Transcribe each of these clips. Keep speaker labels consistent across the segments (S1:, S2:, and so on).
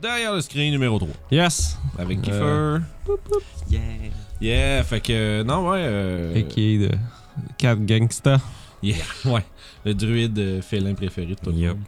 S1: derrière le screen numéro 3.
S2: Yes!
S1: Avec Kiefer.
S2: Euh.
S3: Yeah.
S1: Yeah, fait que. euh, non, ouais. euh,
S2: Et qui est de 4 gangsta.
S1: yeah, ouais. Le druide euh, félin préféré de tout le
S3: Yup.
S1: monde.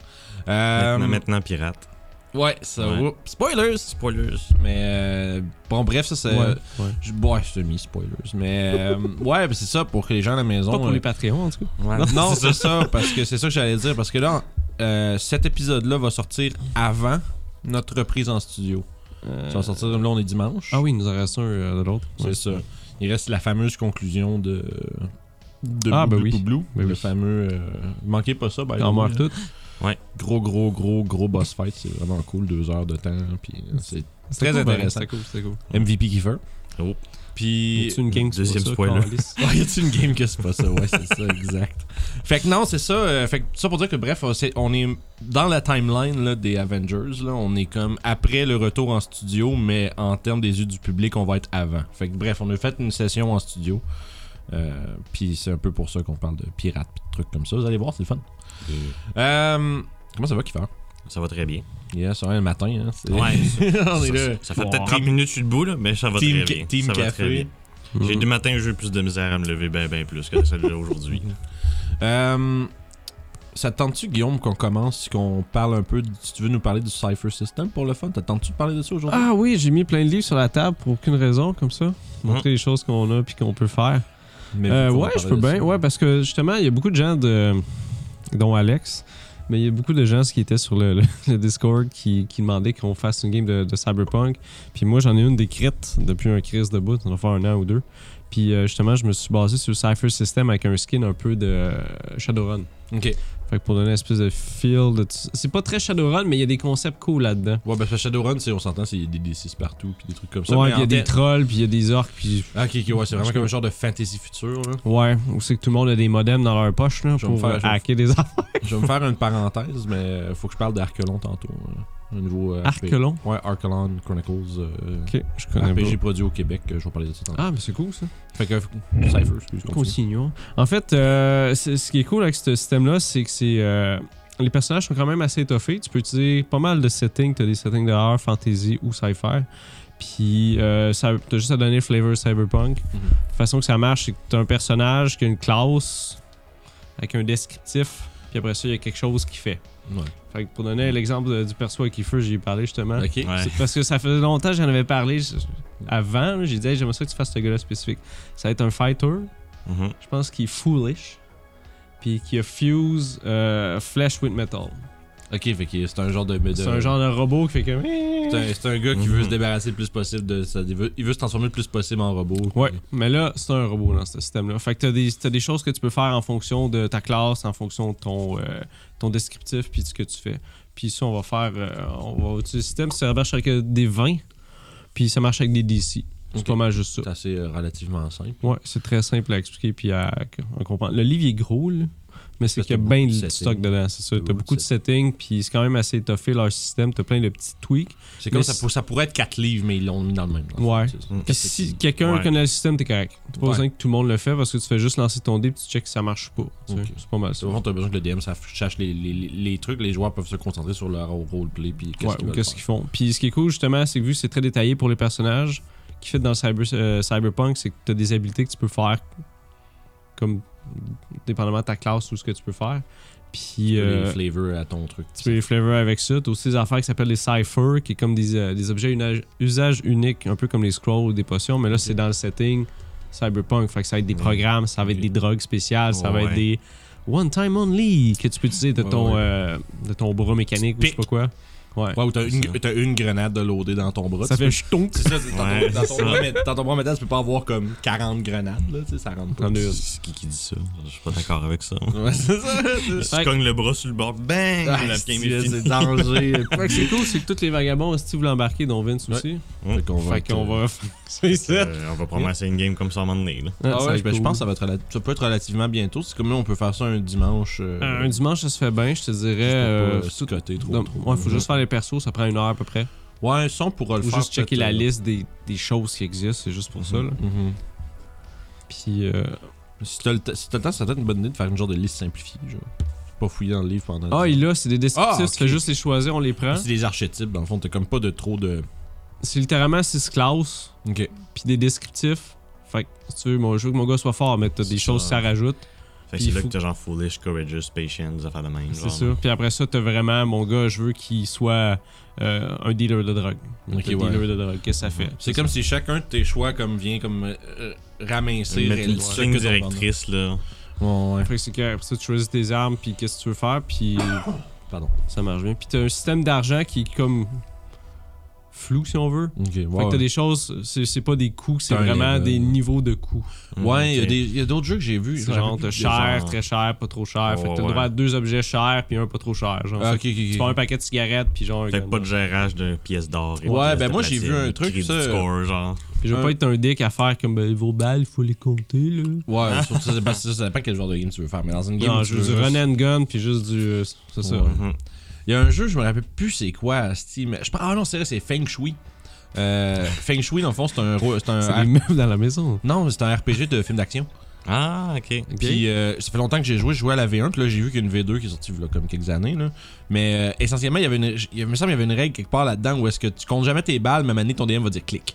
S1: Euh,
S3: Maintenant, maintenant pirate.
S1: Ouais, ça.
S3: Ouais.
S1: oups, Spoilers! Spoilers. Mais. euh, bon, bref, ça, c'est.
S2: Ouais,
S1: Je, ouais, je t'ai mis spoilers. Mais. euh, ouais, ben, c'est ça pour que les gens à la maison.
S2: Pas pour
S1: euh,
S2: les Patreons, en tout cas.
S3: Ouais.
S1: Non, c'est ça, parce que c'est ça que j'allais dire. Parce que là, euh, cet épisode-là va sortir avant notre reprise en studio. Ça va sortir, là, on est dimanche.
S2: Euh, Ah oui, il nous en reste un euh, de l'autre.
S1: C'est
S2: Ouais.
S1: ça. Il reste la fameuse conclusion de. de
S2: Ah, ben
S1: Blue
S2: oui.
S1: to Blue,
S2: Ben
S1: le
S2: oui.
S1: fameux. euh, manquez pas ça, by the
S2: On
S1: way,
S2: meurt
S1: là.
S2: tout.
S1: Gros, gros, gros, gros boss fight. C'est vraiment cool, deux heures de temps. Puis euh, c'est
S2: C'était
S1: très
S2: cool, ben,
S1: intéressant.
S2: C'était cool, c'était cool.
S1: MVP Kiefer.
S3: Oh.
S1: Puis.
S2: C'est une game
S3: Deuxième
S2: c'est pour ça,
S3: spoiler.
S2: câlisse.
S1: Ah, y a-tu une game que c'est pas ça? Ouais, c'est ça, exact. Fait que non, c'est ça. euh, fait que ça pour dire que bref, euh, c'est- on est dans la timeline là, des Avengers. Là, on est comme après le retour en studio, mais en termes des yeux du public, on va être avant. Fait que bref, on a fait une session en studio. Euh, Puis c'est un peu pour ça qu'on parle de pirates pis de trucs comme ça. Vous allez voir, c'est le fun.
S3: Et
S1: Euh, comment ça va, Kiffer?
S3: Ça va très bien.
S1: Yeah, c'est rien le matin. Hein, c'est-
S3: Ouais,
S1: on
S3: ça,
S1: est là.
S3: ça- ça fait peut-être 30 minutes que je suis debout, là, mais ça va
S1: Team,
S3: très
S1: ca-
S3: bien.
S1: team
S3: ça va très
S1: café. Mm-hmm.
S3: bien. J'ai du matin, j'ai eu plus de misère à me lever bien, bien plus que celle-là aujourd'hui.
S1: Euh, ça te tente-tu, Guillaume, qu'on commence, qu'on parle un peu, de- si tu veux nous parler du Cypher System pour le fun? T'as tente-tu de parler de ça aujourd'hui?
S2: Ah oui, j'ai mis plein de livres sur la table pour aucune raison, comme ça. Montrer les choses qu'on a puis qu'on peut faire.
S1: Mais
S2: Euh,
S1: faut
S2: ouais,
S1: parler
S2: je peux
S1: de ça.
S2: bien. Ouais, parce que justement, il y a beaucoup de gens, de, dont Alex, mais il y a beaucoup de gens ce qui étaient sur le, le- le Discord qui, qui demandaient qu'on fasse une game de, de Cyberpunk. Puis moi, j'en ai une décrite depuis un crise de bout, ça va faire un an ou deux. Puis euh, justement, je me suis basé sur le Cypher System avec un skin un peu de euh, Shadowrun.
S1: Ok.
S2: Fait que pour donner une espèce de feel. De t- C'est pas très Shadowrun, mais il y a des concepts cool là-dedans.
S1: Ouais, parce que Shadowrun, c'est- on s'entend, c'est des D6 partout, puis des trucs comme ça.
S2: Ouais,
S1: mais
S2: puis il y
S1: en
S2: a des
S1: tête-
S2: trolls, puis il y a des orques, puis.
S1: Ah, ok, ok, ouais, c'est vraiment comme un genre de fantasy future, là.
S2: Ouais, où c'est que tout le monde a des modems dans leur poche là,
S1: Je vais me
S2: pour
S1: faire-
S2: euh, hacker des affaires.
S1: je vais me faire une parenthèse, mais euh, faut que je parle d'Arkelon tantôt. hein, Au niveau. euh, RP.
S2: Arcelon.
S1: Ouais, Arkelon Chronicles. euh,
S2: Ok, je connais pas.
S1: RPG produit au Québec, euh, je vais parler de ça tantôt.
S2: Ah, mais c'est cool ça.
S1: Fait que. Cypher, excuse moi
S2: En fait, euh, c'est- ce qui est cool avec ce système-là, c'est que c'est. euh, les personnages sont quand même assez étoffés. Tu peux utiliser pas mal de settings. Tu as des settings d'horreur, fantasy ou sci-fi. Puis, euh, ça- t'as juste à donner le flavor cyberpunk.
S1: Mhm.
S2: La façon que ça marche, c'est que t'as un personnage qui a une classe avec un descriptif. Puis après ça, il y a quelque chose qui fait.
S1: Ouais.
S2: Fait que pour donner l'exemple de- du perso avec Kiefer, j'y ai parlé justement.
S1: Ok.
S3: Ouais.
S2: C'est parce que ça faisait longtemps que j'en avais parlé. Je- Avant, là, j'ai dit, Hey, j'aimerais ça que tu fasses ce gars-là spécifique. Ça va être un fighter.
S3: Mhm.
S2: je pense qu'il est foolish, puis qu'il a fuse euh, flesh with metal.
S1: Ok, fait que c'est un genre de. de-
S2: C'est un genre de robot qui fait comme.
S1: C'est un, c'est un gars qui veut
S3: Mhm.
S1: se débarrasser le plus possible de ça. Il veut, il veut se transformer le plus possible en robot.
S2: Ouais, mais là, c'est un robot dans ce système-là. Fait que t'as des, t'as des choses que tu peux faire en fonction de ta classe, en fonction de ton, euh, ton descriptif, puis de ce que tu fais. Puis ça, on va faire. euh, on va utiliser le système, ça marche avec euh, des 20, puis ça marche avec des DC. C'est
S1: Ok.
S2: pas mal juste ça.
S1: C'est assez euh, relativement simple.
S2: Ouais, c'est très simple à expliquer puis à, à comprendre. Le livre il est gros, là, mais
S1: Parce
S2: c'est qu'il y a
S1: qu'il y a
S2: bien
S1: beaucoup de
S2: de stock
S1: settings.
S2: dedans, c'est ça.
S1: Beaucoup
S2: T'as
S1: de
S2: beaucoup de settings, puis c'est quand même assez étoffé leur système. T'as plein de petits tweaks.
S1: C'est comme
S2: Mais
S1: ça,
S2: c'est-
S1: pour- ça pourrait être 4 livres, mais ils l'ont mis dans le même. dans le
S2: Ouais.
S1: fond, c'est-
S3: Mhm.
S2: Puis
S1: c'est-
S2: si quelqu'un
S3: ouais.
S2: connaît le système, t'es correct. T'as pas
S1: Ouais.
S2: besoin que tout le monde le fait parce que tu fais juste lancer ton dé puis tu checks si ça marche ou pas. tu sais.
S1: Ok.
S2: C'est pas mal ça.
S1: Au fond, t'as besoin que le DM ça cherche les, les, les- les trucs, les joueurs peuvent se concentrer sur leur roleplay. Puis qu'est-ce
S2: Ouais,
S1: qu'ils
S2: ou
S1: veulent
S2: qu'est-ce qu'ils
S1: faire.
S2: font. Puis ce qui est cool justement, c'est que vu que c'est très détaillé pour les personnages, qui fait dans le cyber, euh, Cyberpunk, c'est que t'as des habilités que tu peux faire comme dépendamment de ta classe ou ce que tu peux faire. Puis
S1: Tu peux
S2: euh,
S1: les flavors à ton truc.
S2: Tu peux les flavor avec ça. T'as aussi des affaires qui s'appellent les ciphers, qui est comme des, euh, des objets à usage unique, un peu comme les scrolls ou des potions, mais là, c'est dans le setting cyberpunk. Fait que ça va être des
S3: Ouais.
S2: programmes, ça va être
S1: Ok.
S2: des drogues spéciales, ça va
S3: Ouais.
S2: être des one time only que tu peux utiliser de
S1: Ouais,
S2: ton,
S1: ouais.
S2: euh, de ton bras mécanique ou je sais pas quoi. Ouais.
S1: Ouais, ou t'as une, t'as une grenade de loader dans ton bras.
S2: ça
S1: tu
S2: fait
S1: peux-
S2: chton.
S1: C'est ça, c'est- dans,
S3: Ouais,
S1: ton, dans, ton
S3: c'est ça.
S1: bras, mé- dans ton bras métal, tu peux pas avoir comme 40 grenades, là, tu sais, ça rentre pas.
S2: T'en as une.
S3: C'est qui qui dit ça? Je suis pas d'accord avec ça.
S1: Ouais, c'est ça. c'est-
S3: Si tu cognes le bras sur le bord, bang!
S1: Ah,
S3: la game est
S1: c'est c'est
S3: finie.
S1: danger.
S2: Fait que c'est cool, c'est que tous les vagabonds, si tu voulez embarquer, dont Vince
S1: Ouais.
S2: aussi.
S1: Fait qu'on
S2: Fait
S1: être,
S2: qu'on
S1: euh,
S2: va. c'est ça.
S3: Euh, on va probablement essayer une game comme ça à un moment donné. Là.
S2: Ah,
S1: Ah ouais,
S2: ça va
S1: je,
S2: être
S1: ben, je
S2: cool.
S1: pense que ça, va être rela- ça peut être relativement bientôt. C'est comme là, on peut faire ça un dimanche. euh,
S2: Un dimanche, ça se fait bien, je te dirais.
S1: euh,
S2: euh,
S1: pas se coter trop.
S2: non,
S1: trop.
S2: ouais, faut juste faire les persos, ça prend une heure à peu près.
S1: Ouais, ça, on pourra le
S2: Faut
S1: faire.
S2: juste checker
S1: peut-être,
S2: la
S1: euh,
S2: liste des, des choses qui existent, c'est juste pour ça. Là.
S1: mhm.
S2: Puis, euh,
S1: Si t'as le, t- si t'as le temps, ça peut être une bonne idée de faire une genre de liste simplifiée. Genre. pas fouillé dans le livre pendant.
S2: Ah, il l'a, c'est des descriptifs,
S1: Ah,
S2: tu
S1: ok.
S2: fais juste les choisir, on les prend.
S1: C'est des archétypes, dans le fond. T'as comme pas de trop de.
S2: C'est littéralement 6 classes,
S1: Ok.
S2: puis des descriptifs. Fait que si tu veux, mon, je veux que mon gars soit fort, mais t'as des
S3: C'est
S2: choses
S3: ça.
S2: que ça rajoute.
S3: Fait
S2: Puis
S3: que c'est
S2: il
S3: là
S2: faut-
S3: que t'as genre foolish, courageous, patient, des affaires de même.
S2: C'est
S3: genre.
S2: ça. Puis après ça, t'as vraiment, mon gars, je veux qu'il soit euh, un dealer de drogue.
S1: Ok,
S2: Un
S1: ouais.
S2: dealer de drogue, qu'est-ce que ça fait?
S1: C'est comme si chacun de tes choix comme vient comme euh, euh, ramincer
S3: Mettre une
S1: réellement
S3: petite
S1: ce
S3: ligne
S1: que ton
S3: directrice, là.
S1: pendant- Ouais, ouais.
S2: Fait que c'est que après ça, tu choisis tes armes, puis qu'est-ce que tu veux faire, puis
S1: Pardon.
S2: ça marche bien. Puis t'as un système d'argent qui est comme flou, si on veut.
S1: Ok, ouais.
S2: Fait que t'as des choses, c'est c'est pas des coûts, c'est
S1: T'as un
S2: vraiment
S1: level.
S2: des niveaux de coûts.
S1: Ouais, il
S3: Mm, Ok.
S1: y a d'autres jeux que j'ai vus.
S2: Mm, C'est
S1: je me rappelle
S2: genre, t'as
S1: plus des
S2: cher,
S3: gens.
S2: très cher, pas trop cher. fait que
S3: Ouais,
S2: t'as le
S3: ouais.
S2: droit à deux objets chers, puis un pas trop cher. Genre,
S1: Ah, ok,
S2: Fait
S1: ok,
S2: que
S1: ok.
S2: tu prends un paquet de cigarettes, puis genre. un
S3: Fait que
S2: gun,
S3: pas de
S2: là.
S3: gérage de pièces d'or. et de
S1: Ouais,
S3: pièces
S1: ben
S3: de
S1: moi, j'ai vu
S3: platine,
S1: un truc,
S3: crédit
S1: ça.
S3: score, genre.
S2: Puis je veux
S1: un-
S2: pas être un dick à faire comme ben, vos balles, faut les compter, là.
S1: Ouais, surtout ça, dépend- ça dépend quel genre de game tu veux faire. Mais dans une game,
S2: non,
S1: où tu
S2: je veux
S1: veux
S2: du
S1: juste-
S2: run and gun, puis juste du. euh, c'est ça.
S1: Ouais.
S3: Mhm.
S1: Il y a un jeu, je me rappelle plus c'est quoi, Steam. Je pense- Ah non, c'est vrai, c'est Feng Shui. Euh, Feng Shui, dans le fond, c'est un, ro- c'est un
S2: C'est les meubles dans la maison.
S1: Non, c'est un RPG de film d'action.
S3: Ah, ok.
S1: Puis euh, ça fait longtemps que j'ai joué, je jouais à la V1, puis là j'ai vu qu'il y a une V2 qui est sortie là, comme quelques années. Là. Mais euh, essentiellement, il y avait une, il y avait- il me semble qu'il y avait une règle quelque part là-dedans où est-ce que tu comptes jamais tes balles, mais à un moment donné, ton DM va dire clic.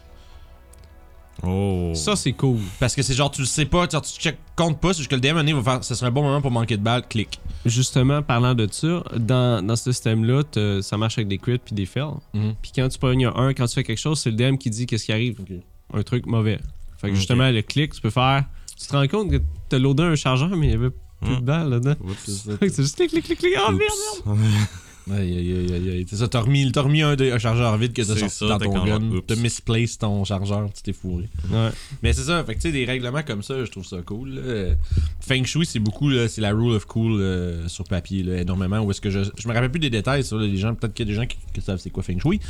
S1: euh,
S3: Oh.
S2: Ça, c'est cool.
S1: Parce que c'est genre, tu le sais pas, genre, tu check, comptes pas, c'est juste que le DM, à un moment donné, va faire, ça serait un bon moment pour manquer de balles, clic.
S2: Justement, parlant de ça, dans, dans ce système-là, t'as- ça marche avec des crits puis des fails.
S1: Mhm.
S2: Puis quand tu pognes un, un, quand tu fais quelque chose, c'est le DM qui dit qu'est-ce qui arrive.
S1: Ok.
S2: Un truc mauvais. Fait que
S3: Ok.
S2: justement, le clic, tu peux faire. Tu te rends compte que t'as loadé un chargeur, mais il y avait plus de
S3: Mm.
S2: balles là-dedans.
S3: Oups.
S2: Fait que c'est juste clic, clic, clic, clic. Oh merde, merde.
S1: Aïe, aïe, aïe, aïe, aïe. C'est ça, t'as remis, t'as remis un, de- un chargeur vide que t'as
S3: C'est
S1: sorti
S3: ça,
S1: dans
S3: t'as
S1: ton
S3: quand-
S1: gun.
S3: oups.
S1: T'as misplaced ton chargeur, tu t'es fourré.
S2: Ouais.
S1: Mais c'est ça, fait que tu sais, des règlements comme ça, je trouve ça cool. là. Euh, Feng Shui, c'est beaucoup, là, c'est la rule of cool euh, sur papier, là, énormément. Où est-ce que je, je me rappelle plus des détails sur les gens, peut-être qu'il y a des gens qui, qui savent c'est quoi Feng Shui,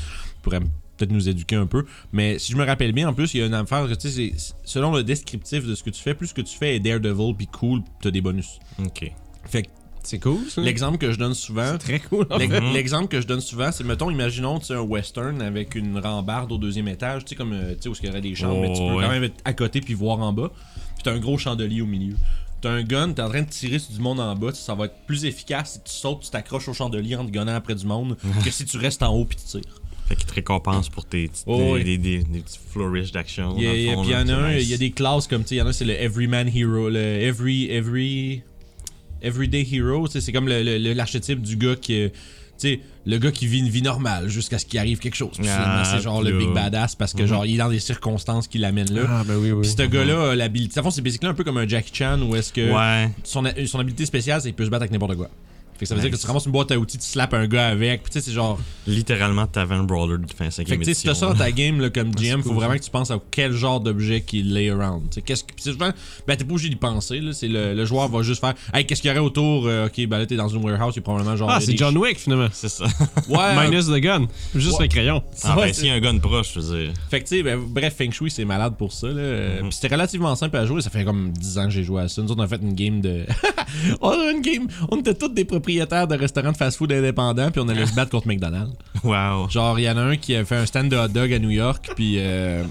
S1: pourraient peut-être nous éduquer un peu. Mais si je me rappelle bien, en plus, il y a une affaire que tu sais, c'est- selon le descriptif de ce que tu fais, plus ce que tu fais est Daredevil puis cool, t'as des bonus.
S3: Ok.
S1: Fait que
S2: C'est cool, ça.
S1: l'exemple que je donne souvent,
S2: C'est très cool.
S1: L'ex-
S3: Mhm.
S1: L'exemple que je donne souvent, c'est mettons, imaginons tu sais, un western avec une rambarde au deuxième étage, tu sais, comme euh, tu sais, où il y aurait des chambres, mais tu peux
S3: Oh, ouais.
S1: quand même être à côté puis voir en bas. Puis t'as un gros chandelier au milieu. T'as un gun, t'es en train de tirer sur du monde en bas, ça va être plus efficace si tu sautes, tu t'accroches au chandelier en te gunnant après du monde que si tu restes en haut puis tu tires.
S3: Fait qu'il te récompense pour tes petites-
S1: Oh, ouais.
S3: des, des- des- des petits flourishes d'action.
S1: Il y a- il y a-
S3: dans le fond,
S1: puis il y
S3: là,
S1: en a
S3: c'est
S1: un,
S3: nice.
S1: il y a des classes comme tu sais, il y en a un, c'est le Everyman Hero, le Every Every Everyday Hero, tu sais, c'est comme le- le- le- l'archétype du gars qui euh, tu sais, le gars qui vit une vie normale jusqu'à ce qu'il arrive quelque chose. Puis finalement,
S3: Ah, Mhm.
S1: c'est genre le
S3: là.
S1: big badass parce que genre il est dans des circonstances qui l'amènent là.
S2: Ah, ben oui, oui.
S1: Puis ce gars-là a l'habilité. À fond, c'est basically un peu comme un Jackie Chan où est-ce que
S3: Ouais.
S1: son, son habilité spéciale, c'est qu'il peut se battre avec n'importe quoi. Fait que ça veut dire que
S3: Nice.
S1: tu ramasses une boîte à outils, tu slappes un gars avec. Puis tu sais, c'est genre.
S3: Littéralement, t'avais un brawler de fin 5
S1: Fait que tu sais, si t'as ça dans ta game là, comme GM, faut
S2: cool,
S1: vraiment que tu penses à quel genre d'objet qui lay around. Tu sais, Qu'est-ce que. Puis c'est souvent. Ben, t'es pas obligé d'y penser. Là. C'est le, le joueur va juste faire. Hey, qu'est-ce qu'il y aurait autour Euh, Ok, ben là, t'es dans une warehouse, il y a probablement genre.
S2: Ah,
S1: des-
S2: c'est John Wick, finalement.
S3: C'est ça.
S1: Ouais,
S2: Minus the gun. Juste
S1: Ouais.
S2: le crayon.
S3: Ah,
S1: Ouais,
S3: ben, s'il y a un gun proche, je veux dire.
S1: Fait que, tu sais, ben, bref, Feng Shui, c'est malade pour ça. Là. Euh,
S2: Mm-hmm.
S3: Mhm.
S1: Puis c'était relativement simple à jouer. Ça fait comme 10 ans que j'ai joué à ça. Nous autres, on a fait une game de. on a une game. On était tous des propriétaires de restaurants de fast-food indépendants, puis on allait se battre contre McDonald's.
S3: Wow.
S1: Genre, il y en a un qui a fait un stand de hot dog à New York, puis euh,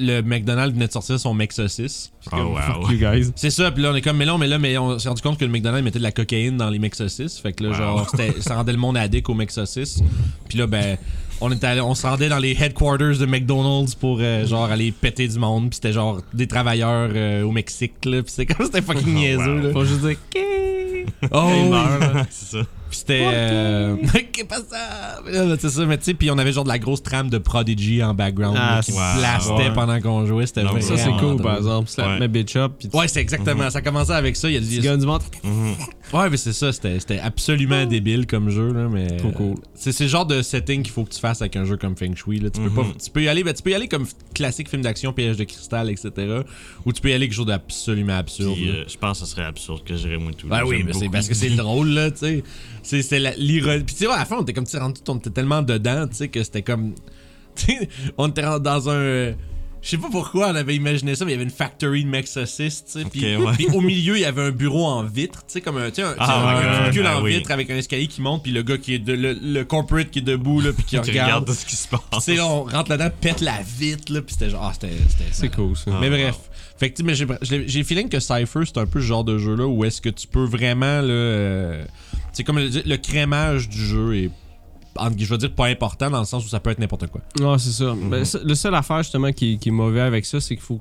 S1: le McDonald's venait de sortir son mec saucisse.
S3: Oh, wow.
S2: Fuck you guys.
S1: C'est ça, puis là, on est comme, mais là, mais là, mais on s'est rendu compte que le McDonald's mettait de la cocaïne dans les mecs saucisses. Fait que là,
S3: Wow.
S1: genre, c'était- ça rendait le monde addict aux mecs saucisses. Puis là, ben, on, était allé- on se rendait dans les headquarters de McDonald's pour, euh, genre, aller péter du monde. Puis c'était genre des travailleurs euh, au Mexique, là. Puis c'est comme, c'était fucking
S3: Oh,
S1: niaiseux, là.
S2: Faut juste dire, OK.
S1: Oh,
S2: Il meurt, là.
S3: C'est ça.
S1: Puis c'était. euh, Qu'est-ce que c'est ça? Puis là, Ah, ben, C'est ça, mais tu sais, puis on avait genre de la grosse trame de Prodigy en background
S2: Ah,
S1: là, qui
S3: wow.
S1: blastait
S2: Ouais.
S1: pendant qu'on jouait. C'était
S3: Non, mais
S2: Ça, c'est
S1: vraiment
S2: cool,
S1: drôle.
S2: par exemple. Slap
S3: Ouais.
S2: my bitch up. Puis tu
S1: Ouais, c'est exactement. Ça commençait avec ça. Il y a
S2: tu
S1: des,
S2: gagnes du monde.
S3: Mhm.
S1: Ouais, mais c'est ça, c'était c'était absolument débile comme jeu, là, mais.
S2: Trop cool.
S1: C'est c'est le genre de setting qu'il faut que tu fasses avec un jeu comme Feng Shui, là. Tu, peux,
S3: Mhm.
S1: pas, tu peux y aller, ben, tu peux y aller comme f- classique film d'action, piège de cristal, etc. Ou tu peux y aller quelque chose d'absolument absurde.
S3: Puis,
S1: là.
S3: euh, je pense que ce serait absurde que j'irais moi tout.
S1: Ben
S3: J'aime
S1: oui, mais c'est
S3: beaucoup.
S1: parce que c'est drôle, là, tu sais. C'est- C'est la- l'ironie. Puis tu sais, ouais, à la fin, on était comme, tu sais, rendu, on était tellement dedans, tu sais, que c'était comme. tu sais, on était rendu dans un. euh, Je sais pas pourquoi on avait imaginé ça, mais il y avait une factory de mecs saucisses, tu sais. puis-
S3: Ok, ouais.
S1: puis au milieu, il y avait un bureau en vitre, tu sais, comme un, tu sais, un, tu sais,
S3: Ah,
S1: un
S3: ouais, ouais,
S1: cubicule
S3: ouais,
S1: en
S3: oui.
S1: vitre avec un escalier qui monte, puis le gars qui est de, le, le corporate qui est debout, là, puis qui
S3: Tu
S1: regarde.
S3: regardes ce qui se
S1: Tu
S3: passe.
S1: sais, on rentre là-dedans, pète la vitre, là, puis c'était genre, ah, c'était. c'était
S2: C'est
S1: malade.
S2: cool ça.
S3: Ah.
S1: Mais bref. Fait que, tu sais, mais j'ai- j'ai j'ai le feeling que Cypher, c'est un peu ce genre de jeu-là où est-ce que tu peux vraiment, là. euh, c'est comme le, le crémage du jeu est, entre gu- je veux dire, pas important dans le sens où ça peut être n'importe quoi.
S2: Non, c'est ça.
S3: Mhm.
S2: Ben, ça- le seul affaire justement qui, qui est mauvais avec ça, c'est qu'il faut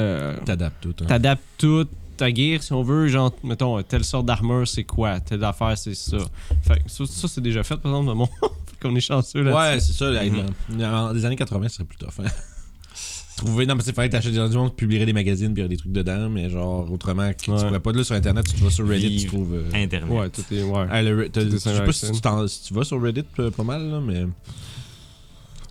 S2: euh,
S1: T'adaptes tout. hein.
S2: t'adaptes tout, ta gear si on veut, genre mettons euh, telle sorte d'armure c'est quoi, telle affaire c'est ça. Fait que ça, ça, c'est déjà fait par exemple, mais bon, fait qu'on est chanceux là.
S1: Ouais, c'est ça. là, dans- dans les années 80, ce serait plus tough. hein. Trouver, non, mais c'est fallait t'acheter dans du monde, publier des magazines, puis il y a des trucs dedans, mais genre, autrement, que
S2: Ouais.
S1: tu pourrais pas de là sur Internet, tu vas sur Reddit, tu
S3: Vivre.
S1: trouves. euh,
S3: Internet.
S2: Ouais, tout est ouais.
S1: ah, le Re- t'as-
S2: Tout est
S1: je sais pas si
S2: interaction.
S1: tu, t'en- si tu vas sur Reddit euh, pas mal, là, mais.
S2: Des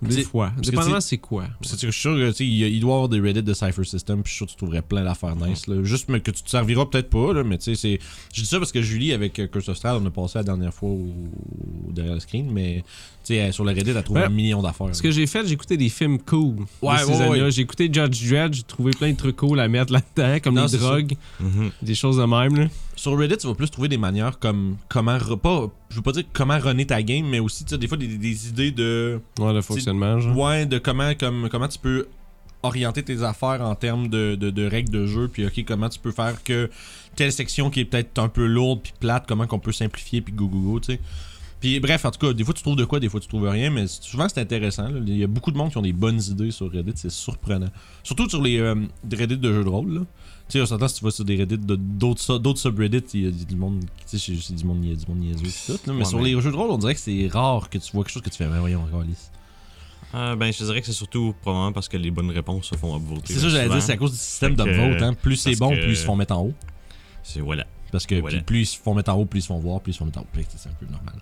S1: c'est-
S2: fois,
S1: que
S2: dépendamment
S1: tu-
S2: c'est quoi.
S1: C'est sûr, je suis sûr que, tu sais, il y a- il doit y avoir des Reddit de Cypher System, puis je suis sûr que tu trouverais plein d'affaires nice. Là. Juste mais que tu te serviras peut-être pas, là, mais tu sais, c'est. Je dis ça parce que Julie, avec euh, Curse of Strahd, on a passé la dernière fois au... derrière le screen, mais tu sais, elle, sur le Reddit, elle trouve
S2: Ouais.
S1: un million d'affaires.
S2: Ce que j'ai fait, j'ai écouté des films cool. de
S1: Ouais,
S2: ces
S1: ouais,
S2: années-là.
S1: ouais.
S2: J'ai écouté Judge Dredd, j'ai trouvé plein de trucs cool à mettre là-dedans, comme
S1: Non,
S2: les
S1: c'est ça.
S2: drogues,
S3: Mhm.
S2: des choses de même. Là.
S1: Sur Reddit, tu vas plus trouver des manières comme comment re- pas, je veux pas dire comment runner ta game, mais aussi tu sais, des fois des, des- des idées de
S2: Ouais, le fonctionnement,
S3: hein.
S2: genre.
S1: ouais de comment comme comment tu peux orienter tes affaires en termes de, de- de règles de jeu, puis ok comment tu peux faire que telle section qui est peut-être un peu lourde puis plate, comment qu'on peut simplifier puis go go go, tu sais. Puis bref, en tout cas, des fois tu trouves de quoi, des fois tu trouves rien, mais c- souvent c'est intéressant. là. Il y a beaucoup de monde qui ont des bonnes idées sur Reddit, c'est surprenant. Surtout sur les euh, Reddit de jeux de rôle. là. Tu sais, on s'entend si tu vas sur des Reddit de- d'autres so- d'autres subreddits, il y a du monde, tu sais, c'est du monde nia- du monde niaiseux pis tout, là. Mais
S3: Ouais,
S1: sur
S3: mais-
S1: les jeux de rôle, on dirait que c'est rare que tu vois quelque chose que tu fais, ben voyons, encore
S3: Ah, ben, je te dirais que c'est surtout probablement parce que les bonnes réponses se font upvoter.
S1: C'est ça, j'allais
S3: souvent.
S1: dire, c'est à cause du système
S3: Fait que,
S1: d'upvote. Hein. Plus c'est
S3: parce
S1: bon,
S3: que-
S1: plus ils se font mettre en haut.
S3: C'est voilà.
S1: Parce que
S3: Voilà.
S1: puis plus ils se font mettre en haut, plus ils se font voir, plus ils se font mettre en haut. Fait que C'est un peu normal.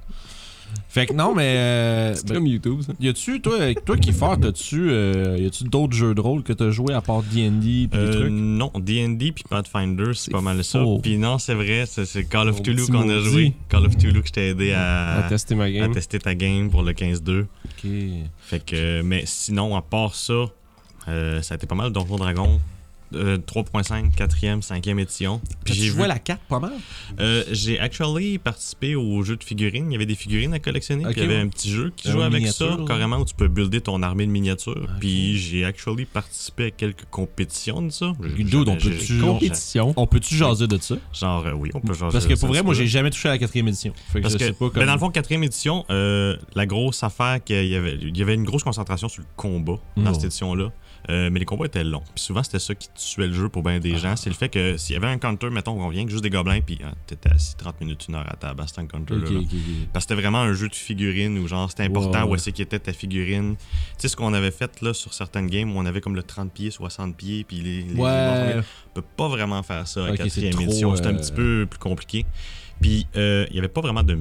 S1: Fait que non, mais. Euh,
S2: C'est
S1: ben,
S2: comme YouTube, ça.
S1: y a-tu, toi, toi qui fort, t'as-tu, euh, y a-tu d'autres jeux de rôle que t'as joué à part DD pis des
S3: Euh,
S1: trucs
S3: non, D&D puis Pathfinder, c'est
S2: C'est
S3: pas mal ça.
S2: faux.
S3: Puis non, c'est vrai, c'est c'est Call
S2: Mon
S3: of Cthulhu
S2: petit
S3: qu'on a
S2: maudit.
S3: joué. Call of Cthulhu que je t'ai aidé
S2: à
S3: à,
S2: tester ma
S3: à
S2: game.
S3: tester ta game pour le 15-2.
S1: Ok.
S3: Fait que, mais sinon, à part ça, euh, ça a été pas mal Donjon Dragon. euh, 3.5, 4e, 5e édition. Puis j'ai
S1: tu
S3: vu-
S1: joué à la carte pas mal
S3: euh, j'ai actually participé au jeu de figurines. Il y avait des figurines à collectionner.
S1: Ok,
S3: puis il y avait
S1: ouais.
S3: un petit jeu qui
S1: Un
S3: jouait avec ça,
S1: miniature, là.
S3: carrément, où tu peux builder ton armée de miniatures.
S1: Ok.
S3: Puis j'ai actually participé à quelques compétitions de ça. J'ai-
S1: Dude, on
S3: j'ai-
S1: peut-tu-
S3: j'ai-
S2: Compétition.
S1: On peut-tu jaser de ça
S3: Genre, euh, oui, on peut changer
S1: Parce que pour vrai, moi, j'ai
S3: j'ai
S1: jamais touché à la quatrième édition. Fait que
S3: Parce
S1: je
S3: que,
S1: sais pas
S3: ben,
S1: comme.
S3: dans le fond, quatrième édition, euh, la grosse affaire, qu'il y avait, il y avait une grosse concentration sur le combat dans
S1: Mhm.
S3: cette édition-là. Euh, mais les combats étaient longs. Puis souvent, c'était ça qui tuait le jeu pour bien
S1: Ah.
S3: des gens. C'est le fait que s'il y avait un counter, mettons, on vient que juste des gobelins, puis hein, t'étais assis 30 minutes, une heure à table à ce counter-là.
S1: Ok,
S3: là.
S1: ok, ok.
S3: Parce que c'était vraiment un jeu de figurines où genre c'était important
S1: Wow.
S3: où est-ce qu'était ta figurine. Tu sais ce qu'on avait fait là sur certaines games où on avait comme le 30 pieds, 60 pieds, puis les, les
S1: Ouais.
S3: on peut pas vraiment faire ça à
S1: Ok, c'est
S3: 4ème
S1: trop,
S3: édition. C'était un
S1: euh,
S3: petit peu plus compliqué. Puis, euh, il y avait pas vraiment de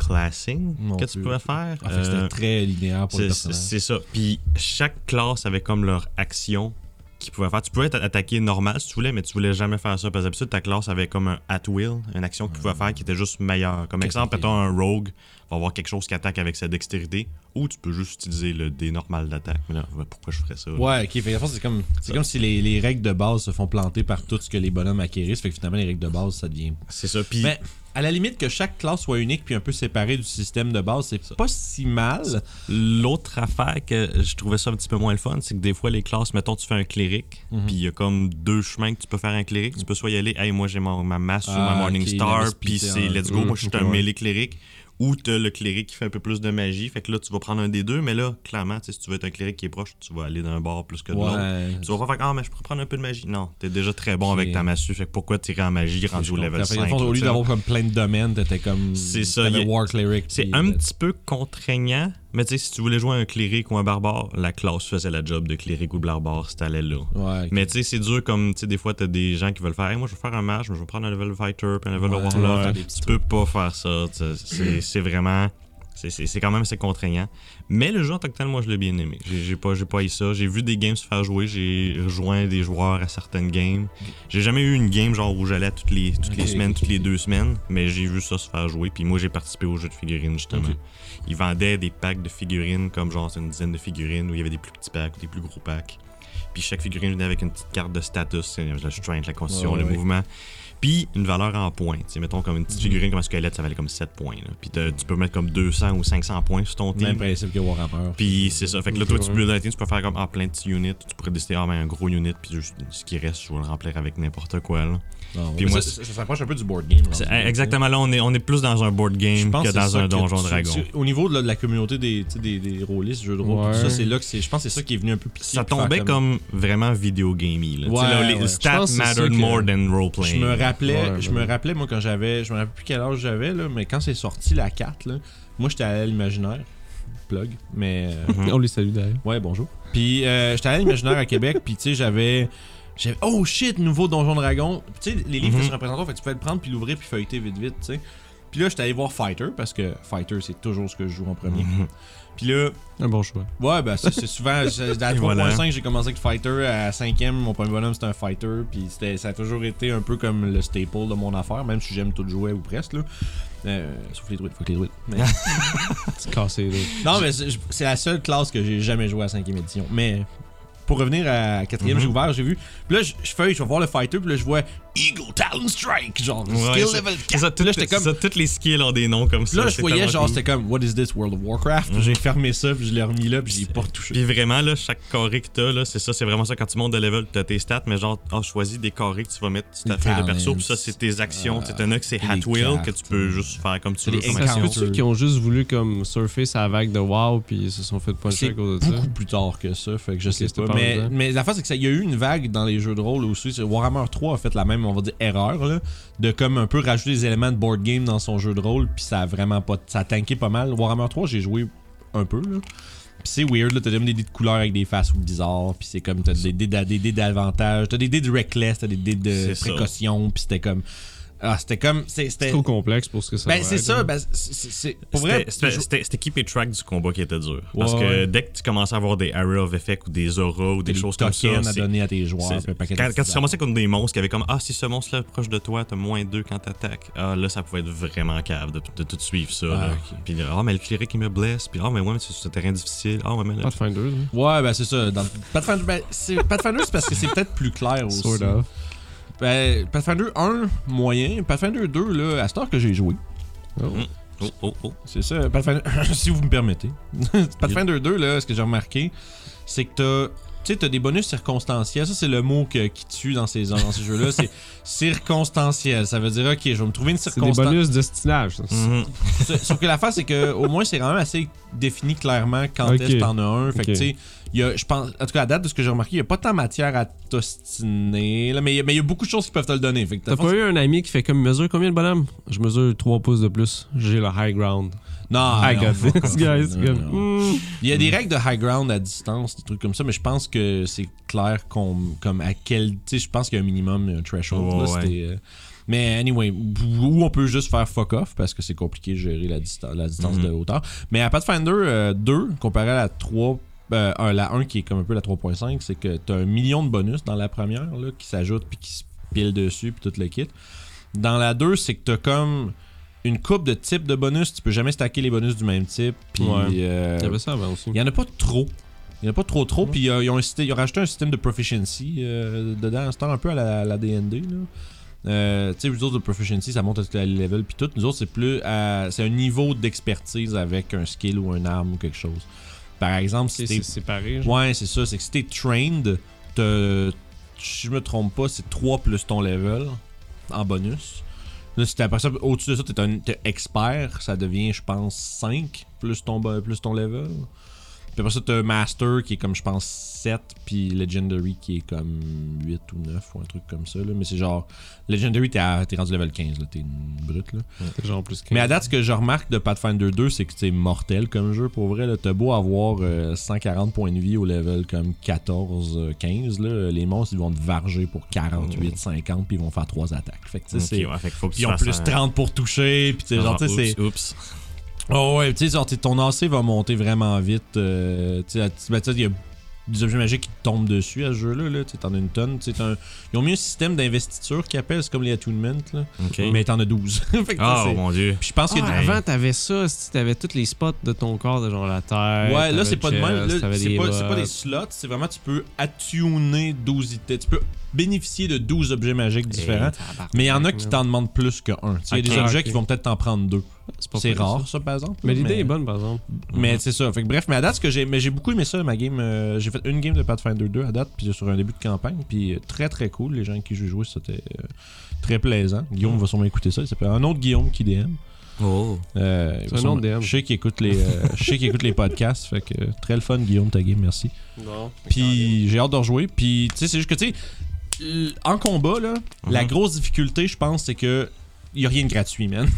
S3: multiclassing
S1: Non
S3: que tu
S1: plus.
S3: pouvais faire.
S1: Ah, fait que
S3: Euh,
S1: c'était très linéaire pour le
S3: c'est- c'est
S1: personnage.
S3: c'est ça. Puis, chaque classe avait comme leur action qu'ils pouvaient faire. Tu pouvais être attaqué normal si tu voulais, mais tu voulais jamais faire ça. Parce que d'habitude, ta classe avait comme un at will, une action que tu pouvais
S1: Ah.
S3: faire qui était juste meilleure. Comme
S1: Ok,
S3: exemple,
S1: ok.
S3: mettons un rogue va avoir quelque chose qui attaque avec sa dextérité, ou tu peux juste utiliser le dé normal d'attaque. Mais là, pourquoi je ferais ça?
S1: Ouais, ok. Fait que, dans le fond, c'est comme, c'est comme si les, les règles de base se font planter par tout ce que les bonhommes acquérissent. Fait que finalement, les règles de base, ça devient.
S3: C'est ça. Puis,
S1: Mais à la limite, que chaque classe soit unique puis un peu séparée du système de base, c'est pas si mal.
S3: L'autre affaire que je trouvais ça un petit peu moins le fun, c'est que des fois, les classes, mettons, tu fais un cléric,
S1: Mhm.
S3: puis il y a comme deux chemins que tu peux faire un cléric. Tu peux soit y aller, hey, moi j'ai mon- ma masse ou
S1: Ah,
S3: ma Morning
S1: ok, la
S3: Star,
S1: masse
S3: puis
S1: splittée
S3: c'est
S1: en-
S3: let's go, moi je suis
S2: ok,
S3: un
S2: ouais.
S3: mêlé cléric, ou t'as le cléric qui fait un peu plus de magie, fait que là, tu vas prendre un des deux, mais là, clairement, tu sais, si tu veux être un cléric qui est proche, tu vas aller d'un bord plus que de l'autre.
S1: Ouais.
S3: Tu vas pas faire, ah, mais je peux prendre un peu de magie. Non, t'es déjà très bon
S1: Ok.
S3: avec ta massue, fait que pourquoi tirer en magie rendu au
S1: Je comprends.
S3: level
S1: Fait que,
S3: 5?
S1: dans le fond, au
S3: tu
S1: lieu
S3: sais.
S1: d'avoir comme plein de domaines, t'étais comme.
S3: C'est ça,
S1: t'avais
S3: y a-
S1: War Cleric.
S3: C'est
S1: puis,
S3: un
S1: euh,
S3: petit peu contraignant, mais tu sais, si tu voulais jouer un cléric ou un barbare, la classe faisait la job de cléric ou de barbare, si t'allais là.
S1: Ouais. ok.
S3: Mais tu sais, c'est dur comme, tu sais, des fois, t'as des gens qui veulent faire, hey, moi je vais faire un match, mais je vais prendre un level fighter, puis un level
S1: Ouais,
S3: warlock.
S1: faire des petits
S3: Tu peux pas faire ça, tu sais, c'est c'est vraiment. c'est- C'est c'est quand même assez contraignant. Mais le jeu en tant que tel, moi je l'ai bien aimé. J'ai j'ai pas, j'ai pas eu ça. J'ai vu des games se faire jouer, j'ai rejoint des joueurs à certaines games. J'ai jamais eu une game genre où j'allais à toutes les, toutes les
S1: Ok.
S3: semaines, toutes les deux semaines, mais j'ai vu ça se faire jouer. Puis moi j'ai participé au jeu de figurines justement.
S1: Ok.
S3: Ils vendaient des packs de figurines, comme genre c'est une dizaine de figurines, où il y avait des plus petits packs, des plus gros packs. Puis chaque figurine venait avec une petite carte de status, euh, le strength, la constitution,
S1: Ouais,
S3: le
S1: ouais.
S3: mouvement. Puis une valeur en points. Tu sais, mettons comme une petite
S1: Mhm.
S3: figurine comme un squelette, ça valait comme 7 points. là. Puis t'as- tu peux mettre comme 200 ou 500 points sur ton team.
S1: Même principe que Warhammer.
S3: Puis c'est ça. Fait que là, toi, tu
S2: Ouais.
S3: peux, dans la team, tu peux faire comme en plein de petits units. Tu pourrais décider, ah, ben, un gros unit, puis juste ce qui reste, je vais le remplir avec n'importe quoi. Là.
S1: Non,
S3: Puis
S1: mais
S3: moi,
S1: ça, ça- ça s'approche un peu du board game.
S3: C'est-
S1: rendu là,
S3: exactement là, on est, on est plus dans un board
S1: tu sais. Ah, Je
S3: game
S1: pense
S3: que
S1: c'est
S3: dans
S1: ça
S3: un
S1: que
S3: donjon
S1: tu-
S3: dragon.
S1: tu- au niveau de la, de la communauté des, tu sais, des, des rôlistes, jeux de rôle,
S2: Ouais.
S1: tout ça, c'est là que c'est. Je pense que c'est ça qui est venu un peu piquer.
S3: ça
S1: puis faire
S3: tombait comme vraiment vidéo gamey. Là. Tu sais,
S1: Ouais,
S3: là, les,
S1: ouais. Je
S3: les stats
S2: pense que c'est ça
S3: mattered
S2: que-
S3: more than role
S1: Je
S3: playing.
S1: me rappelais,
S2: Ouais,
S1: je
S2: ouais,
S1: me
S2: ouais.
S1: rappelais moi quand j'avais, je me rappelle plus quel âge j'avais là, mais quand c'est sorti la 4 là, moi j'étais allé à l'imaginaire, plug, mais euh,
S3: Mhm.
S2: On les salue d'ailleurs.
S1: ouais bonjour. Puis euh, j'étais allé à l'imaginaire à Québec, puis tu sais j'avais, j'avais oh shit nouveau donjon dragon, tu sais les livres
S3: Mhm.
S1: étaient sur un présentoir, fait que tu pouvais le prendre puis l'ouvrir puis feuilleter vite vite, tu sais. Puis là j'étais allé voir Fighter parce que Fighter c'est toujours ce que je joue en premier.
S3: Mhm.
S1: Puis là
S2: Un bon choix.
S1: Ouais, ben c'est c'est souvent. c'est- À 3.5,
S3: voilà.
S1: j'ai commencé avec Fighter. À 5ème, mon premier bonhomme, c'était un Fighter. Puis c'était- ça a toujours été un peu comme le staple de mon affaire, même si j'aime tout jouer ou presque. Là. Euh, sauf les druides, faut que les druides. Mais-
S2: C'est cassé. là.
S1: non, mais c'est c'est la seule classe que j'ai jamais joué à 5ème édition. Mais pour revenir à 4ème,
S3: Mhm.
S1: j'ai ouvert, j'ai vu. Puis là, je je feuille, je vais voir le Fighter. Puis là, je vois Eagle Talon Strike, genre
S3: Ouais,
S1: skill
S3: c'est-
S1: level 4.
S3: C'est ça, tout-
S1: Là, j'étais comme-
S3: ça, toutes les skills ont des noms comme Mm-hmm.
S1: Puis
S3: ça.
S1: là, je
S3: c'est
S1: voyais,
S3: tellement
S1: genre,
S3: cool.
S1: c'était comme What is this World of Warcraft? Puis J'ai fermé ça, puis je l'ai remis là, puis j'y ai pas retouché.
S3: Puis vraiment, là, chaque carré que t'as, là, c'est ça, c'est vraiment ça. Quand tu montes de level, t'as tes stats, mais genre, ah, choisis des carrés que tu vas mettre sur ta
S1: Les
S3: feuille de
S1: talents.
S3: perso. Puis ça, c'est tes actions.
S1: Ah,
S3: tu sais, T'en as que c'est
S1: les
S3: Hat Wheel,
S1: cartes.
S3: que tu peux juste faire comme tu
S1: C'est
S3: veux.
S1: les
S3: comme
S2: Ça se
S1: Exact.
S3: action.
S2: peut-tu qu'ils ont juste voulu comme surfer sa vague de wow puis ils se sont fait puncher
S1: C'est
S2: à cause de ça?
S1: beaucoup plus tard que ça, fait que je
S2: Ok,
S1: sais
S2: c'était
S1: pas.
S2: pas
S1: Mais,
S2: avant.
S1: mais la face, c'est que ça- il y a eu une vague dans les jeux de rôle aussi. c'est- Warhammer 3 a fait la même, on va dire, erreur, là, de comme un peu rajouter des éléments de board game dans son jeu de rôle, puis ça a vraiment pas. Ça a tanké pas mal. Warhammer 3, j'ai joué un peu, là. Puis c'est weird, là, t'as même des dés de couleur avec des faces bizarres, puis c'est comme, t'as des dés d'a- des dés d'avantage, t'as des dés de reckless, t'as des dés de
S3: C'est ça.
S1: précaution, puis c'était comme. Ah, c'était comme. c'est-
S2: C'est
S1: C'était.
S2: trop complexe pour ce que ça
S1: Ben,
S2: doit
S1: c'est
S2: être,
S1: ça,
S2: là.
S1: ben, c'est- c'est. c'est- Pour vrai,
S3: C'était- C'était c'était- c'était keep it track du combat qui était dur. Parce
S1: Ouais,
S3: que
S1: ouais.
S3: dès que tu commençais à avoir des area of effect ou des auras ou des, choses comme ça,
S1: tokens à
S3: c'est-
S1: donner à tes joueurs.
S3: c'est-
S1: puis un paquet de
S3: quand, quand tu
S1: petits
S3: commençais comme des monstres qui avaient comme Ah, si ce monstre-là est proche de toi, t'as moins 2 quand t'attaques. Ah, là, ça pouvait être vraiment cave de, de tout suivre ça.
S1: Ah,
S3: là.
S1: ok.
S3: Puis Ah, mais le cleric il me blesse. Puis Ah, mais ouais, mais c'est sur un terrain difficile. Ah, ouais, mais là.
S2: Pathfinder, là.
S1: Ouais, ben c'est ça. Dans... Pathfinder, ben, c'est... Pathfinder, c'est parce que c'est peut-être plus clair aussi.
S2: Sort of.
S1: Ben, Pathfinder 1, moyen. Pathfinder 2, là, à cette heure que j'ai joué.
S2: Oh.
S3: Oh, oh, oh.
S1: C'est ça. Pathfinder... si vous me permettez. Pathfinder 2, là, ce que j'ai remarqué, c'est que t'as... Tu sais, t'as des bonus circonstanciels. Ça, c'est le mot que, qui tue dans ces, dans ces jeux-là. C'est circonstanciel. Ça veut dire, OK, je vais me trouver une
S2: C'est des
S1: circonstance.
S2: bonus de stylage. ça.
S1: Mm.
S3: Mhm.
S1: Sa- Sauf que la face, c'est que au moins, c'est quand même assez défini clairement quand
S2: Ok.
S1: est-ce que t'en as un. Fait que,
S2: Ok.
S1: tu sais, il y a, je pense, en tout cas, à date de ce que j'ai remarqué, il n'y a pas tant matière à t'ostiner. là, Mais il y a- mais il y a beaucoup de choses qui peuvent te le donner. Fait que,
S2: T'as
S1: dans le
S2: pas
S1: fond,
S2: eu un ami qui fait comme mesure combien de bonhomme Je mesure 3 pouces de plus. J'ai le high ground.
S1: c'est- Non,
S2: I
S1: Ah, non,
S2: got
S1: non,
S2: Ah,
S1: non,
S2: this, guys.
S1: non,
S2: Comme,
S1: non.
S2: hmm.
S1: Il y
S3: Mm.
S1: a des règles de high ground à distance, des trucs comme ça, mais je pense que c'est clair qu'on, comme à quel. Tu sais, je pense qu'il y a un minimum, un threshold.
S3: Ouais,
S1: là,
S3: ouais.
S1: c'était, euh, mais anyway, ou on peut juste faire fuck off parce que c'est compliqué de gérer la, dista- la distance
S3: Mhm.
S1: de hauteur. Mais à Pathfinder euh, 2, comparé à la 3. euh, à la 1 qui est comme un peu la 3.5, c'est que t'as un million de bonus dans la première là, qui s'ajoutent puis qui se pile dessus puis tout le kit. Dans la 2, c'est que t'as comme une coupe de types de bonus, tu peux jamais stacker les bonus du même type. Puis
S2: Ouais.
S1: euh,
S2: T'avais ça avant aussi.
S1: il y en a pas trop. Il y en a pas trop trop. Puis euh, ils, ont un systé- ils ont rajouté un système de proficiency euh, dedans. C'est un peu à la, la DND. Là. Euh, tu sais, vous autres, le proficiency, ça monte à le level. Puis tout. Nous autres, c'est plus. à- c'est un niveau d'expertise avec un skill ou une arme ou quelque chose. Par exemple, si
S2: C'est
S1: t'es
S2: c'est séparé. genre.
S1: Ouais, c'est ça. C'est que si t'es trained, t'as- si je me trompe pas, c'est 3 plus ton level en bonus. Là, si t'es après ça, au-dessus de ça, t'es un t'es expert, ça devient, je pense, 5 plus ton, bo- plus ton level. Puis après ça, t'as Master qui est comme, je pense, 7, puis Legendary qui est comme 8 ou 9 ou un truc comme ça. Là. Mais c'est genre, Legendary, t'es à- t'es rendu level 15, là, t'es une brute. Là.
S2: C'est genre plus que.
S1: Mais à date, ce que je remarque de Pathfinder 2, c'est que c'est mortel comme jeu. Pour vrai, là, t'as beau avoir euh, 140 points de vie au level comme 14, euh, 15, là, les monstres, ils vont te varger pour 48, 50, puis ils vont faire 3 attaques. Fait que, tu sais,
S3: Ok,
S1: c'est-
S3: ouais, fait que faut que tu
S1: Ils ont
S3: fasses
S1: plus
S3: un-
S1: 30 pour toucher, puis tu sais,
S3: Ah,
S1: genre, tu sais,
S3: oups,
S1: c'est.
S3: Oups.
S1: Oh ouais, tu sais, genre, t'sais, ton AC va monter vraiment vite. euh, tu sais, à- ben, tu sais, il y a des objets magiques qui te tombent dessus à ce jeu-là. Là. Tu sais, T'en as une tonne. Tu sais, t'as un- Ils ont mis un système d'investiture qui appelle, c'est comme les attunements, là.
S3: Ok.
S1: mais t'en as 12. Fait que ça,
S3: Oh
S1: c'est-
S3: mon dieu.
S1: Puis je pense que
S3: Ah,
S1: des-
S2: Avant, t'avais ça, si t'avais tous les spots de ton corps, de genre la terre.
S1: Ouais, là,
S2: t'avais
S1: c'est
S2: le
S1: pas de même.
S2: chest,
S1: Là,
S2: t'avais
S1: C'est
S2: des
S1: pas, c'est
S2: bottes.
S1: pas des slots, c'est vraiment tu peux attuner 12 items. Tu peux bénéficier de 12 objets magiques différents. mais il y en a qui t'en demandent plus que un. Tu sais, Il y a
S2: Eh, Ok.
S1: des objets
S2: Ok.
S1: qui vont peut-être t'en prendre deux.
S2: pas
S1: C'est
S2: pire,
S1: rare,
S2: ça.
S1: ça, par exemple.
S2: Mais l'idée est bonne, par exemple.
S1: Mais c'est ça. Fait que bref, mais à date, ce que j'ai, mais j'ai beaucoup aimé ça, ma game. euh, j'ai fait une game de Pathfinder 2 à date, puis sur un début de campagne, puis euh, très très cool. Les gens avec qui j'ai joué, c'était euh, très plaisant.
S2: Mm.
S1: Guillaume va sûrement écouter ça. Il s'appelle un autre Guillaume qui DM.
S3: Oh.
S1: Euh, il va
S2: un
S1: sûrement-
S2: autre DM.
S1: Je sais qu'il écoute les, euh, je sais qu'il écoute les podcasts. Fait que euh, très le fun, Guillaume, ta game, merci.
S2: Non.
S1: Puis j'ai hâte de rejouer. Puis tu sais, c'est juste que tu sais, l- en combat là, la
S3: Mhm.
S1: grosse difficulté, je pense, c'est que y a rien de gratuit, man.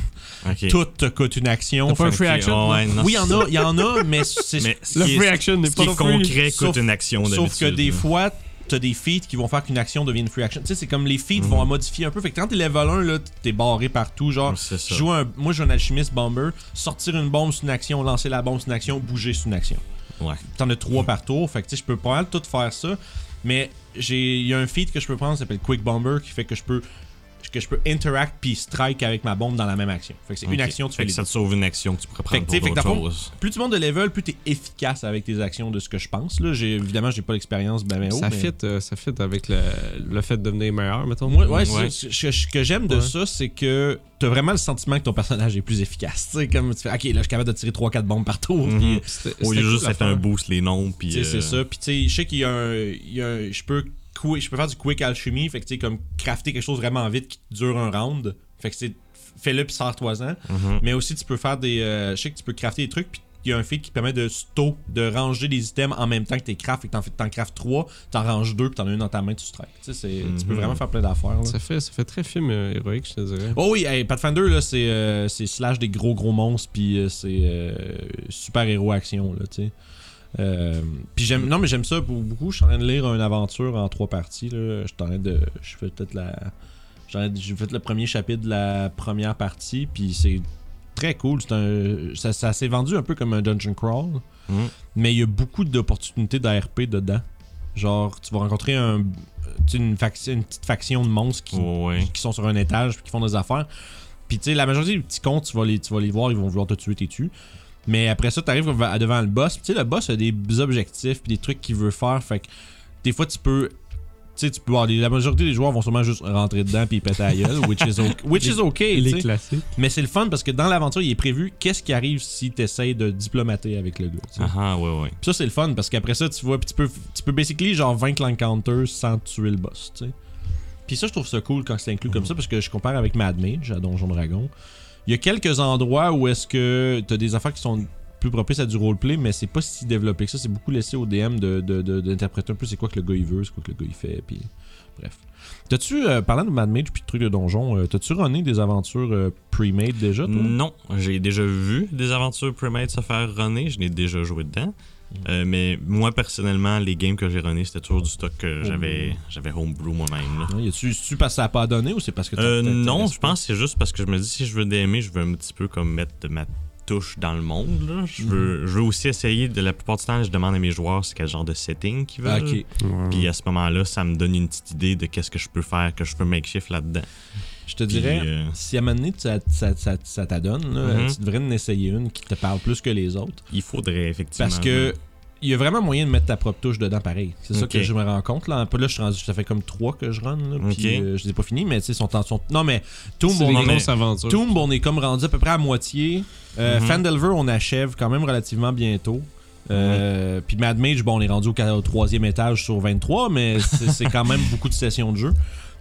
S3: Ok.
S1: Tout te coûte une action.
S2: T'as pas un
S1: Fait-
S2: free
S3: Ok,
S2: action,
S3: oh, ouais, non,
S1: oui, il y en a, il y en a, mais c'est
S3: Mais ce
S2: Le
S3: qui est-
S2: free action n'est
S3: ce qui
S2: pas
S3: est
S2: non plus.
S3: concret
S1: Sauf-
S3: coûte une action
S1: Sauf que
S3: d'habitude,
S1: des
S3: là.
S1: fois, t'as des feats qui vont faire qu'une action devienne une free action. Tu sais, c'est comme les feats
S3: Mhm.
S1: vont modifier un peu. Fait que quand t'es level 1, là, t'es barré partout. Genre,
S3: C'est ça.
S1: jouer un, moi, je joue un alchimiste bomber, sortir une bombe, c'est une action, lancer la bombe, c'est une action, bouger, c'est une action.
S3: Ouais.
S1: T'en as trois par tour. Fait que tu sais, je peux pas mal tout faire ça. Mais j'ai, il y a un feat que je peux prendre, ça s'appelle Quick Bomber, qui fait que je peux que je peux interact puis strike avec ma bombe dans la même action. Fait que c'est
S3: Ok.
S1: une action, tu
S3: Fait
S1: fais
S3: que
S1: les
S3: ça te sauve une action que tu pourrais
S1: Fait que,
S3: prendre
S1: tu sais,
S3: pour
S1: fait que
S3: d'autres
S1: dans le fond,
S3: choses.
S1: plus tu montes de level, plus t'es efficace avec tes actions de ce que je pense. Là, j'ai, évidemment, j'ai pas l'expérience, ben, ben, oh,
S2: Ça
S1: mais-
S2: fit, euh, ça fit avec le, le fait de devenir meilleur, mettons.
S1: Moi, ouais,
S3: Ouais.
S1: c'est- Ce, ce que j'aime de
S2: Ouais.
S1: ça, c'est que t'as vraiment le sentiment que ton personnage est plus efficace. Tu sais, comme tu fais, ok, là, je suis capable de tirer 3-4 bombes par tour.
S2: Mm.
S3: Mhm.
S1: puis,
S2: C'était-
S3: Au
S2: c'était
S3: lieu de
S2: cool
S3: juste
S2: à
S3: être
S2: faire.
S3: un boost les noms, puis.
S1: tu sais, c'est
S3: euh,
S1: ça. Puis, tu sais, je sais qu'il y a un. il y a un- je, peux, qui- je peux faire du quick alchimie, fait que, tu sais, comme crafter quelque chose vraiment vite qui dure un round. Fait que, c'est fais-le puis sors-toi-en.
S3: mhm.
S1: Mais aussi, tu peux faire des. euh, je sais que tu peux crafter des trucs, puis il y a un feat qui permet de stow, de ranger des items en même temps que tes crafts. Fait que t'en, fais- t'en craftes 3, t'en ranges 2, puis t'en as une dans ta main, tu strikes. Tu sais, c'est- tu peux
S3: Mhm.
S1: vraiment faire plein d'affaires. là.
S2: Ça fait, ça fait très film euh, héroïque, je te dirais.
S1: Oh oui, hey, Pathfinder, là, c'est, euh, c'est slash des gros gros monstres, puis euh, c'est super-héros action, là, tu sais. Euh, puis j'aime non mais j'aime ça pour beaucoup je suis en train de lire une aventure en trois parties là je suis en train de je fais peut-être la j'en ai- j'ai fait le premier chapitre de la première partie puis c'est très cool c'est un ça, ça s'est vendu un peu comme un dungeon crawl
S3: Mhm.
S1: mais il y a beaucoup d'opportunités d'ARP dedans genre tu vas rencontrer un tu sais, une, fac- une petite faction de monstres qui
S3: Ouais, ouais.
S1: hein, qui sont sur un étage puis qui font des affaires. Puis tu sais, la majorité des petits cons, tu vas les, tu vas les voir, ils vont vouloir te tuer, t'es tu. Mais après ça, t'arrives à- devant le boss. Puis tu sais, le boss a des objectifs puis des trucs qu'il veut faire. Fait que des fois, tu peux. Tu sais, tu peux voir, les- la majorité des joueurs vont sûrement juste rentrer dedans puis ils péter à la gueule, which is okay. Which is okay
S2: Il
S1: tu
S2: est
S1: sais.
S2: classique.
S1: Mais c'est le fun parce que dans l'aventure, il est prévu qu'est-ce qui arrive si t'essayes de diplomater avec le gars. tu sais.
S3: Ah, ah, ouais, ouais.
S1: Puis ça, c'est le fun parce qu'après ça, tu vois, puis tu peux, tu peux basically genre vaincre l'encounter sans tuer le boss, tu sais. Puis ça, je trouve ça cool quand c'est inclus
S3: Mhm.
S1: comme ça parce que je compare avec Mad Mage à Donjon Dragon. Il y a quelques endroits où est-ce que t'as des affaires qui sont plus propices à du roleplay, mais c'est pas si développé que ça. C'est beaucoup laissé au DM de- de- de- d'interpréter un peu c'est quoi que le gars il veut, c'est quoi que le gars il fait, puis bref. T'as-tu, euh, parlant de Mad Mage puis de trucs de donjon, euh, t'as-tu runné des aventures euh, pre-made déjà, toi?
S3: Non, j'ai déjà vu des aventures Primate se faire runner, je l'ai déjà joué dedans.
S1: Mm.
S3: Euh, mais moi, personnellement, les games que j'ai runné, c'était toujours du stock
S1: Oh.
S3: que j'avais j'avais homebrew moi-même. là.
S1: Ouais, y a-tu, c'est-tu parce que ça a pas donné ou c'est parce que ça
S3: Euh,
S1: t'intéresse
S3: non,
S1: pas?
S3: je pense que c'est juste parce que je me dis si je veux DM, je veux un petit peu comme mettre de ma touche dans le monde. là.
S1: Mm-hmm.
S3: Je, veux, je veux aussi essayer, de la plupart du temps, je demande à mes joueurs c'est quel genre de setting qu'ils veulent.
S1: Ah, Ok. Mm.
S3: Puis à ce moment-là, ça me donne une petite idée de qu'est-ce que je peux faire, que je peux makeshift là-dedans.
S1: Je te
S3: Puis,
S1: dirais,
S3: euh,
S1: si à un moment donné, tu- ça, ça, ça, ça t'adonne, là,
S3: Mhm.
S1: tu devrais en essayer une qui te parle plus que les autres.
S3: Il faudrait effectivement.
S1: Parce que il y a vraiment moyen de mettre ta propre touche dedans pareil. C'est ça
S3: Ok.
S1: que je me rends compte. Là, là je suis rendu, ça fait comme trois que je run, là,
S3: Ok.
S1: puis euh, je les ai pas finis, mais tu sais, sont en sont. Non, mais Tomb,
S2: C'est des
S1: on, en-
S3: mais-
S2: grosses aventures.
S1: Tomb, on est comme rendu à peu près à moitié. Euh,
S3: Mhm.
S1: Fandelver, on achève quand même relativement bientôt. Euh, Puis Mad Mage, bon, on est rendu au, qua- au troisième étage sur 23, mais c'est c'est quand même beaucoup de sessions de jeu.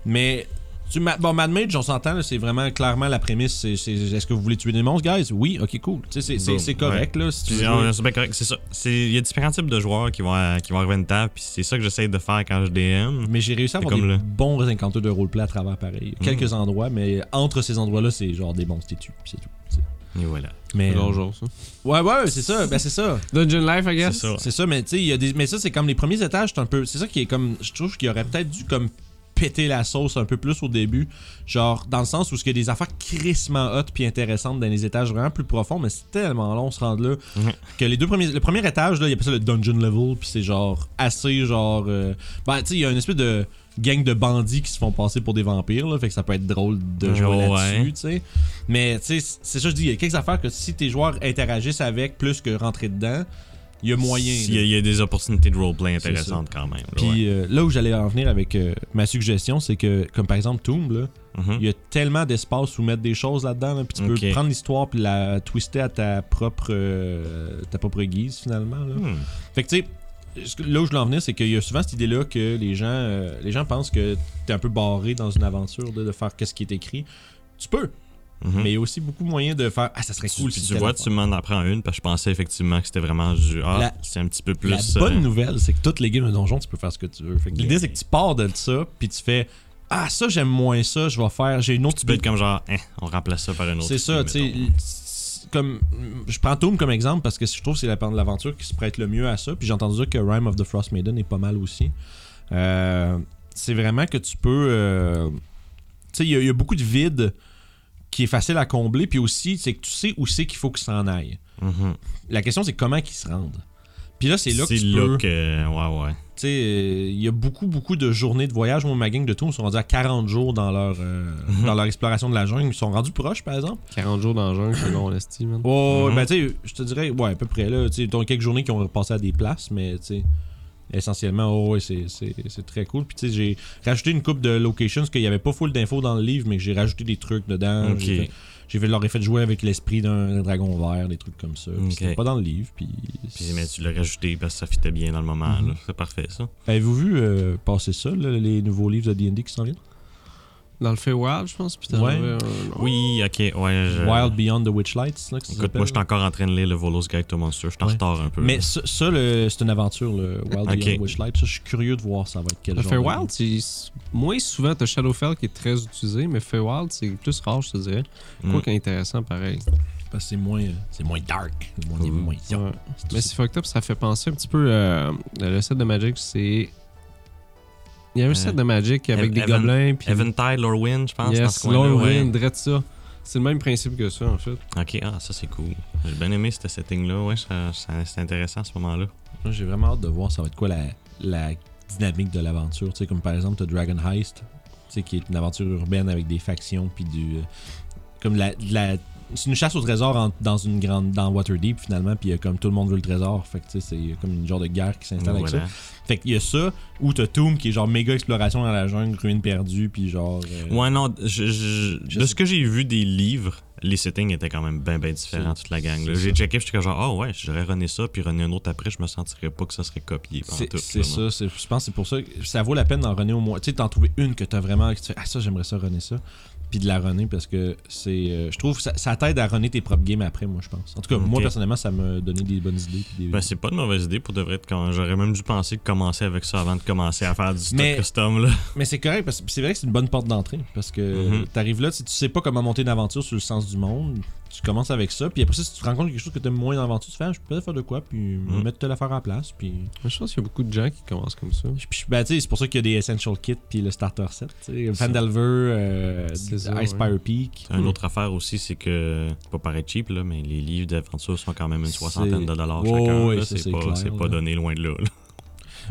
S1: Mais tu, ma- bon, Mad Mage, on s'entend, là, c'est vraiment clairement la prémisse. c'est- c'est- Est-ce que vous voulez tuer des monstres, guys? Oui, ok, cool. Tu sais, c'est- c'est
S3: Boom,
S1: c'est correct, là. Si tu
S3: Puis,
S1: veux
S3: on-
S1: jouer.
S3: c'est bien correct, c'est ça. C'est- Il y a différents types de joueurs qui vont, à- qui vont arriver à une table, puis c'est ça que j'essaie de faire quand je DM.
S1: Mais j'ai réussi à avoir
S3: C'est
S1: des
S3: comme le-
S1: bons encanteurs de roleplay à travers pareil.
S3: Mhm.
S1: Quelques endroits, mais entre ces endroits-là, c'est genre des monstres têtus, puis c'est tout. tu sais.
S3: Et voilà.
S1: Mais, euh,
S2: C'est Donjon, ça.
S1: ouais, ouais, c'est ça, ben c'est ça.
S2: Dungeon Life, I
S3: C'est
S2: guess.
S3: ça.
S1: C'est ça, mais tu sais, il y a des. Mais ça, c'est comme les premiers étages, c'est un peu. C'est ça qui est comme. Je trouve qu'il aurait peut-être dû comme péter la sauce un peu plus au début. Genre, dans le sens où ce qu'il y a des affaires crissement hot puis intéressantes dans les étages vraiment plus profonds, mais c'est tellement long se rendre là
S3: Ouais.
S1: que les deux premiers. Le premier étage, là, il appelle ça le dungeon level, puis c'est genre assez genre. euh, ben, tu sais, il y a une espèce de gang de bandits qui se font passer pour des vampires, là, fait que ça peut être drôle de jouer
S3: Ouais.
S1: là-dessus, tu sais. Mais, tu sais, c'est ça que je dis, il y a quelques affaires que si tes joueurs interagissent avec plus que rentrer dedans, il y a moyen.
S3: Il y,
S1: là.
S3: a- il y a des opportunités de roleplay
S1: C'est
S3: intéressantes quand même. là,
S1: Puis
S3: ouais.
S1: euh, là où j'allais en venir avec euh, ma suggestion, c'est que, comme par exemple Tomb, là,
S3: Mhm.
S1: euh, il y a tellement d'espace où mettre des choses là-dedans, là, puis tu peux
S3: Ok.
S1: prendre l'histoire puis la twister à ta propre, euh, ta propre guise finalement. là.
S3: Hmm.
S1: Fait que tu sais, ce que- là où je veux en venir, c'est qu'il y a souvent cette idée-là que les gens, euh, les gens pensent que t'es un peu barré dans une aventure là, de faire qu'est-ce qui est écrit. Tu peux,
S3: Mhm.
S1: mais il y a aussi beaucoup moyen de faire Ah, ça serait
S3: Tu-
S1: cool
S3: puis
S1: si
S3: tu
S1: telle
S3: vois,
S1: affaire.
S3: tu m'en apprends une, parce que je pensais effectivement que c'était vraiment du. Ah,
S1: La-
S3: c'est un petit peu plus.
S1: La
S3: euh,
S1: bonne nouvelle, c'est que toutes les games de donjon, tu peux faire ce que tu veux. Fait que L'idée, c'est que tu pars de ça, puis tu fais Ah, ça, j'aime moins ça, je vais faire. J'ai une autre
S3: tu peux être comme genre, Hein, on remplace ça par une autre.
S1: C'est ça, tu
S3: idée,
S1: sais.
S3: mettons.
S1: l- c'est Comme, je prends Tomb comme exemple parce que je trouve que c'est la part de l'aventure qui se prête le mieux à ça. Puis j'ai entendu dire que Rime of the Frost Maiden est pas mal aussi. Euh, c'est vraiment que tu peux. euh, tu sais, il y, a- il y a beaucoup de vide qui est facile à combler. Puis aussi, c'est que tu sais où c'est qu'il faut qu'ils s'en aillent.
S3: Mhm.
S1: La question, c'est comment qu'ils se rendent. Puis là, c'est là que tu peux.
S3: que- Ouais, ouais.
S1: Tu sais, euh, il y a beaucoup, beaucoup de journées de voyage. Moi, ma gang de tours sont rendus à 40 jours dans leur, euh,
S3: Mhm.
S1: dans leur exploration de la jungle. Ils sont rendus proches, par exemple.
S2: 40 jours dans le jungle, c'est long, l'esti, man.
S1: Ouais, ouais,
S3: Mhm.
S1: ben tu sais, je te dirais, ouais, à peu près là. Tu sais, t'as quelques journées qui ont repassé à des places, mais tu sais, essentiellement, oh, ouais, c'est- c'est c'est très cool. Puis tu sais, j'ai rajouté une coupe de locations, parce qu'il n'y avait pas full d'infos dans le livre, mais que j'ai rajouté des trucs dedans.
S3: Ok.
S1: J'ai fait- J'ai fait leur effet de jouer avec l'esprit d'un dragon vert, des trucs comme ça. Puis
S3: Ok.
S1: C'était pas dans le livre. Puis,
S3: Puis, mais tu l'as rajouté parce que ça fitait bien dans le moment.
S1: Mhm.
S3: là. C'est parfait, ça.
S1: Avez-vous vu euh, passer ça, là, les nouveaux livres de D&D qui s'en viennent?
S2: Dans le Feywild, je pense, putain.
S1: Ouais.
S3: Oui, ok, ouais. je-
S1: Wild Beyond the Witchlights, là, que ça
S3: Écoute,
S1: s'appelle,
S3: moi, je suis
S1: là.
S3: encore en train de lire le Volos Guide to Monster. Je suis en
S1: Ouais.
S3: retard un peu.
S1: Mais
S3: là.
S1: ça, ça, le- c'est une aventure, le Wild
S3: Ok.
S1: Beyond the Witchlights. Ça, je suis curieux de voir ça va être quel
S2: Le
S1: genre. de livre.
S2: Feywild, c'est- moins souvent, t'as Shadowfell qui est très utilisé, mais Feywild, c'est plus rare, je te dirais.
S3: Mm.
S2: Quoi qu'intéressant, pareil.
S1: Parce que c'est moins, euh, c'est moins dark. Le monde est moins young.
S2: Ouais. Mais c'est fucked up, ça fait penser un petit peu euh, le set de Magic, c'est. Il y avait un
S3: Euh,
S2: set de Magic avec
S3: Ev-
S2: des
S3: Evan-
S2: gobelins, puis.
S3: Eventide, Lorwyn, je pense. dans
S2: yes,
S3: ce coin-là, ouais.
S2: Lorwyn, drette ça. C'est le même principe que ça, en fait.
S3: Ok, ah, ça, c'est cool. J'ai bien aimé ce setting-là. Ouais, ça, ça- c'est intéressant à ce moment-là.
S1: Moi, J'ai vraiment hâte de voir ça va être quoi la, la dynamique de l'aventure. Tu sais, comme par exemple, t'as Dragon Heist, tu sais, qui est une aventure urbaine avec des factions, puis du. euh, comme la. de la- c'est une chasse au trésor en- dans une grande dans Waterdeep finalement puis il y a comme tout le monde veut le trésor fait que tu sais c'est comme une genre de guerre qui s'installe avec ça
S3: Voilà.
S1: fait qu'il y a ça ou t'as Tomb qui est genre méga exploration dans la jungle ruine perdue puis genre euh,
S3: Ouais, non, je- je-
S1: Je
S3: de
S1: sais
S3: ce que j'ai vu des livres, les settings étaient quand même bien, bien différents,
S1: C'est-
S3: toute la gang. là.
S1: c'est
S3: J'ai
S1: ça.
S3: checké, j'étais comme genre, ah ouais, j'aurais runné ça, puis runné un autre après, je me sentirais pas que ça serait copié.
S1: C'est
S3: pantoute,
S1: c'est
S3: là,
S1: ça, c'est- je pense que c'est pour ça que ça vaut la peine d'en runner au moins. Tu sais, t'en trouver une que t'as vraiment, que tu fais, ah ça j'aimerais ça runner ça, puis de la runner parce que c'est, euh, je trouve, ça, ça t'aide à runner tes propres games après, moi je pense. En tout cas, moi
S3: Ok.
S1: personnellement, ça me donnait des bonnes idées. puis des-
S3: Ben, c'est pas une mauvaise idée pour de vrai. Quand... J'aurais même dû penser de commencer avec ça avant de commencer à faire du stock
S1: Mais-
S3: custom. Là.
S1: Mais c'est correct parce que c'est vrai que c'est une bonne porte d'entrée parce que
S3: Mhm.
S1: euh, t'arrives là, si tu sais pas comment monter une aventure sur le sens du monde, tu commences avec ça, puis après ça, si tu te rends compte quelque chose que t'aimes moins dans l'aventure, tu fais, Ah, je peux faire de quoi, puis
S3: Mhm.
S1: mettre la faire à la place, puis.
S2: Mais je pense qu'il y a beaucoup de gens qui commencent comme ça.
S1: Puis, puis, ben, tu sais, c'est pour ça qu'il y a des Essential Kits puis le Starter Set. tu sais.
S3: Ça.
S1: Vandalver, euh,
S2: C'est ça,
S1: Ice
S2: ouais.
S1: Fire Peak.
S3: Une autre affaire aussi, c'est que, pas paraître cheap, là, mais les livres d'aventure sont quand même une
S1: C'est-
S3: soixantaine de dollars
S1: Ouais,
S3: chacun.
S1: ouais,
S3: là.
S1: ça,
S3: c'est
S1: c'est
S3: pas,
S1: clair,
S3: c'est pas
S1: là.
S3: donné loin de là. là.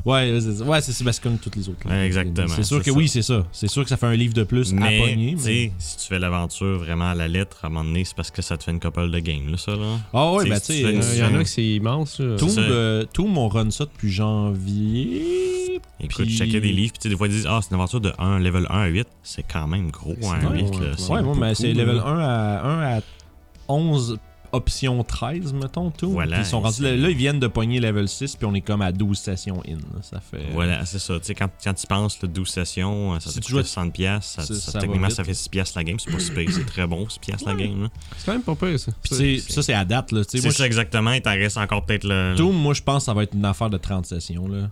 S1: Ouais, c'est ouais, c'est- c'est ben, c'est comme toutes les autres. là.
S3: Ouais, exactement,
S1: C'est sûr
S3: c'est
S1: que
S3: ça.
S1: oui, c'est ça. C'est sûr que ça fait un livre de plus
S3: Mais,
S1: à pogner.
S3: tu
S1: Mais...
S3: sais, si tu fais l'aventure vraiment à la lettre, à un moment donné, c'est parce que ça te fait une couple de games, là, ça. Là.
S1: Ah ouais,
S3: tu sais,
S1: ben
S3: si
S1: tu
S3: tu fais
S1: sais,
S2: Il
S3: une
S1: euh,
S2: y en a
S3: Ouais.
S2: que c'est immense, là.
S1: Tomb,
S3: ça.
S1: euh, Tomb, on run ça depuis janvier.
S3: Écoute,
S1: Puis-
S3: chacun des livres, puis tu sais, des fois, ils disent, ah, c'est une aventure de 1, level 1 à 8. C'est quand même gros,
S2: C'est
S3: hein,
S2: vrai,
S3: 8.
S2: ouais,
S3: là.
S2: ouais.
S3: C'est
S1: Ouais, moi, ben,
S3: beaucoup,
S1: c'est
S3: là.
S1: level 1 à, 1 à 11, option 13, mettons, Tomb.
S3: Voilà,
S1: Puis ils sont rendus là,
S3: c'est-
S1: là, ils viennent de pogner level 6, puis on est comme à 12 sessions in. là. Ça fait.
S3: Voilà, c'est ça. Tu sais, quand, quand tu penses, le 12 sessions, euh, ça
S1: Si
S3: te
S1: tu joues à-
S3: coûte 60 pièces. Ça,
S1: ça-
S3: ça-
S1: ça va
S3: techniquement,
S1: vite.
S3: ça fait 6 pièces la game. C'est pas si pire, c'est très bon, 6 pièces la game. là.
S2: C'est quand même pas pire, ça.
S1: Puis tu sais, ça, c'est à date, là. Tu sais,
S3: C'est
S1: moi,
S3: ça exactement. Il t'en reste encore peut-être le...
S1: Tomb, moi, je pense que ça va être une affaire de 30 sessions, là.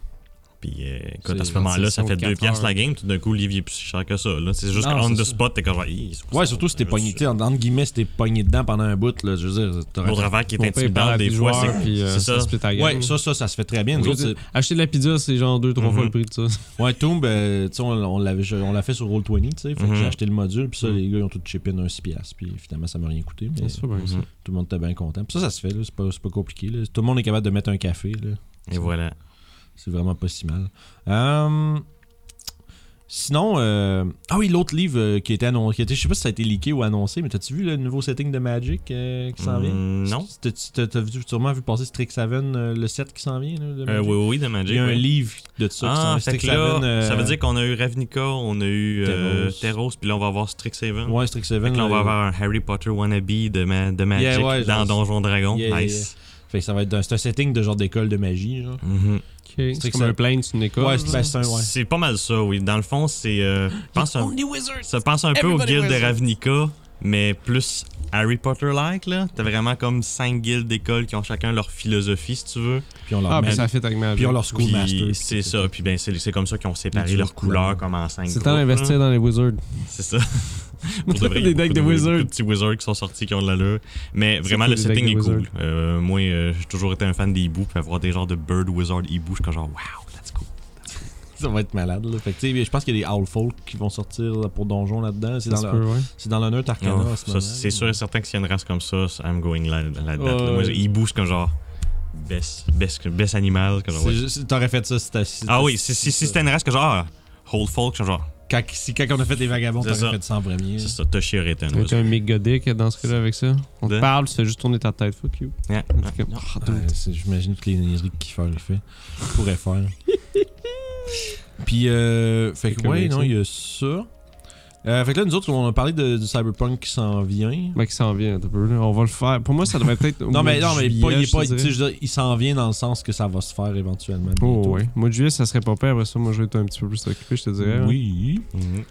S3: Puis euh, écoute, à ce
S1: C'est
S3: moment-là, ça
S2: 26
S3: fait
S2: ou
S3: 2
S2: 4
S3: piastres la
S2: heures.
S3: game. Tout d'un coup, Olivier est plus cher que ça. là. C'est juste
S2: Non,
S3: on
S2: c'est
S3: the
S2: ça.
S3: spot, t'es comme. genre, Hey, c'est quoi
S1: Ouais,
S3: ça?
S1: surtout si t'es
S3: Je-
S1: pogné, tu sais, en- entre guillemets, si t'es pogné dedans pendant un bout, là, je veux dire, t'aurais-
S3: L'autre affaire qui est
S2: Mon père parle à
S3: intimidante, des
S2: tes
S3: fois,
S2: joueurs,
S3: c'est
S2: puis, euh,
S3: c'est ça.
S2: se split à
S1: Ouais,
S2: gueule.
S1: ça, ça, ça se fait très bien. Nous
S2: Je veux
S1: autres,
S2: dire, Acheter de la pizza, c'est genre 2-3 fois
S3: Mhm.
S2: le prix de ça.
S1: c'est- ouais, Tomb, euh, tu sais, on, on l'avait- on l'a fait sur Roll20, tu sais. Fait que
S3: Mhm.
S1: j'ai acheté le module, puis ça, les gars, ils ont tout chip in un 6$, puis finalement, ça m'a rien coûté. Mais
S2: C'est super ça.
S3: Mhm.
S1: tout le monde était bien content. Puis ça, ça se fait, là, c'est pas, c'est pas compliqué. là. Tout le monde est capable de mettre un café, là.
S3: Et voilà.
S1: C'est vraiment pas si mal. Euh, sinon, euh, ah oui, l'autre livre euh, qui était annoncé, qui était- je sais pas si ça a été leaké ou annoncé, mais t'as-tu vu le nouveau setting de Magic euh, qui s'en vient?
S3: Mm, Non.
S1: T'as- t'as- T'as vu- sûrement vu passer Strixhaven, euh, le set qui s'en vient? Là, de
S3: Euh,
S1: Magic?
S3: oui, oui, de Magic.
S1: Il y a un
S3: oui.
S1: livre de ça qui s'en
S3: Ah,
S1: vient.
S3: fait que
S1: Strixhaven,
S3: là,
S1: euh,
S3: ça veut dire qu'on a eu Ravnica, on a eu euh,
S1: Terros.
S3: Terros, puis là, on va avoir Strixhaven.
S1: Ouais, Strixhaven.
S3: Fait que là, on va
S1: euh,
S3: avoir un Harry Potter wannabe de, ma- de Magic
S1: Yeah, ouais,
S3: dans
S1: genre-
S3: Donjon Dragon.
S1: Yeah, yeah,
S3: nice.
S1: fait que ça va être un, c'est un setting de genre d'école de magie. Genre.
S3: Mhm.
S2: C'est,
S1: C'est
S2: comme
S1: ça.
S2: un plane, c'est une école.
S1: Ouais,
S2: genre.
S1: c'est ben, c'est un. Ouais.
S3: C'est pas mal ça, oui. Dans le fond, c'est. euh, pense un-
S1: wizard!
S3: ça pense un peu au
S1: Everybody
S3: guild de
S1: wears it.
S3: Ravnica, mais plus Harry Potter-like, là. T'as vraiment comme cinq guildes d'école qui ont chacun leur philosophie, si tu veux.
S1: Puis on leur,
S2: ah,
S1: mag-
S2: ben ça fait avec ma
S1: puis on leur
S3: Puis
S1: schoolmaster. puis
S3: c'est
S1: tout
S3: ça. Puis ben, c'est c'est comme ça qu'ils ont séparé
S1: Les
S3: leurs
S1: couleurs.
S3: couleurs comme en cinq
S2: C'est
S3: groupes,
S2: temps d'investir
S3: là.
S2: dans les Wizards.
S3: C'est ça. Pour de vrai, il y
S2: Des
S3: a
S2: decks
S3: beaucoup
S2: de
S3: beaucoup
S2: Wizards.
S3: petits wizards qui sont sortis, qui ont de l'allure. Mais vraiment,
S2: cool,
S3: le
S2: les decks
S3: setting
S2: de
S3: est cool.
S2: Wizards.
S3: Euh, moi, euh, j'ai toujours été un fan des hiboux. Puis avoir des genres de Bird Wizard hiboux, je suis comme genre, wow, that's cool.
S1: Ça va être malade. Là. Fait que, tu sais, je pense qu'il y a des Howlfolk qui vont sortir là, pour Donjon là-dedans. C'est
S2: Ça
S1: dans,
S2: se
S1: leur-
S2: peut, ouais.
S1: c'est dans l'honneur Tarkana
S3: Oh,
S1: en ce
S3: ça,
S1: moment.
S3: c'est sûr et certain que s'il y a une race comme ça, ça- I'm going là
S1: Ouais,
S3: la date. Moi,
S1: ouais.
S3: hibou, c'est comme genre, best, best, best animal. comme genre,
S1: C'est
S3: ouais.
S1: juste- T'aurais fait ça si t'as. si
S3: Ah
S1: t'as-
S3: oui, si, si, si
S1: ça.
S3: c'était une race que genre, ah, Hold Folk, comme genre,
S1: Quand, si quand on a fait des vagabonds,
S3: C'est
S1: t'aurais
S3: ça.
S1: fait ça en premier.
S3: c'est ça, Toshi aurait été un
S2: T'es
S3: oiseau.
S2: un mégodique dans ce cas-là avec ça. On
S3: De-
S2: te parle, tu fais juste tourner ta tête. Fuck you.
S3: Yeah.
S2: Fait que- Ah, dude.
S1: Ouais, c'est- J'imagine toutes les niaiseries que Kiefer a fait. pourrait faire. Puis, euh, fait que,
S2: Fait
S1: ouais,
S2: que
S1: non,
S2: oui,
S1: il y a ça. Euh, fait que là, nous autres, on a parlé de- du cyberpunk qui s'en vient.
S2: Ben, qui s'en vient un peu. là. On va le faire. Pour moi, ça devrait être. au
S1: Non,
S2: mois
S1: mais,
S2: de
S1: non, mais
S2: juillet,
S1: pas- il, est
S2: je
S1: pas-
S2: te dirais.
S1: tu sais, je veux dire, il s'en vient dans le sens que ça va se faire éventuellement.
S2: Oh,
S1: bientôt.
S2: ouais. Mois de juillet, ça serait pas pire. Après ça, moi, je vais être un petit peu plus occupé, je te dirais. hein.
S1: Oui.
S3: Mhm.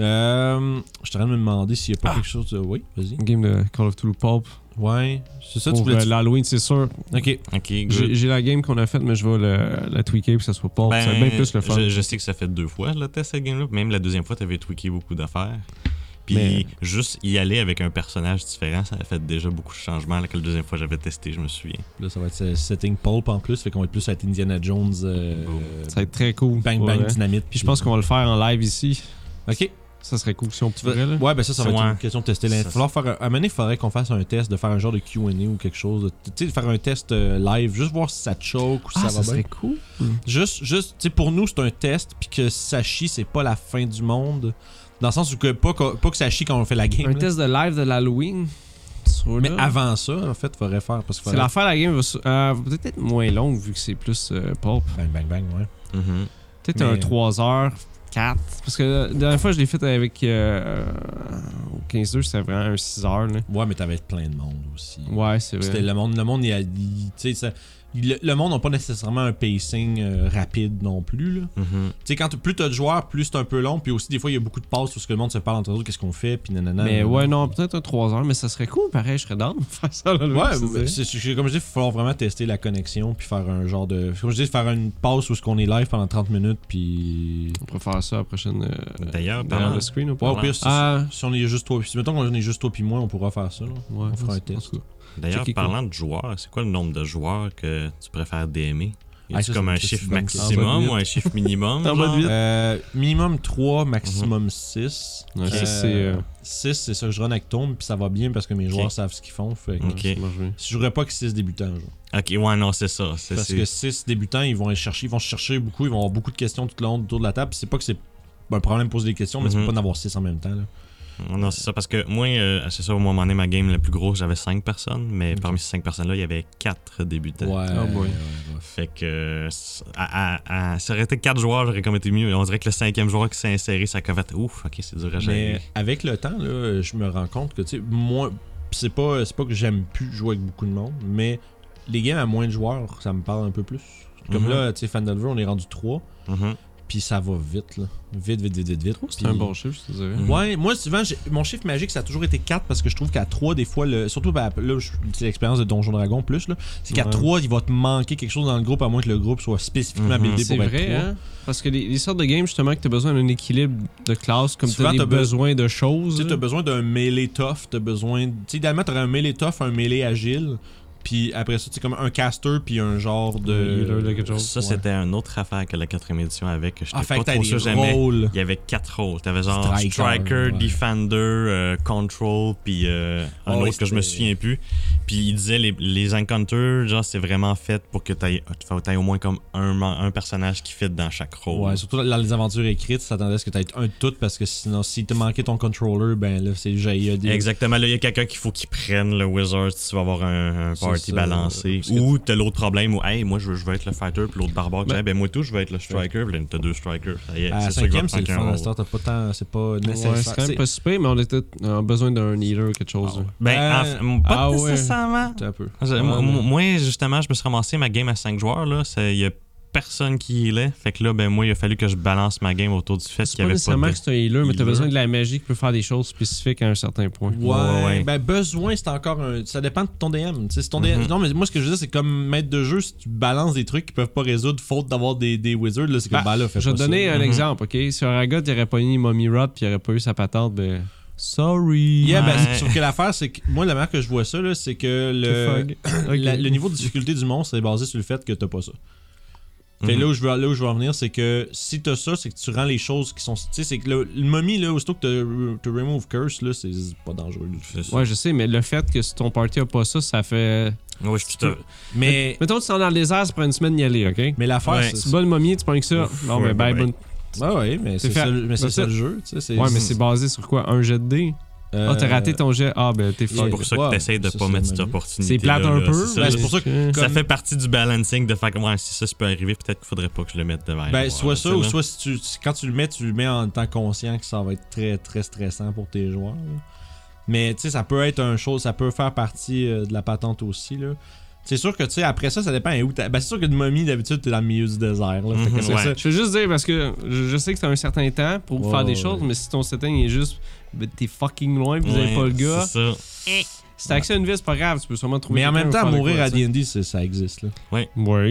S1: Euh, je suis en train de me demander s'il n'y a
S3: Ah.
S1: pas quelque chose de. Oui, vas-y.
S2: Game de Call of Duty Pulp.
S1: Ouais. C'est ça, tu
S2: Pour
S1: voulais.
S2: euh, l'Halloween, c'est sûr.
S1: Ok.
S3: Ok,
S2: J'ai
S3: good.
S2: j'ai la game qu'on a faite, mais je vais le- la tweaker pour que ça soit Pulp.
S3: Ben,
S2: c'est bien plus le fun.
S3: Je, je sais que ça fait deux fois le test cette game-là. puis Même la deuxième fois, t'avais tweaké beaucoup d'affaires. Puis
S2: Mais-
S3: juste y aller avec un personnage différent, ça a fait déjà beaucoup de changements. Là, que la deuxième fois, j'avais testé, je me souviens.
S1: Là, ça va être euh, setting pulp en plus. Fait qu'on va être plus à être Indiana Jones. euh,
S3: Boom.
S1: euh,
S2: Ça va être très cool.
S1: bang
S2: pour
S1: bang
S2: vrai.
S1: dynamite.
S2: Puis je pense qu'on va le faire en live ici.
S1: Ok.
S2: Ça serait cool si on
S1: Tu vas-
S2: pourrait. Là.
S1: Ouais, ben ça, ça va
S3: C'est
S1: être
S3: ouais.
S1: une question de tester. Il
S3: Ça,
S1: falloir faire un... À un moment donné, il faudrait qu'on fasse un test, de faire un genre de QA ou quelque chose. de- Tu sais, de faire un test euh, live, juste voir si ça choke ou
S2: Ah,
S1: si ça va bien.
S2: cool.
S1: Juste, juste tu sais, pour nous, c'est un test, puis que ça chie, c'est pas la fin du monde. Dans le sens où que pas, que, pas que ça chie quand on fait la game.
S2: Un
S1: là.
S2: test de live de l'Halloween. sur
S1: Mais
S2: là.
S1: avant ça, en fait, faudrait faire. Parce que
S2: C'est
S1: faudrait...
S2: l'affaire, la game va s- euh, va peut-être être moins longue vu que c'est plus euh, pulp.
S1: Bang, bang, bang, ouais. Mm-hmm.
S3: Mhm.
S2: Peut-être
S1: Mais-
S2: un 3 heures, 4. Parce que euh, la dernière fois, je l'ai fait avec euh, au 15-2, c'était vraiment un 6 heures. Là.
S1: Ouais, mais t'avais plein de monde aussi.
S2: Ouais, c'est
S1: C'était
S2: vrai.
S1: le monde. Le monde, il a. il- tu sais, ça- il- le, le monde n'a pas nécessairement un pacing euh, rapide non plus. là.
S3: Mhm.
S1: Tu sais, quand t- plus t'as de joueurs, plus c'est un peu long. Puis aussi, des fois, il y a beaucoup de passes où ce que le monde se parle entre eux, qu'est-ce qu'on fait, puis nanana.
S2: Mais
S1: nanana.
S2: ouais, non, peut-être un 3 heures, mais ça serait cool, pareil, je serais down de faire ça. Là, le
S1: Ouais,
S2: week,
S1: mais
S2: c'est-
S1: c'est- c'est- comme je dis, il va falloir vraiment tester la connexion, puis faire un genre de. Comme je dis, faire une passe où ce qu'on est live pendant 30 minutes, puis.
S2: On pourrait faire ça à la prochaine. euh, derrière
S3: D'ailleurs, parlant
S2: le screen ou
S1: Ouais,
S2: pas?
S1: au pire, si,
S2: Ah,
S1: si on est juste toi, si mettons qu'on est juste toi, puis moi, on pourra faire ça. là.
S2: ouais,
S1: on fera un
S2: en
S1: test.
S2: tout cas.
S3: D'ailleurs,
S2: Checker
S3: parlant de joueurs, c'est quoi le nombre de joueurs que tu préfères DMer Y
S1: Ah,
S3: a
S1: ça,
S3: comme
S1: c'est
S3: un
S1: une
S3: chiffre
S1: bonne question.
S2: En bas
S3: maximum
S2: de
S3: ou un chiffre minimum
S2: En bas de
S3: genre?
S2: huit.
S1: Euh, minimum 3, maximum 6.
S2: Mm-hmm. Ouais, six, c'est, euh,
S1: 6, c'est ça que je run avec Tomb, puis ça va bien parce que mes joueurs
S3: Ok.
S1: savent ce qu'ils font. Fait que
S3: Ok.
S2: Ouais, ça marche bien.
S1: Je jouerais pas que 6 débutants. genre.
S3: Ok, ouais, non, c'est ça. c'est-
S1: Parce
S3: c'est-
S1: que 6 débutants, ils vont aller chercher, ils vont se chercher beaucoup, ils vont avoir beaucoup de questions tout le long autour de la table. puis C'est pas que c'est un problème de poser des questions, mais c'est
S3: Mhm.
S1: pas d'en avoir 6 en même temps. là.
S3: Non, c'est ça, parce que moi, euh, c'est ça, au moment donné, ma game la plus grosse, j'avais 5 personnes, mais parmi ces 5 personnes-là, il y avait 4 débutants.
S2: Ah, boy.
S1: ouais.
S3: Fait que, euh, c'est- à, à- à- ça aurait été 4 joueurs, j'aurais comme été mieux. On dirait que le cinquième joueur qui s'est inséré, ça a fait ouf, ok, c'est dur à gérer.
S1: Mais avec le temps, là, je me rends compte que, tu sais, moi, pis c'est pas, c'est pas que j'aime plus jouer avec beaucoup de monde, mais les games à moins de joueurs, ça me parle un peu plus. Comme
S3: Mhm.
S1: là, tu sais, Fandalver, on est rendu 3.
S3: Mhm.
S1: puis ça va vite, là. Vite, vite, vite, vite, vite.
S3: Oh,
S2: C'est un bon chiffre, je te dirais.
S3: Mm.
S1: Ouais, moi souvent, j'ai- mon chiffre magique, ça a toujours été 4 parce que je trouve qu'à 3, des fois, le, surtout ben, là, je- c'est l'expérience de Donjon Dragon plus, là, c'est qu'à
S2: Ouais.
S1: 3, il va te manquer quelque chose dans le groupe à moins que le groupe soit spécifiquement
S3: Mhm.
S1: buildé
S2: Mm-hmm. C'est
S1: pour être
S2: vrai,
S1: 3.
S2: hein? Parce que les, les sortes de games, justement, que t'as besoin d'un équilibre de classe, comme
S1: Souvent,
S2: t'as des
S1: t'as be-
S2: besoin de
S1: Tu
S2: choses.
S1: sais, t'as besoin d'un melee tough, t'as besoin. Tu sais, idéalement, t'aurais un melee tough, un melee agile, puis après ça, tu sais, comme un caster, puis un genre de.
S2: Un healer de quelque chose.
S3: Ça,
S1: Ouais.
S3: c'était une autre affaire que la quatrième édition avec. que J'étais
S1: Ah, fait que
S3: pas
S1: t'as
S3: trop sûr
S1: des
S3: jamais.
S1: rôles.
S3: Il y avait quatre rôles. T'avais genre
S1: Striker,
S3: Striker,
S1: ouais.
S3: Defender, euh, Control, puis euh, un
S1: Ah ouais,
S3: autre que je me
S1: c'était-
S3: souviens plus. Puis il disait les, les encounters, genre c'est vraiment fait pour que t'ailles t'ailles au moins comme un, man- un personnage qui fit dans chaque
S2: Oh.
S3: rôle.
S1: Ouais, surtout dans les aventures écrites, ça t'attendait à ce que t'aies un de tout parce que sinon, si te manquait ton controller, ben là, c'est JAD.
S3: Exactement, là il y a quelqu'un qu'il faut qu'il prenne le Wizard si tu vas avoir un, un
S1: C'est
S3: party
S1: ça.
S3: balancé.
S1: Parce que-
S3: Ou t'as l'autre problème où, hey, moi je veux, je veux être le fighter, puis l'autre barbare, qui
S2: Ben-
S3: dit, ben moi tout, je veux être le striker, puis là, t'as deux strikers. Ça y est,
S1: À
S3: c'est sûr qu'il va
S1: Ah, cinquième,
S3: te
S1: c'est le
S3: manquer un
S1: fun. à
S3: rôle.
S1: cette heure, t'as pas tant, c'est pas nécessaire.
S2: Ouais, c'est quand
S1: C'est-
S2: même pas super, mais on était on a besoin d'un healer ou quelque chose. là.
S3: Ben,
S1: Euh,
S3: en fait, pas
S2: ah ouais.
S3: nécessairement.
S1: T'as un peu.
S3: Parce que
S2: Ouais,
S3: moi-
S2: mais-
S3: Moi, justement, je me suis ramassé ma game à 5 joueurs. là. C'est- Il y a personne qui y est. Fait que là, ben, moi, il a fallu que je balance ma game autour du fait
S2: C'est
S3: qu'il y
S2: pas
S3: avait
S2: nécessairement
S3: pas de...
S2: que c'est un healer, mais t'as
S3: healer.
S2: besoin de la magie qui peut faire des choses spécifiques à un certain point.
S1: Ouais,
S3: Ouais, ouais.
S1: ben besoin, c'est encore un. Ça dépend de ton DM. tu sais, si ton DM
S3: Mhm.
S1: Non, mais moi, ce que je veux dire, c'est comme maître de jeu, si tu balances des trucs qui peuvent pas résoudre faute d'avoir des, des wizards, là, c'est comme,
S2: Ben,
S1: bah là, fais
S2: Je vais
S1: pas
S2: te donner
S1: ça.
S2: un
S3: Mhm.
S2: exemple, ok? Si Aragot il aurait pas eu Mommy Rod puis il aurait pas eu sa patente, ben. Sorry! Ah,
S1: Yeah, ben,
S3: Ouais.
S1: sauf que l'affaire, c'est que moi, la manière que je vois ça, là, c'est que le,
S2: Fog. Ok.
S1: la- le niveau de difficulté du monstre est basé sur le fait que t'as pas ça. Fait
S3: Mhm.
S1: là où je veux là où je veux en venir, c'est que si t'as ça, c'est que tu rends les choses qui sont. Tu sais, c'est que le, le momie, là, aussitôt que tu remove curse, là, c'est pas dangereux du tout.
S3: C'est ça.
S2: Ouais, je sais, mais le fait que si ton party a pas ça, ça fait.
S3: Ouais, je suis tout à-
S1: Mais,
S2: Mettons, tu t'en dans le désert, ça prend une semaine d'y aller, ok?
S1: mais l'affaire,
S3: Ouais.
S1: c'est.
S2: C'est bonne momie, tu prends que ça.
S3: Ouf,
S2: Bon,
S3: ouais,
S2: ben, bye,
S3: bye,
S2: bonne-
S1: Ah ouais, mais c'est
S2: fait.
S1: ça, mais c'est
S2: Ben,
S1: ça
S2: ça-
S1: le jeu, tu sais. c'est- Euh,
S2: Ouais, mais c'est basé sur quoi? Un jet de dés? Ah, t'as raté ton jet. Ah, ben, t'es
S3: C'est
S2: fuck.
S3: pour ça
S1: Ouais,
S3: que t'essayes de
S1: ça,
S3: pas
S1: c'est
S3: mettre
S1: ma
S3: cette
S1: vie.
S3: opportunité.
S2: C'est plate un peu.
S1: Ben,
S3: Ça,
S1: c'est pour ça
S2: que.
S3: Ça
S1: comme-
S3: fait partie du balancing de faire comme, ouais, si ça, ça peut arriver, peut-être qu'il faudrait pas que je le mette devant. les
S1: Ben,
S3: joueurs,
S1: soit
S3: là,
S1: ça,
S3: tu sais,
S1: ou
S3: là.
S1: soit si tu, si- quand tu le mets, tu le mets en étant conscient que ça va être très, très stressant pour tes joueurs. là. Mais, tu sais, ça peut être un chose, ça peut faire partie euh, de la patente aussi, là. C'est sûr que, tu sais, après ça, ça dépend où t'as- Ben, c'est sûr que de momie, d'habitude, t'es dans le milieu du désert, là. Fait que
S3: Mhm,
S1: c'est
S3: ouais.
S1: ça.
S2: Je veux juste dire parce que je, je sais que t'as un certain temps pour
S1: Ouais,
S2: faire des
S1: ouais.
S2: choses, mais si ton setting est juste ben, t'es fucking loin pis vous avez
S3: Ouais,
S2: pas le gars,
S3: C'est ça.
S2: si t'as accès à une vie, c'est pas grave, tu peux sûrement trouver
S1: Mais en
S2: quelqu'un
S1: même
S2: pour
S1: temps,
S2: faire de
S1: mourir
S2: quoi,
S1: à
S2: tu sais.
S1: D&D, c'est- ça existe, là.
S2: Oui.
S1: Moi,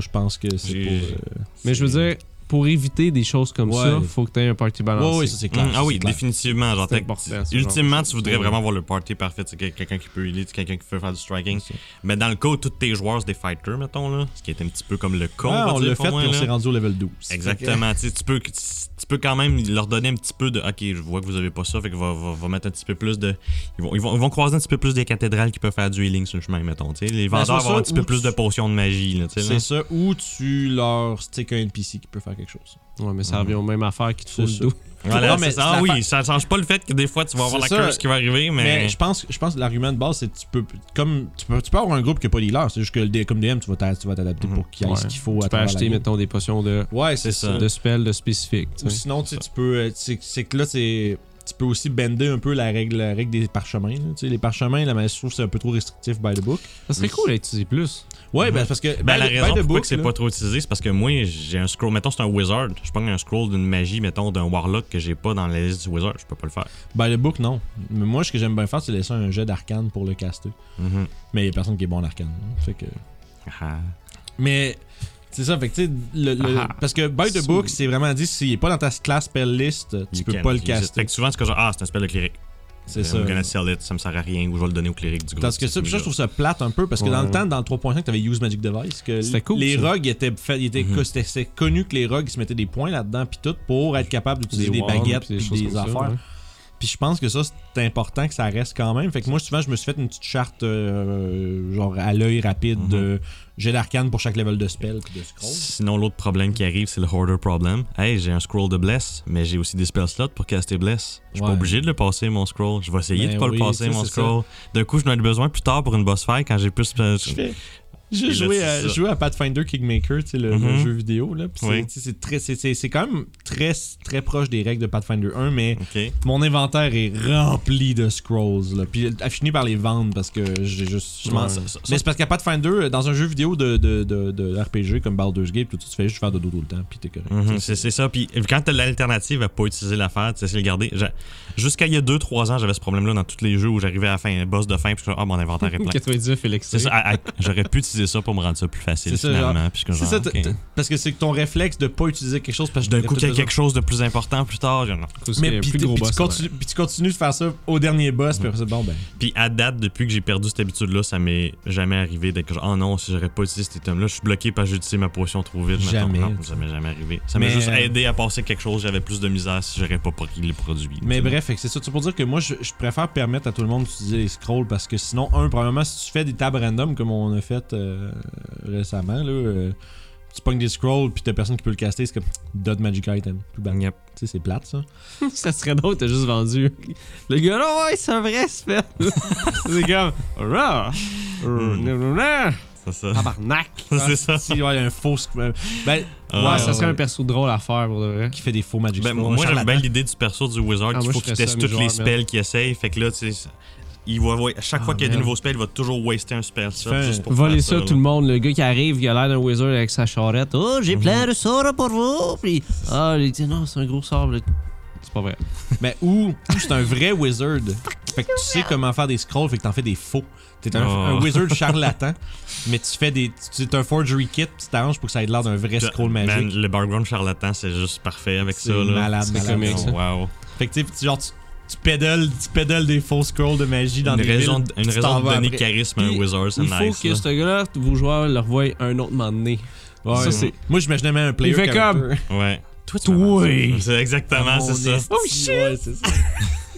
S1: je pense que c'est
S3: J'ai-
S1: pour... euh,
S2: Mais je veux
S1: c'est-
S2: dire, pour éviter des choses comme ça,
S1: Ouais.
S2: faut que t'aies un party
S1: Ouais,
S2: balancé.
S1: ouais, ça, c'est clair.
S3: Mm,
S1: ça,
S3: ah
S1: c'est
S3: oui,
S1: clair.
S3: définitivement. Genre,
S2: C'est
S3: t'as-
S2: important, ce genre
S3: ultimement,
S2: de
S3: tu
S2: choses.
S3: voudrais
S2: Ouais.
S3: vraiment avoir le party parfait. C'est que- quelqu'un qui peut healer, c'est quelqu'un qui peut faire du striking.
S1: C'est ça.
S3: Mais dans le cas où tous tes joueurs sont des fighters, mettons, là, ce qui est un petit peu comme le con.
S1: Ah,
S3: va
S1: on
S3: dire,
S1: l'a
S3: pour
S1: fait,
S3: moi,
S1: puis on
S3: là.
S1: s'est rendu au level 12.
S3: Exactement. tu sais, Tu peux, tu peux quand même leur donner un petit peu de. Ok, je vois que vous avez pas ça, fait que va, va, va mettre un petit peu plus de. Ils vont, ils, vont, ils vont croiser un petit peu plus des cathédrales qui peuvent faire du healing sur le chemin, mettons. tu sais. Les
S1: Ben,
S3: vendeurs
S1: c'est
S3: vont avoir un
S1: ça,
S3: petit peu
S1: ou
S3: plus
S1: tu-
S3: de potions de magie. Là, tu sais, là.
S1: C'est ça, ou tu leur stick un NPC qui peut faire quelque chose.
S2: Ouais, mais ça revient aux mêmes affaires qui te
S1: C'est
S2: fout le dos.
S3: Voilà,
S1: Non,
S3: c'est
S1: mais
S3: ça. Ah
S1: la
S3: oui, ça change pas le fait que des fois tu vas avoir la
S1: C'est ça.
S3: curse qui va arriver, mais.
S1: Mais je pense, je pense que l'argument de base, c'est que tu peux, comme, tu peux, tu peux avoir un groupe qui n'a pas d'healer. C'est juste que le, D- comme DM, tu vas t'a- tu vas t'adapter
S3: Mhm.
S1: pour qu'il y ait ce
S2: Ouais.
S1: qu'il faut à
S2: Tu peux
S1: travers la
S2: acheter,
S1: game.
S2: mettons, des potions de,
S1: Ouais, c'est
S3: C'est
S1: ça.
S3: ça.
S2: de spells, de spécifiques. tu
S1: Ou
S2: sais.
S1: sinon, tu sais, tu peux, euh, c'est c'est que là, c'est- tu peux aussi bender un peu la règle, la règle des parchemins. là. Tu sais, les parchemins, là, ben, je trouve que c'est un peu trop restrictif by the book.
S2: Ça serait
S1: Oui.
S2: cool à utiliser plus.
S1: Ouais,
S3: Mhm.
S1: ben, c'est parce que
S3: Ben,
S1: by the-
S3: la
S1: by
S3: raison
S1: the
S3: pourquoi
S1: book,
S3: que c'est
S1: là-
S3: pas trop utilisé, c'est parce que moi, j'ai un scroll. Mettons, c'est un wizard. Je prends un scroll d'une magie, mettons, d'un warlock que j'ai pas dans la liste du wizard. Je peux pas le faire.
S1: By the book, non. Mais moi, ce que j'aime bien faire, c'est laisser un jet d'arcane pour le caster.
S3: Mhm.
S1: Mais il n'y a personne qui est bon en arcane. hein. Fait que.
S3: Ah.
S1: Mais c'est ça, fait que tu sais, le- le-
S3: Ah.
S1: parce que by the
S2: Sous-
S1: book, c'est vraiment dit s'il est pas dans ta classe spell list, tu
S3: You
S1: peux
S3: can
S1: pas le
S3: use it. Fait
S1: caster.
S3: que souvent, c'est que genre, ah, c'est un spell de cléric.
S1: C'est
S3: I'm
S1: ça.
S3: gonna sell it, ça me sert à rien, ou je vais le donner au cléric du groupe.
S1: Parce que ça, ça, je trouve ça plate un peu, parce que dans le
S2: Ouais.
S1: temps, dans le 3.5, t'avais Use Magic Device, que
S2: C'était cool,
S1: les
S2: ça.
S1: rogues étaient, fait, ils étaient
S3: Mhm.
S1: co- c'était- c'était connu que les rogues ils se mettaient des points là-dedans, puis tout, pour être capable d'utiliser des,
S2: wards,
S1: baguettes, puis des,
S2: choses comme ça,
S1: affaires.
S2: ouais.
S1: Puis je pense que ça, c'est important que ça reste quand même. Fait que moi, souvent, je me suis fait une petite charte, euh, genre à l'œil rapide,
S3: Mhm.
S1: de j'ai l'arcane pour chaque level de spell, puis de scroll.
S3: Sinon, l'autre problème qui arrive, c'est le hoarder problem. Hey, j'ai un scroll de bless, mais j'ai aussi des spell slots pour caster bless. Je suis
S1: Ouais.
S3: pas obligé de le passer, mon scroll. Je vais essayer
S1: Ben
S3: de pas
S1: oui,
S3: le passer,
S1: ça,
S3: mon
S1: c'est
S3: scroll. D'un coup, je n'en ai besoin plus tard pour une boss fight quand j'ai plus.
S1: Je fais- J'ai
S3: Et là,
S1: joué,
S3: c'est
S1: à-
S3: ça.
S1: joué à Pathfinder Kingmaker, tu sais, le, le
S3: Mhm.
S1: jeu vidéo. Là, puis c'est-
S3: Oui.
S1: tu sais, c'est, très, c'est, c'est- c'est quand même très, très proche des règles de Pathfinder 1, mais
S3: OK.
S1: mon inventaire est rempli de scrolls. Là, puis elle a fini par les vendre parce que j'ai juste. je m'en-
S2: Ouais.
S1: ça- ça- Mais c'est parce qu'à Pathfinder, euh, dans un jeu vidéo de, de, de, de RPG comme Baldur's Gate, tout, tu fais juste faire dodo tout le temps, puis t'es correct.
S3: Mhm, c'est c'est ça. Puis quand t'as l'alternative à pas utiliser l'affaire, tu sais, c'est le garder. J'a- Jusqu'à il y a 2-3 ans, j'avais ce problème-là dans tous les jeux où j'arrivais à la fin, un boss de fin, puis je suis comme, ah, mon inventaire est plein.
S2: 99 Félix.
S3: C'est ça, à- à- j'aurais pu utiliser ça pour me rendre ça plus facile
S1: C'est ça,
S3: finalement. puis je suis comme
S1: C'est
S3: genre,
S1: ça, t'as-
S3: Ah, ok.
S1: t'as- parce que c'est ton réflexe de pas utiliser quelque chose parce que
S3: D'un
S1: t'as
S3: coup,
S1: tout
S3: qu'il y a
S1: besoin.
S3: quelque chose de plus important plus tard. je- non.
S1: Mais puis
S2: plus
S1: t'es-
S2: gros
S1: puis tu
S2: boss. ouais.
S1: continues- puis tu continues de faire ça au dernier boss, puis après ça, bon ben.
S3: Puis à date, depuis que j'ai perdu cette habitude-là, ça m'est jamais arrivé d'être genre, oh non, si j'aurais pas utilisé cet item-là, je suis bloqué parce que j'ai utilisé ma potion trop vite. mettons.
S1: Jamais.
S3: Non, ça m'est jamais arrivé. Ça m'a
S1: Mais- euh,
S3: juste aidé à passer quelque chose, j'avais plus de misère si j'aurais pas pris les produits.
S1: Mais
S3: tu sais.
S1: bref, fait que c'est ça. C'est pour dire que moi, je, je préfère permettre à tout le monde d'utiliser les scrolls parce que sinon, un, probablement, si tu fais des tables random comme on a fait euh, récemment, là, euh, tu pognes des scrolls puis t'as personne qui peut le caster, c'est comme Dot Magic Item. Tout bad. Tu
S3: Yep.
S1: sais, c'est plate ça.
S2: ça serait drôle, t'as juste vendu. Le gars, là, ouais, c'est un vrai spell. c'est comme. Rah! Rah!
S3: C'est ça.
S1: Ah, bah.
S2: Tabarnak!
S3: c'est ça.
S1: Si, ouais, un faux scroll. Ben,
S3: Ah, Ouais,
S2: Ouais,
S1: ouais,
S2: ça serait un
S1: ouais.
S2: perso drôle à faire pour de vrai.
S1: qui fait des faux Magic
S3: Ben,
S1: Scrolls.
S3: moi,
S1: Un
S3: j'aime
S1: charlatan.
S3: bien l'idée du perso du Wizard
S2: Ah,
S3: qu'il
S2: moi,
S3: faut
S2: je
S3: qu'il
S2: ferais ça,
S3: teste
S2: mes
S3: tous les
S2: joueurs,
S3: spells qu'il essaye. Fait que là, tu sais, il va, voir- à chaque
S1: Ah,
S3: fois qu'il y a des
S1: merde.
S3: nouveaux spells, il va toujours waster un spell shot
S1: Fais-
S3: juste pour
S2: Voler
S3: faire
S2: ça,
S3: là.
S2: tout le monde. Le gars qui arrive, il a l'air d'un wizard avec sa charrette. Oh, j'ai plein de sorts pour vous. Puis, ah, il dit non, c'est un gros sort. là. C'est pas vrai.
S1: Mais ou, ou c'est un vrai wizard. Fait que tu sais comment faire des scrolls, fait que t'en fais des faux. T'es un,
S3: Oh.
S1: un wizard charlatan, mais tu fais des. tu- T'es un forgery kit, pis tu t'arranges pour que ça ait l'air d'un vrai scroll
S3: Man,
S1: magique.
S3: le background charlatan, c'est juste parfait avec
S1: C'est
S3: ça. Là.
S1: malade,
S2: C'est
S1: malade.
S2: comique,
S3: Oh,
S2: ça.
S3: wow.
S1: Fait que tu sais, tu- genre, tu, tu pédales, tu pédales des faux scrolls de magie dans
S3: une
S1: des
S3: raison,
S1: villes,
S3: de- une
S1: tu t'en
S3: raison de
S1: vas
S3: donner
S1: après.
S3: charisme à un
S2: Il-
S3: wizard, c'est
S2: Il faut
S3: nice.
S2: que
S3: là.
S2: ce gars-là, vos joueurs, le revoient un autre moment donné.
S1: Ouais,
S2: Ça,
S1: ouais.
S2: c'est-
S1: Moi, j'imaginais même un player
S2: Il fait
S1: character.
S2: comme.
S3: Ouais. Toi,
S2: tu Oui. m'as-
S3: C'est exactement, c'est ça.
S1: Oh shit!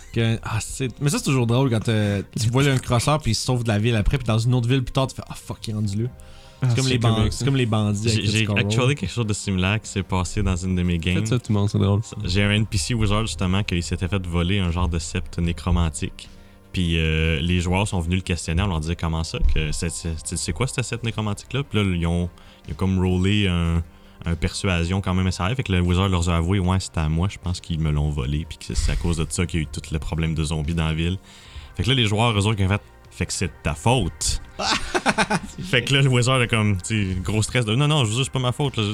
S1: ah, c'est... Mais ça, c'est toujours drôle quand euh, tu vois là, un crosseur puis il se sauve de la ville après, puis dans une autre ville plus tard, tu fais Ah fuck, il est rendu là.
S2: Ah,
S3: Ah,
S1: C'est, comme, les
S2: bandes.
S1: bandits, c'est comme les bandits. avec
S3: J'ai
S1: le
S3: j'ai
S1: Skull Roll.
S3: actually quelque chose de similaire qui s'est passé dans une de mes games.
S2: Faites ça, tout le monde, c'est drôle.
S3: J'ai un NPC Wizard justement qui s'était fait voler un genre de sceptre nécromantique. Puis euh, les joueurs sont venus le questionner en leur disant comment ça, que c'est- c'est c'est- c'est quoi ce sceptre nécromantique-là? Puis là, ils ont, ils ont comme roulé un, un persuasion quand même assez high. Fait que le Wizard leur a avoué, ouais, c'était à moi, je pense qu'ils me l'ont volé. Puis que c'est- c'est à cause de ça qu'il y a eu tout le problème de zombies dans la ville. Fait que là, les joueurs, eux autres, qui ont fait, fait que c'est de ta faute. fait que là, le Wizard a comme, tu sais, gros stress de, non, non, je vous jure, c'est pas ma faute. là.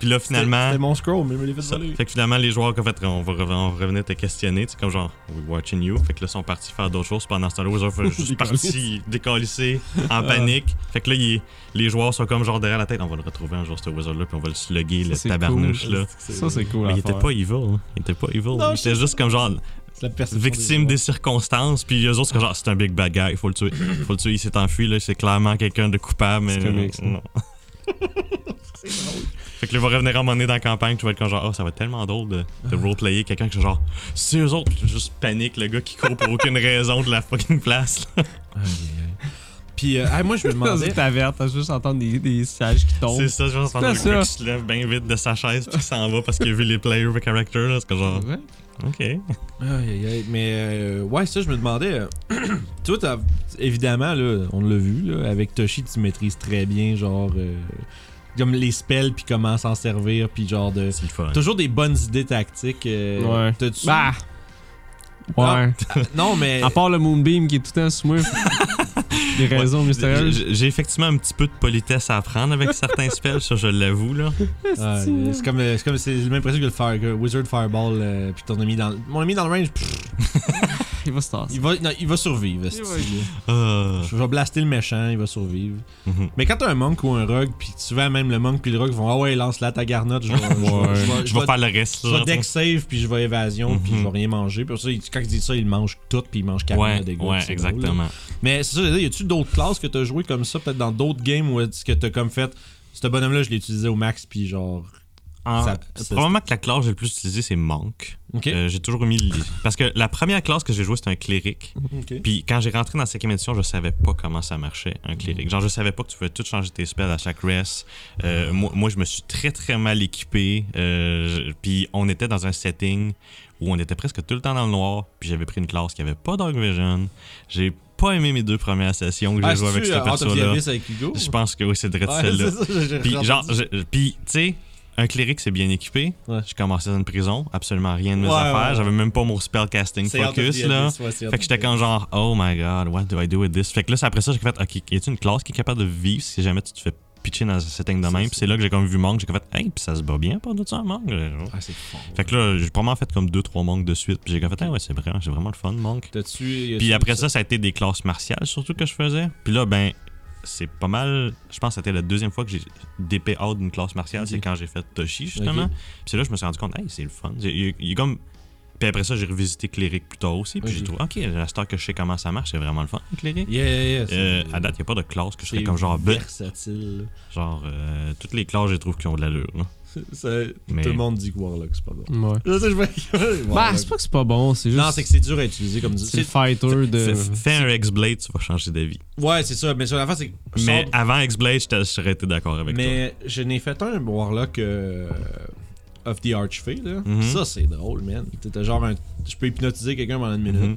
S3: Puis là,
S1: C'était-
S3: finalement.
S1: C'était mon scroll, mais il me l'a fait
S3: Ça.
S1: voler.
S3: Fait que finalement, les joueurs, en fait, on va, reven- on va revenir te questionner. C'est comme genre, we're watching you. Fait que là, ils sont partis faire d'autres choses. Pendant ce temps-là, les joueurs sont juste partis décalisser
S2: Ah.
S3: en panique. Fait que là, il- les joueurs sont comme genre derrière la tête. On va le retrouver un jour, ce wizard-là, puis on va le slugger,
S2: Ça,
S3: le
S2: c'est
S3: tabarnouche, là.
S2: Ça, c'est cool.
S3: Mais
S2: à
S3: il était
S2: faire.
S3: pas evil. hein. Il était pas evil. il était juste comme genre
S1: C'est la perception
S3: victime des
S1: joueurs.
S3: circonstances. Puis les autres, c'est comme genre, c'est un big bad guy. Faut le tuer. Faut le tuer. Il s'est enfui, là. C'est clairement quelqu'un de coupable. Mais
S2: C'est comique, ça.
S3: non. Fait que là, il va revenir à un moment donné dans la campagne, tu vas être comme genre, oh, ça va être tellement drôle de, de roleplayer quelqu'un qui est genre, c'est eux autres, Puis juste panique, le gars qui court pour aucune raison de la fucking place. là.
S1: Puis euh, ah, moi, je me
S2: Dans
S1: demandais.
S2: une taverne, t'as juste entendu des, des sages qui tombent.
S3: C'est ça, je pense,
S2: C'est
S3: pendant le
S2: ça.
S3: gars qui se lève bien vite de sa chaise, puis qui s'en va parce qu'il a vu les player characters, là, c'est comme genre,
S2: Ouais.
S3: ok.
S1: Aïe, aïe, aïe. Mais euh, ouais, ça, je me demandais. euh, tu vois, t'as- évidemment, là, on l'a vu, là, avec Toshi, tu maîtrises très bien, genre, euh, comme les spells, puis comment s'en servir, puis genre de.
S3: C'est le fun.
S1: Toujours des bonnes idées tactiques. euh,
S2: Ouais.
S1: T'as-tu.
S2: Bah!
S1: Ah.
S2: Ouais.
S1: Non, mais.
S2: À part le Moonbeam qui est tout le temps sous moi. des raisons
S3: J'ai-
S2: mystérieuses.
S3: j'ai- J'ai effectivement un petit peu de politesse à apprendre avec certains spells, ça je l'avoue là.
S1: Ah, euh, c'est comme, euh, c'est comme, c'est le même principe que le fire, que Wizard Fireball, euh, puis ton ami dans, le- mon ami dans le range, pff,
S2: Il va se tasser.
S1: il va, non, il va survivre. esti.
S2: va-
S3: Ah.
S1: Je vais blaster le méchant, il va survivre.
S3: Mhm.
S1: Mais quand t'as un monk ou un rogue, puis souvent même le monk puis le rogue vont ah ouais lance la ta garnotte, je vais, je vais-
S2: Ouais.
S1: je vais-
S3: Je
S1: je vais-
S3: vais faire le reste
S1: je vais
S3: là.
S1: deck save puis je vais évasion puis
S3: Mhm.
S1: je vais rien manger. Puis ça, il- quand il dit ça, il mange tout puis il mange 40
S3: Ouais,
S1: de dégâts. puis
S3: ouais,
S1: c'est drôle, là.
S3: exactement.
S1: Mais c'est ça, je veux dire, y a-tu d'autres classes que t'as joué comme ça, peut-être dans d'autres games où est-ce que t'as comme fait, ce bonhomme là je l'ai utilisé au max puis genre.
S3: En- euh,
S1: Ça- ça-
S3: Ah, probablement que la classe que j'ai le plus utilisée, c'est Monk.
S1: Ok.
S3: Euh, j'ai toujours mis. le- Parce que la première classe que j'ai jouée, c'était un cléric.
S1: Mhm, Ok.
S3: Puis quand j'ai rentré dans la cinquième édition, je savais pas comment ça marchait, un
S1: Mhm.
S3: cléric. Genre, je savais pas que tu pouvais tout changer tes spells à chaque rest. Euh, moi, moi, je me suis très, très mal équipé. Euh, je- puis on était dans un setting où on était presque tout le temps dans le noir. Puis j'avais pris une classe qui avait pas Dark Vision. J'ai pas aimé mes deux premières sessions que j'ai
S1: Ah,
S3: joué avec
S1: c'est-tu,
S3: cette
S1: euh, Out of the
S3: perso-là.
S1: Abyss avec Hugo?
S3: Je pense que oui, c'est direct
S1: Ouais,
S3: celle-là.
S1: c'est ça, j'ai- j'ai
S3: Puis,
S1: entendu.
S3: genre, je- je- puis, tu sais, un cléric, c'est bien équipé.
S1: Ouais.
S3: Je commençais dans une prison, absolument rien de mes
S1: Ouais,
S3: affaires.
S1: ouais, ouais.
S3: J'avais même pas mon spellcasting
S1: C'est Out of the
S3: focus, là.
S1: Abyss, ouais, c'est Out
S3: Fait
S1: of
S3: que j'étais
S1: the
S3: quand genre, oh my god, what do I do with this? Fait que là, c'est après ça, j'ai fait, ok, y a-tu une classe qui est capable de vivre si jamais tu te fais pitcher dans un setting de
S1: C'est
S3: même?
S1: ça.
S3: Puis c'est là que j'ai comme vu Monk, j'ai comme fait, hey, puis ça se bat bien pour nous, ça, Monk.
S1: Ah, c'est fort.
S3: Fait que là, j'ai probablement fait comme 2-3 Monk de suite. Puis j'ai comme fait, ah ouais, c'est vraiment, c'est vraiment le fun, Monk.
S1: T'as-tu. y a-tu-
S3: Puis après ça, ça a été des classes martiales surtout que je faisais. Puis là, ben, c'est pas mal. Je pense que c'était la deuxième fois que j'ai DP out d'une classe martiale.
S1: Ok.
S3: C'est quand j'ai fait Toshi, justement.
S1: Ok.
S3: Puis c'est là que je me suis rendu compte, hey, c'est le fun. J'ai- Il il est comme. Puis après ça, j'ai revisité Cléric plus tard aussi. Puis j'ai
S1: Ok.
S3: trouvé, ok, la star que je sais comment ça marche, c'est vraiment le fun, Cléric.
S1: Yeah, yeah, yeah. c'est-
S3: Euh, à date, il n'y a pas de classe que je serais comme genre, bleh.
S1: versatile.
S3: genre, euh, toutes les classes, je trouve qui ont de l'allure. là.
S1: Ça-
S3: Mais-
S1: Tout le monde dit que Warlock, c'est pas bon.
S2: Ouais.
S1: Là, ça, je vois-
S2: Bah,
S1: Warlock.
S2: c'est pas que c'est pas bon, c'est juste.
S1: Non, c'est que c'est dur à utiliser comme
S2: c'est le
S1: dit.
S2: fighter
S1: Euh,
S2: de.
S3: Fais- Fais un X-Blade, tu vas changer d'avis.
S1: Ouais, c'est ça. Mais sur la face, c'est que. je
S3: Mais
S1: sors-
S3: avant X-Blade, je t'ai- je serais été d'accord avec toi.
S1: Mais je n'ai fait un Warlock euh, of the Archfey, là.
S3: Mhm.
S1: Ça, c'est drôle, man. T'étais genre un. Je peux hypnotiser quelqu'un pendant une minute.
S3: Mhm.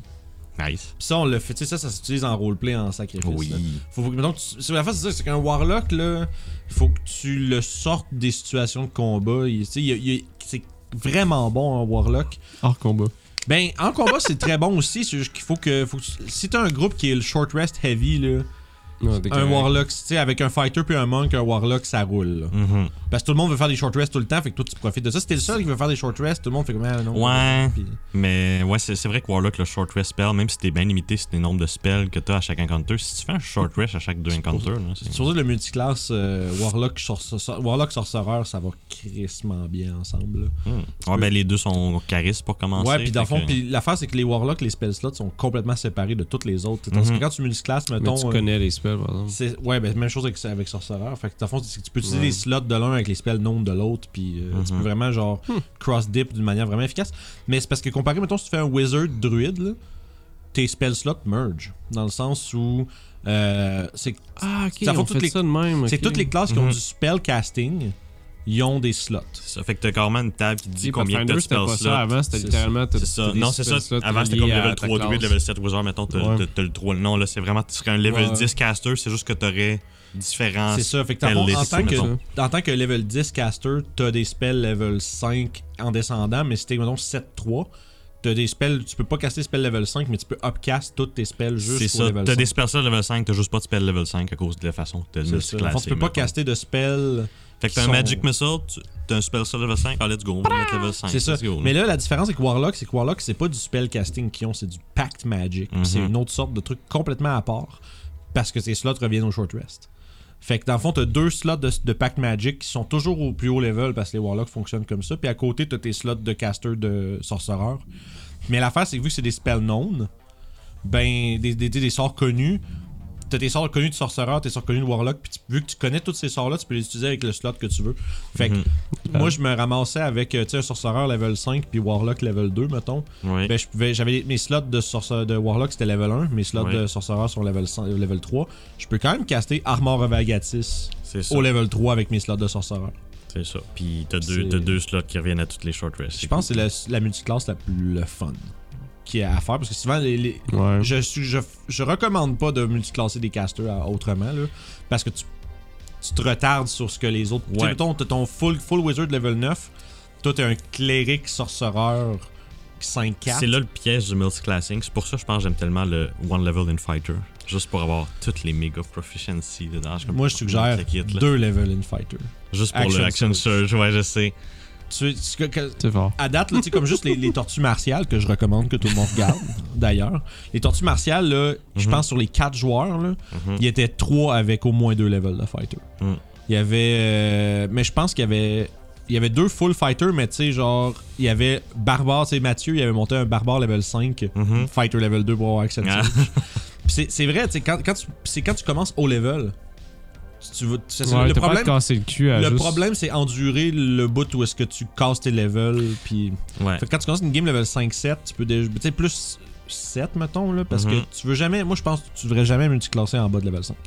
S3: Nice.
S1: Puis ça, on le fait. Tu sais, ça, ça s'utilise en roleplay, en sacrifice.
S3: Oui.
S1: là. Faut, faut que- mettons que tu- sur la face, c'est ça. C'est qu'un Warlock, là, faut que tu le sortes des situations de combat. Il- Tu sais, il y a- il y a- c'est vraiment bon, un Warlock.
S2: Hors combat.
S1: Ben, en combat, c'est très bon aussi. C'est juste qu'il faut que. Faut que si t'as un groupe qui est le short rest heavy, là,
S2: Non, t'es
S1: un
S2: correct.
S1: warlock, tu sais, avec un fighter puis un monk, un warlock, ça roule. là.
S3: Mhm.
S1: Parce que tout le monde veut faire des short rests tout le temps, fait que toi, tu profites de ça. Si t'es le seul qui veut faire des short rests, tout le monde fait comme. Ah, non,
S3: Ouais.
S1: Puis-
S3: Mais ouais, c'est c'est vrai que Warlock, le short rest spell, même si t'es bien limité, c'est le nombre de spells que t'as à chaque encounter. Si tu fais un short rest à chaque deux encounters, là, c'est-
S1: C'est pour ça que le multiclass euh, warlock, sorce- warlock sorcereur, ça va crissement bien ensemble. là.
S3: Hmm. Ouais, ben les deux sont charisme pour commencer.
S1: Ouais, puis dans le
S3: fait
S1: fond,
S3: que-
S1: puis l'affaire, c'est que les warlocks, les spell slots sont complètement séparés de toutes les autres. Tandis
S3: Mhm.
S1: que quand tu multiclasses,
S2: Mais
S1: mettons.
S2: tu
S1: euh,
S2: connais les spells, par exemple.
S1: C'est- ouais, ben, même chose avec, avec Sorcerer. Fait que, dans le fond, c'est que tu peux utiliser
S2: Mm. Ouais. Mm-hmm.
S1: les slots de l'un avec les spells non de l'autre, puis euh, tu
S3: Mhm.
S1: peux vraiment, genre,
S2: Hmm.
S1: cross-dip d'une manière vraiment efficace. Mais c'est parce que, comparé, mettons, si tu fais un Wizard Druid, là, tes spell slots merge. Dans le sens où. euh, c'est
S2: Ah, ok.
S1: Ça fait
S2: on
S1: toutes
S2: fait
S1: les-
S2: ça de même.
S1: c'est
S2: ok. Mm-hmm.
S1: toutes les classes qui ont
S3: Mhm.
S1: du spell casting, ils ont des slots.
S3: C'est ça. Fait que t'as carrément une table qui te dit
S2: Si,
S3: combien
S2: Pathfinder,
S3: t'as de
S2: c'était
S3: spells
S2: pas ça
S3: slots.
S2: avant, c'était
S1: C'est
S2: littéralement. t'as-
S3: C'est ça.
S2: t'as des
S3: Non, c'est
S2: spells
S3: ça.
S2: slots
S3: Avant, c'était comme
S2: liés à
S3: level
S2: ta
S3: 3 druid,
S2: classe.
S3: level 7 wizard, mettons, t'as
S2: Ouais.
S3: t'as- t'as le 3. Non, là, c'est vraiment, tu serais un level
S1: Ouais.
S3: 10 caster, c'est juste que t'aurais différents.
S1: C'est ça. Fait que, dans le
S3: spell
S1: fond, en
S3: list,
S1: tant que,
S3: mettons.
S1: en tant que level 10 caster, t'as des spells level 5 en descendant, mais si t'es, mettons, 7-3, t'as des spells. Tu peux pas caster spell level 5, mais tu peux upcast tous tes spells
S3: C'est
S1: jusqu'au
S3: ça.
S1: level 5.
S3: T'as des spells slots level 5, t'as juste pas de spells level 5 à cause de la façon que t'as
S1: C'est ça. Dans le fond, tu peux pas
S3: mettons.
S1: caster de spell.
S3: Fait que
S1: qui
S3: t'as un
S1: sont-
S3: Magic Missile, tu- t'as un Spell Slot level 5, ah let's go, on va mettre level 5.
S1: C'est ça.
S3: let's go, là.
S1: Mais là, la différence avec Warlock, c'est que Warlock, c'est pas du spell casting qu'ils ont, c'est du Pact Magic. Puis C'est
S3: Mhm.
S1: une autre sorte de truc complètement à part parce que ces slots reviennent au short rest. Fait que dans le fond, t'as deux slots de, de Pact Magic qui sont toujours au plus haut level parce que les Warlocks fonctionnent comme ça. Puis à côté, t'as tes slots de caster de sorcereur. Mais l'affaire, c'est que vu que c'est des spells known, ben, des, des, des- des sorts connus, t'as tes sorts connus de sorcereur, tes sorts connus de warlock, puis tu- vu que tu connais tous ces sorts-là, tu peux les utiliser avec le slot que tu veux. Fait que,
S3: Mhm.
S1: moi, je me ramassais avec, euh, tu sais, un sorcereur level 5 puis warlock level 2, mettons.
S3: Ouais.
S1: Ben, je pouvais, j'avais mes slots de, sorce- de warlock, c'était level 1, mes slots
S3: Ouais.
S1: de sorcereur sont level, 5 level 3. Je peux quand même caster Armor of Agatis
S3: c'est ça.
S1: au level 3 avec mes slots de sorcereur.
S3: C'est ça. Puis t'as
S1: C'est-
S3: deux, t'as deux slots qui reviennent à toutes les short rests.
S1: Je pense que c'est la, la multiclasse la plus le fun qui est à faire parce que souvent les, les-
S2: Ouais.
S1: je, suis- je, je recommande pas de multiclasser des casters à- autrement là, parce que tu, tu te retardes sur ce que les autres. Tu sais,
S3: Ouais.
S1: mettons, t'as ton full, full wizard level 9, toi t'es un cléric sorcereur 5-4.
S3: C'est là le piège du multiclassing. C'est pour ça que je pense que j'aime tellement le One Level in Fighter. Juste pour avoir toutes les méga proficiency dedans. Je suis comme-
S1: Moi je suggère
S3: Ça quitte, là.
S1: deux level in fighter.
S3: Juste pour
S1: Action
S3: le Action Surge, ouais, je sais.
S1: Tu, tu- que- que-
S2: C'est fort.
S1: à date, là, tu sais, comme juste les, les tortues martiales que je recommande que tout le monde regarde, d'ailleurs. Les tortues martiales, là, je
S3: Mhm.
S1: pense sur les quatre joueurs, là,
S3: Mhm.
S1: il y était trois avec au moins deux levels de fighter.
S3: Mm.
S1: Il y avait. euh, mais je pense qu'il y avait. Il y avait deux full fighters, mais tu sais, genre, il y avait Barbare, tu sais, Mathieu, il avait monté un Barbare level 5,
S3: Mhm.
S1: Fighter level 2 pour avoir accès à ça.
S3: Ah.
S1: Puis c'est- C'est vrai, tu sais, quand, quand tu- c'est quand tu commences au level. tu- Tu veux, tu- c'est-
S2: Ouais,
S1: le
S2: t'as pas à
S1: problème,
S2: te casser le cul à
S1: le
S2: juste-
S1: problème, c'est endurer le bout où est-ce que tu casses tes levels. Puis...
S3: Ouais.
S1: Fait que quand tu commences une game level 5-7, tu peux déjà. Tu sais, plus 7, mettons, là, parce
S3: Mhm.
S1: que tu veux jamais. Moi, je pense que tu devrais jamais multiclasser en bas de level 5.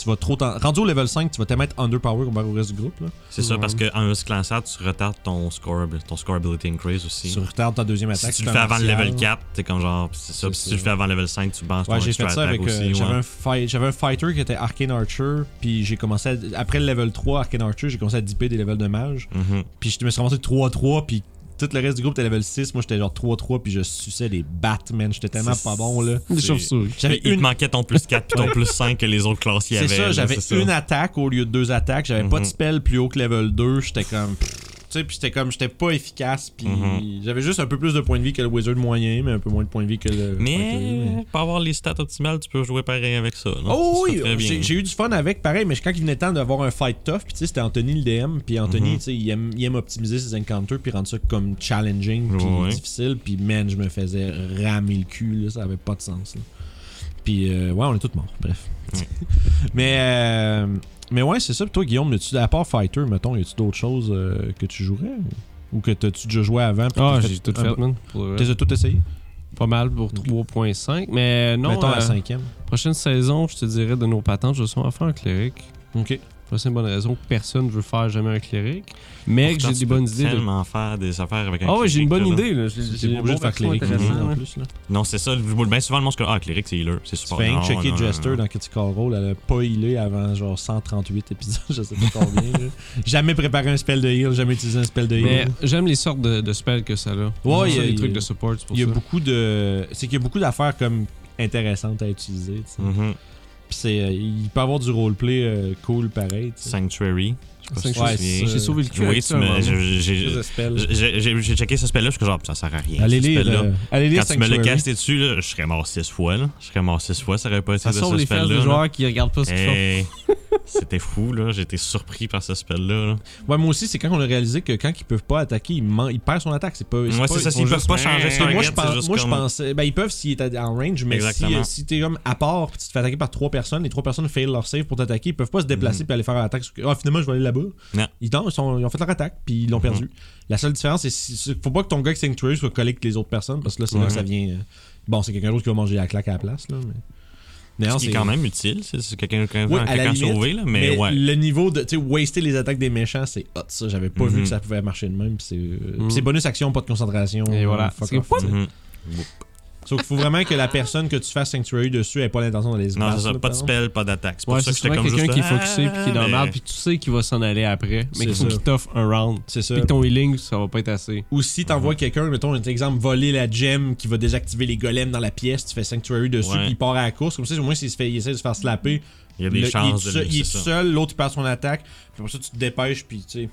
S1: tu vas trop t'en- Rendu au level 5, tu vas te mettre underpower comparé au reste du groupe. Là.
S3: C'est ça,
S2: Ouais.
S3: parce qu'en se classant, tu retardes ton score, ton scorability increase aussi.
S1: Tu retardes ta deuxième
S3: si
S1: attaque. c'est
S3: tu le
S1: un
S3: fais avant le
S1: martial.
S3: level 4, t'es comme genre, c'est ça.
S1: C'est
S3: Puis si
S1: ça.
S3: tu le fais avant le level 5, tu bandes
S1: Ouais,
S3: ton
S1: j'ai
S3: extra
S1: fait ça
S3: attack
S1: avec. euh,
S3: aussi.
S1: j'avais,
S3: ouais.
S1: un fight- j'avais un fighter qui était Arcane Archer, puis j'ai commencé à- Après le level 3, Arcane Archer, j'ai commencé à dipper des levels de mage,
S3: Mhm.
S1: puis je me suis ramassé 3-3, puis tout le reste du groupe était level 6, moi j'étais genre 3-3, puis je suçais les battes, man, j'étais tellement
S3: C'est-
S1: pas bon là.
S2: Des
S3: C'est-
S2: chauves-souris.
S1: J'avais
S3: Il te
S1: une
S3: manquait ton plus 4 puis ton plus 5 que les autres classes y
S1: C'est
S3: avaient.
S1: ça,
S3: là,
S1: j'avais
S3: c'est ça.
S1: une attaque au lieu de deux attaques. J'avais pas de
S3: Mhm.
S1: spell plus haut que level 2. J'étais comme. pff, Tu sais, puis j'étais comme. J'étais pas efficace. Puis
S3: Mhm.
S1: j'avais juste un peu plus de points de vie que le wizard moyen, mais un peu moins de points de vie que le.
S3: Mais pas avoir les stats optimales, tu peux jouer pareil avec ça. là.
S1: Oh
S3: Ça
S1: oui,
S3: serait très bien.
S1: j'ai- j'ai eu du fun avec, pareil, mais quand il venait le temps d'avoir un fight tough, puis tu sais, c'était Anthony le DM, puis Anthony,
S3: Mhm.
S1: tu sais, il aime, il aime optimiser ses encounters, puis rendre ça comme challenging, puis
S3: Ouais.
S1: difficile, puis man, je me faisais ramer le cul, là, ça avait pas de sens. là. Puis euh, ouais, on est tous morts, bref.
S3: Ouais.
S1: mais, euh, mais ouais, c'est ça, puis toi, Guillaume, tu, à part Fighter, mettons, y a-tu d'autres choses euh, que tu jouerais ou- Ou que t'as-tu déjà joué avant puis
S2: Ah,
S1: t'as
S2: j'ai tout
S1: un-
S2: fait, man. Pour le reste,
S1: T'as tout essayé
S2: Pas mal pour 3.5. Mais non,
S1: Mettons la
S2: euh,
S1: cinquième.
S2: prochaine saison, je te dirais de nos patentes, je suis enfin un cléric.
S1: Ok.
S2: Pour la simple bonne raison que personne ne veut faire jamais un cléric. Mais que
S3: Pourtant,
S2: j'ai
S3: tu
S2: des
S3: peux
S2: bonnes idées. de-
S3: tellement faire des affaires avec un
S2: Ah ouais, j'ai une bonne
S3: cleric, là.
S2: idée. là. J'ai
S1: C'est
S2: j'ai
S1: pas obligé de
S2: bon
S1: faire cléric hein.
S2: action intéressant,
S1: en
S2: là.
S1: plus, là.
S3: Non, c'est ça. le- Bien souvent, le monde, c'est comme, ah, cleric, c'est healer. C'est
S1: Tu
S3: super.
S1: fais rien
S3: Non,
S1: que checker
S3: non, non,
S1: Jester
S3: non.
S1: dans Critical Role, elle a pas healé avant genre 138 épisodes, je sais pas combien. là. jamais préparé un spell de heal, jamais utilisé un spell de
S2: Mais
S1: heal.
S2: j'aime les sortes de, de spells que ça a. Ouais,
S1: Ouais, il y a-
S2: des
S1: il-
S2: trucs de support c'est pour
S1: Il y a
S2: ça.
S1: beaucoup de. C'est qu'il y a beaucoup d'affaires comme intéressantes à utiliser. tu sais.
S3: Mhm.
S1: Puis c'est, euh, il peut avoir du roleplay euh, cool pareil. tu sais.
S3: Sanctuary. Je sais pas si tu
S1: Ouais,
S3: te souviens.
S1: c'est-
S2: J'ai sauvé le cul
S3: Oui,
S2: avec
S3: tu
S2: ça, moi.
S3: me- j'ai-
S1: Plus
S3: j'ai-
S1: de spells.
S3: j'ai- j'ai- j'ai checké ce spell-là, je suis comme, genre, ça sert à rien.
S1: Allez
S3: ce
S1: lire,
S3: spell-là.
S1: euh, allez lire
S3: Quand tu me l'as
S1: Sanctuary.
S3: casté dessus, là, je serais mort 6 fois. Là. Je serais mort 6 fois, ça aurait pas été
S2: Ça
S3: de
S2: sauve
S3: ce
S2: les fesses
S3: spell-là.
S2: des
S3: là.
S2: joueurs qui regardent pas ce qu'ils font.
S3: Hey, C'était fou, là. J'étais surpris par ce spell-là. là.
S1: Ouais, moi aussi, c'est quand on a réalisé que quand ils peuvent pas attaquer, ils, man- ils perdent son attaque. C'est pas.
S3: Ouais,
S1: pas-
S3: c'est ça.
S1: ils
S3: S'ils
S1: font
S3: peuvent
S1: juste-
S3: pas changer
S1: Parce que
S3: sur
S1: moi,
S3: un
S1: je,
S3: c'est
S1: pense,
S3: juste
S1: moi je
S3: comme-
S1: pensais. Ben, ils peuvent s'ils étaient en range, mais si,
S3: Exactement.
S1: euh, si t'es comme à part, puis tu te fais attaquer par trois personnes, les trois personnes fail leur save pour t'attaquer, ils peuvent pas se déplacer
S3: Mhm.
S1: puis aller faire l'attaque. sur- Ah, finalement, je vais aller là-bas.
S3: Non. Mhm.
S1: Ils, non, ils, sont- ils ont fait leur attaque, puis ils l'ont perdu. La seule différence, c'est si- c'est- faut pas que ton gars qui Sanctuary soit collé que les autres personnes, parce que là, c'est là que
S3: Ouais.
S1: ça vient. euh, Bon, c'est quelqu'un d'autre qui va manger la claque à la place, là. Mais, mais non,
S3: Ce qui est quand même utile, c'est c'est quelqu'un qui
S1: Ouais, à la
S3: quelqu'un
S1: limite,
S3: sauvé, là, mais,
S1: mais
S3: ouais.
S1: le niveau de, tu sais, waster les attaques des méchants, c'est hot ça. J'avais pas vu
S3: Mhm.
S1: que ça pouvait marcher de même. puis C'est euh,
S2: Mhm.
S1: puis c'est bonus action, pas de concentration.
S2: Et voilà.
S1: fuck
S2: C'est
S1: off,
S2: what?
S1: tu sais.
S3: Mhm.
S1: Sauf qu'il faut vraiment que la personne que tu fasses Sanctuary dessus ait pas l'intention d'aller se
S3: Non,
S1: battre,
S3: c'est ça,
S1: là,
S3: pas de
S1: par
S3: spell, pas d'attaque. C'est pour
S2: Ouais,
S3: ça
S2: c'est
S3: que j'étais
S2: souvent
S3: comme
S2: quelqu'un
S3: juste,
S2: qui est focusé puis qui est dans le
S3: mais-
S2: merde puis tu sais qu'il va s'en aller après, mais qu'il
S1: C'est
S2: faut
S1: ça.
S2: qu'il t'offre un round.
S1: exemple. C'est ça.
S2: Puis que ton healing, ça va pas être assez.
S1: Ou si t'envoies
S3: Mhm.
S1: quelqu'un, mettons un exemple, voler la gemme qui va désactiver les golems dans la pièce, tu fais Sanctuary dessus,
S3: Ouais.
S1: puis il part à la course. Comme ça, au moins, s'il se fait, il essaie de se faire slapper,
S3: Il y a des
S1: le-
S3: chances
S1: il est
S3: de
S1: seul-
S3: le
S1: il est
S3: c'est ça.
S1: seul, l'autre il perd son attaque. Puis pour ça, tu te dépêches, puis tu sais.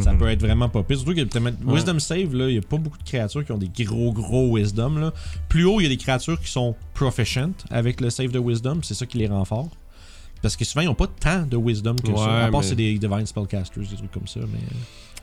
S1: Ça
S3: Mhm.
S1: peut être vraiment pas pire. Surtout que t'as- Wisdom Save, là, il y a pas beaucoup de créatures qui ont des gros gros Wisdom. Là. Plus haut, il y a des créatures qui sont proficient avec le save de Wisdom. C'est ça qui les rend forts. Parce que souvent, ils ont pas tant de Wisdom que ça.
S2: Ouais,
S1: À part
S2: mais-
S1: c'est des Divine Spellcasters, des trucs comme ça. Mais...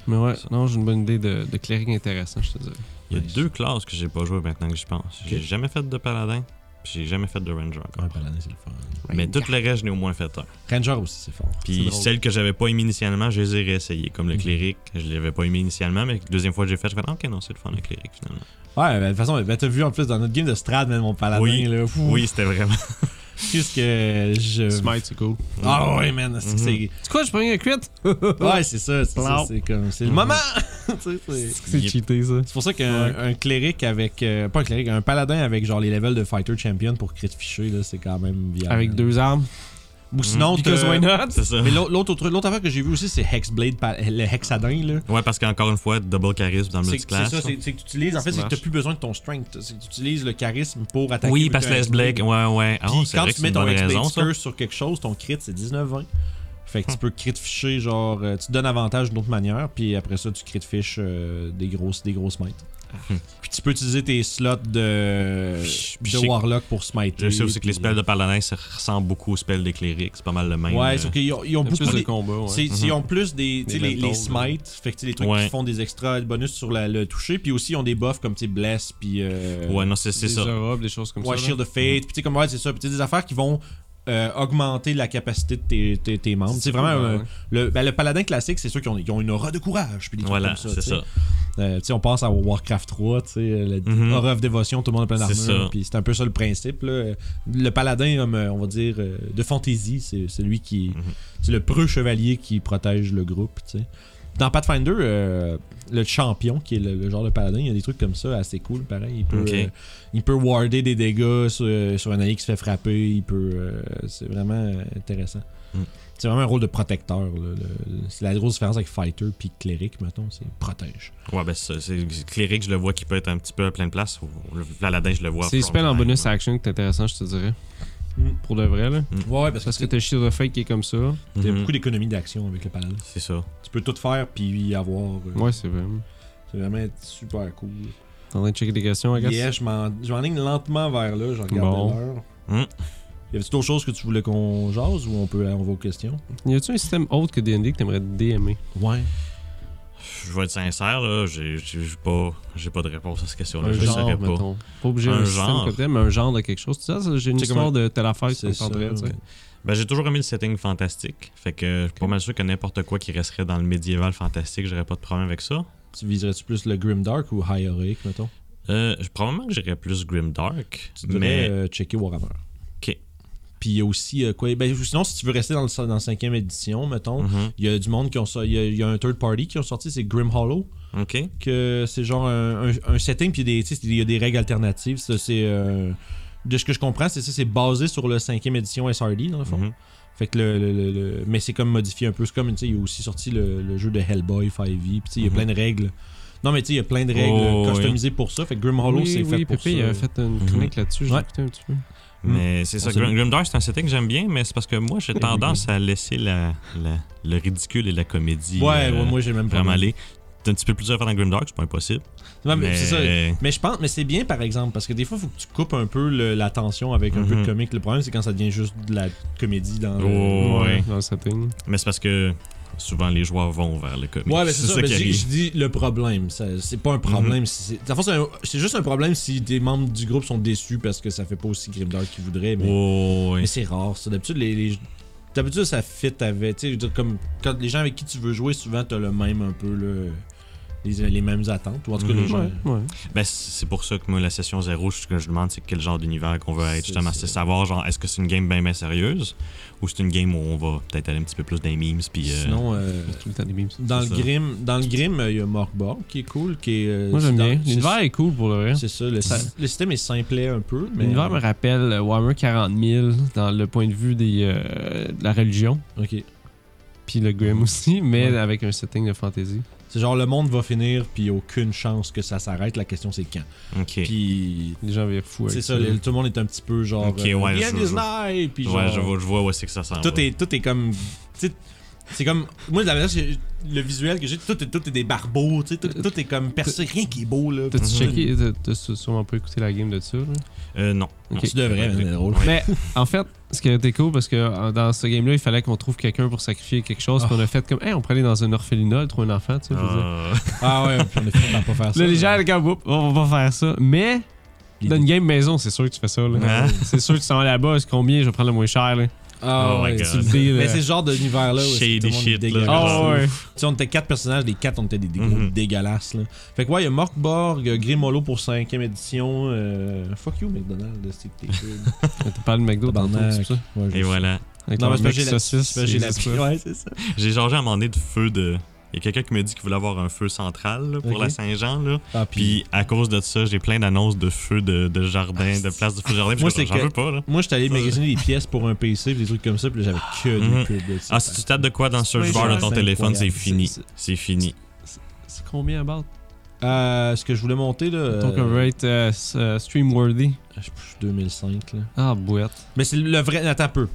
S2: Mais ouais, non, j'ai une bonne idée de, de cleric intéressant, je te dirais.
S3: Il y a
S1: Nice.
S3: deux classes que j'ai pas joué maintenant que je pense. J'ai
S1: Ok.
S3: jamais fait de paladin, puis j'ai jamais fait de ranger encore.
S1: c'est le fun.
S3: Mais toutes les restes, je n'ai au moins fait un.
S1: Ranger aussi, c'est fort.
S3: Puis
S2: C'est drôle.
S3: celles que j'avais pas aimées initialement, je les ai réessayées. Comme le
S1: Mhm.
S3: cléric, je l'avais pas aimé initialement, mais la deuxième fois que j'ai fait, j'ai fait, Ah, ok, non, c'est le fun, le cléric finalement.
S1: Ouais, ben, de toute façon, ben, t'as vu en plus dans notre game de Strad, même mon paladin.
S3: Oui.
S1: là, Ouh,
S3: Oui, c'était vraiment.
S1: Qu'est-ce que je.
S2: Smite, c'est cool.
S1: Ah ouais, man. c'est que
S3: Mm-hmm.
S1: c'est-
S2: C'est quoi, je prends un crit?
S1: Ouais, c'est ça. C'est ça, c'est comme. C'est le
S3: Mhm.
S1: moment. Tu sais, c'est-
S2: C'est
S3: Yep.
S2: cheaté, ça.
S1: C'est pour ça qu'un un cléric avec. euh, pas un cléric, un paladin avec genre les levels de fighter champion pour crit fiché, là, c'est quand même viable.
S2: Avec deux armes.
S1: Ou sinon,
S2: Because
S1: t'as-
S2: why not?
S3: C'est ça.
S1: Mais l'autre- l'autre autre- l'autre affaire que j'ai vu aussi, c'est Hexblade, pa- le hexadin, là.
S3: Ouais, parce qu'encore une fois, double charisme dans le
S1: C'est c'est
S3: multiclass.
S1: ça, c'est c'est que tu utilises. En fait,
S2: Ça
S1: c'est que t'as
S2: marche.
S1: plus besoin de ton strength. C'est que tu utilises le charisme pour attaquer.
S3: Oui,
S1: avec
S3: parce
S1: un
S3: que les
S1: Hexblade.
S3: blagues, ouais, ouais. Ah,
S1: Puis
S3: c'est
S1: quand
S3: vrai que
S1: tu
S3: c'est
S1: mets
S3: une
S1: ton
S3: bonne
S1: Hexblade
S3: raison, ça. Hum.
S1: curse sur quelque chose, ton crit, c'est 19-20. Fait que tu peux crit ficher, genre, euh, tu te donnes avantage d'une autre manière, puis après ça, tu crit fiches euh, des grosses, des grosses mites. Puis tu peux utiliser tes slots de,
S3: Hum. Puis- puis je
S1: de
S3: sais-
S1: Warlock pour smite.
S3: Je sais aussi que les spells de paladin, ça ressemble beaucoup aux spells des clérics. C'est pas mal le même.
S1: Ouais,
S3: euh,
S1: sauf qu'ils ont, ils ont
S2: Il y a
S1: beaucoup
S2: plus de
S1: des-
S2: combats, ouais.
S1: c'est- Ils ont plus des. Tu sais,
S2: Les
S1: les, les
S2: lentils, là.
S1: smites, fait que tu sais, les trucs
S3: Ouais.
S1: qui font des extra bonus sur la- le toucher, puis aussi ils ont des buffs comme tu sais, Bless, puis. euh,
S3: Ouais, non, c'est c'est
S2: Des
S3: ça.
S2: Europe, des choses comme
S1: Ouais,
S2: ça. là.
S1: Shield of Fate, puis tu sais, comme ouais, c'est ça, puis tu sais, des affaires qui vont euh, augmenter la capacité de tes, tes, tes membres. C'est vraiment
S2: Ouais,
S1: euh,
S2: ouais.
S1: le, ben, le paladin classique, c'est ceux qui ont, qui ont une aura de courage, puis des trucs
S3: Voilà,
S1: comme ça. tu
S3: c'est
S1: sais.
S3: ça.
S1: Euh, tu sais, on passe à Warcraft 3, tu sais, euh, le
S3: Mhm.
S1: Horror of Devotion, tout le monde a plein
S3: C'est ça.
S1: d'armure. Puis c'est un peu ça le principe. là. Euh, Le paladin, comme, euh, on va dire, euh, de fantaisie, c'est celui qui.
S3: Mhm.
S1: C'est le preux chevalier qui protège le groupe, tu sais. Dans Pathfinder, euh, le champion, qui est le, le genre de paladin, il y a des trucs comme ça assez cool, pareil. Il peut,
S3: Ok.
S1: euh, il peut warder des dégâts sur, sur un allié qui se fait frapper. Il peut. euh, c'est vraiment intéressant.
S3: Mm.
S1: C'est vraiment un rôle de protecteur. là. Le- le- c'est la grosse différence avec fighter puis cléric, mettons, c'est protège.
S3: Ouais, ben ça, c'est c'est- cléric, je le vois qui peut être un petit peu à plein de place. Ou- Le paladin, je le vois.
S2: C'est
S3: front
S2: spell en
S3: line,
S2: bonus
S3: là.
S2: action qui est intéressant, je te dirais.
S1: Mm.
S2: Pour de vrai, là.
S1: Ouais, parce
S2: Parce que t'as Shield of Fate qui est comme ça.
S1: t'as
S3: Mhm.
S1: beaucoup d'économies d'action avec le paladin.
S3: C'est ça.
S1: Tu peux tout faire puis avoir. euh,
S2: Ouais, c'est vrai.
S1: C'est vraiment super cool.
S2: T'es en train de checker des questions, I guess?
S1: Yeah, je m'en- je m'enligne lentement vers là, je regarde
S2: Bon.
S1: l'heure.
S3: Mm.
S1: Y avait-tu d'autres choses que tu voulais qu'on jase ou on peut on va aux questions?
S2: Y a-tu un système autre que D&D que t'aimerais DMer?
S1: Ouais.
S3: Je vais être sincère, là, j'ai j'ai- j'ai pas, j'ai pas de réponse à cette question-là.
S2: un
S3: je
S2: genre,
S3: saurais pas.
S2: mettons. Pas obligé
S3: Un
S2: un système
S3: genre.
S2: comme tel, mais un genre de quelque chose. Tu sais, ça, j'ai une
S1: C'est
S2: histoire
S1: comme
S2: de telle affaire qui
S1: C'est ça.
S2: me tu sais.
S3: Ben, j'ai toujours aimé le setting fantastique. Fait que je suis pas mal sûr que n'importe quoi qui resterait dans le médiéval fantastique, j'aurais pas de problème avec ça.
S1: Tu viserais-tu plus le Grimdark ou High Heroic, mettons?
S3: Euh, je- probablement que j'irais plus Grimdark.
S1: Tu devrais
S3: Mais
S1: euh, checker Warhammer.
S3: Ok.
S1: Puis il y a aussi euh, quoi. ben, sinon, si tu veux rester dans, le, dans la cinquième édition, mettons,
S3: Mhm.
S1: il y a du monde qui ont sorti. Il y a- il y, a un third party qui ont sorti, c'est Grim Hollow.
S3: Ok.
S1: que c'est genre un, un- un setting, puis il y a des- tu sais, il y a des règles alternatives. Ça, c'est, euh, de ce que je comprends, c'est ça, c'est basé sur le cinquième édition SRD, dans le fond.
S3: Mhm.
S1: Fait que le, le- le- le- mais c'est comme modifié un peu. C'est comme, tu sais, il y a aussi sorti le, le jeu de Hellboy 5e, puis tu sais, il y a
S3: Mhm.
S1: plein de règles. Non, mais tu sais, il y a plein de règles
S3: Oh, oui.
S1: customisées pour ça. Fait que Grim Hollow,
S2: oui,
S1: c'est
S2: oui,
S1: fait pour
S2: Pépé,
S1: ça.
S2: il a fait une
S3: Mhm.
S2: chronique là-dessus. J'ai
S1: Ouais.
S2: écouté un petit peu.
S3: Mais c'est
S1: Hmm.
S3: ça.
S1: On sait
S3: Grim- Grimdark, c'est un setting que j'aime bien, mais c'est parce que moi, j'ai tendance à laisser la, la- le ridicule et la comédie
S1: Ouais,
S3: euh,
S1: ouais, moi, j'ai même pas.
S3: vraiment aller. C'est un petit peu plus dur à faire dans Grimdark, c'est pas impossible.
S1: Non, mais
S3: mais
S1: c'est ça. Mais je pense, mais c'est bien par exemple, parce que des fois, faut que tu coupes un peu le- la tension avec un peu
S3: Mhm.
S1: de comique. Le problème, c'est quand ça devient juste de la comédie dans le-
S3: Oh, ouais.
S2: Dans le setting.
S3: mais c'est parce que souvent les joueurs vont vers le comics.
S1: Ouais, mais c'est ça. mais
S3: qui
S1: je,
S3: arrive.
S1: je dis le problème. Ça- C'est pas un problème. si c'est- dans le fond, c'est un- c'est juste un problème si des membres du groupe sont déçus parce que ça fait pas aussi Grimdark qu'ils voudraient. Mais,
S3: Ouais, ouais.
S1: mais c'est rare, ça. D'habitude, les, les- d'habitude, ça fit avec. Tu sais, je veux dire, comme quand les gens avec qui tu veux jouer, souvent, t'as le même un peu, le, les, les mêmes attentes. Ou en tout cas,
S3: Mhm.
S1: les gens.
S2: Ouais, ouais.
S3: Ben, c'est pour ça que moi, la session zéro, ce que je demande, c'est quel genre d'univers qu'on veut être,
S1: C'est
S3: justement.
S1: ça.
S3: C'est savoir, genre, est-ce que c'est une game bien, bien sérieuse ou c'est une game où on va peut-être aller un petit peu plus dans les memes, puis. euh,
S1: Sinon, euh,
S2: Tout le temps des memes.
S1: dans, le
S3: C'est ça.
S1: grim, dans le Grim, euh, il y a Morgborg qui est cool. Qui est, euh,
S2: Moi, j'aime
S1: dans-
S2: bien.
S1: c'est-
S2: L'univers est cool pour le vrai.
S1: C'est ça. Le, sy- le système est simplet un peu. Mais,
S2: L'univers me rappelle Warhammer 40 000 dans le point de vue des, euh, de la religion,
S1: Ok.
S2: puis le Grim aussi, mais
S1: Ouais.
S2: avec un setting de fantasy.
S1: C'est genre le monde va finir puis aucune chance que ça s'arrête. La question c'est quand.
S3: Ok.
S1: Puis
S2: Les gens virent fous. avec
S1: c'est ça, le- tout le monde est un petit peu genre. euh,
S3: Ok, ouais,
S1: The
S3: je-
S1: end
S3: je-
S1: is nigh, Puis genre,
S3: ouais, je vois, je vois où c'est que ça s'en
S1: tout
S3: va.
S1: est tout est comme, tu sais, c'est comme moi de la manière que j'ai- le visuel que j'ai, tout est tout est des barbeaux, tu sais, tout, tout est comme percé, rien qui est beau là.
S2: T'as-tu
S3: Mhm.
S2: checké T'as- T'as sû- sûrement pas écouté la game de ça, là?
S3: Euh, non.
S2: Ok.
S1: Tu devrais, mais c'est drôle.
S3: Ouais.
S2: Mais en fait, ce qui était cool, parce que euh, dans ce game-là, il fallait qu'on trouve quelqu'un pour sacrifier quelque chose. puis on a fait comme, hey, on pourrait aller dans un orphelinat, trouver un enfant, tu sais. je veux dire.
S3: Euh,
S1: Ah ouais, puis on est fini par pas faire ça.
S2: Là, les gens, les gars, Oups, on va pas faire ça. Mais, dans une game maison, c'est sûr que tu fais ça. là.
S3: Hein?
S2: C'est sûr que tu s'en vas là-bas, c'est combien je vais prendre le moins cher. Là.
S1: Ah
S3: Oh my
S1: ouais,
S3: God.
S2: Tu le dis, là.
S1: Mais c'est ce genre d'univers là où est-ce que tout le
S3: Shady
S1: monde est
S3: shit, là.
S1: dégueulasse.
S2: Ah ouais.
S1: Tu sais, on était quatre personnages, les quatre on était des, des
S3: Mhm.
S1: gros dégueulasses. Là. Fait que ouais, il y a Morkborg, euh, Grimolo pour 5 édition. euh, fuck you, McDonald's, c'est que t'es cool.
S2: T'as parlé de McDo tantôt,
S1: Tabarnak.
S2: c'est pour ça.
S1: Ouais, je-
S3: Et voilà.
S2: Avec
S1: Non,
S2: leur
S1: mais c'est parce que
S2: mec
S1: j'ai la-
S2: saucisse,
S1: j'ai la
S2: ils disent pas.
S1: Ouais, c'est ça.
S3: J'ai changé à un moment donné de feu de. Il y a quelqu'un qui me dit qu'il voulait avoir un feu central là, pour
S1: Ok.
S3: la Saint-Jean. là.
S1: Ah,
S3: Puis à cause de ça, j'ai plein d'annonces de feu de, de jardin, de place de feu de jardin. puis
S1: Moi,
S3: je suis
S1: Ah, c'est
S3: comme,
S1: que-
S3: J'en veux pas, là.
S1: moi, j'étais allé magasiner des pièces pour un PC, pis des trucs comme ça, puis j'avais que
S3: Mhm.
S1: des pubs. de ça.
S3: Ah, si tu tapes de quoi dans
S1: C'est pas
S3: Search Bar dans ton
S1: incroyable.
S3: téléphone, c'est
S1: C'est-
S3: fini.
S2: c'est-
S3: C'est fini.
S2: C'est combien à bord
S1: Euh, ce que je voulais monter, là.
S2: Ton
S1: euh,
S2: copyright euh, s- euh, streamworthy.
S1: je suis 2005, là.
S2: Ah, boîte.
S1: Mais c'est le vrai. Attends un peu.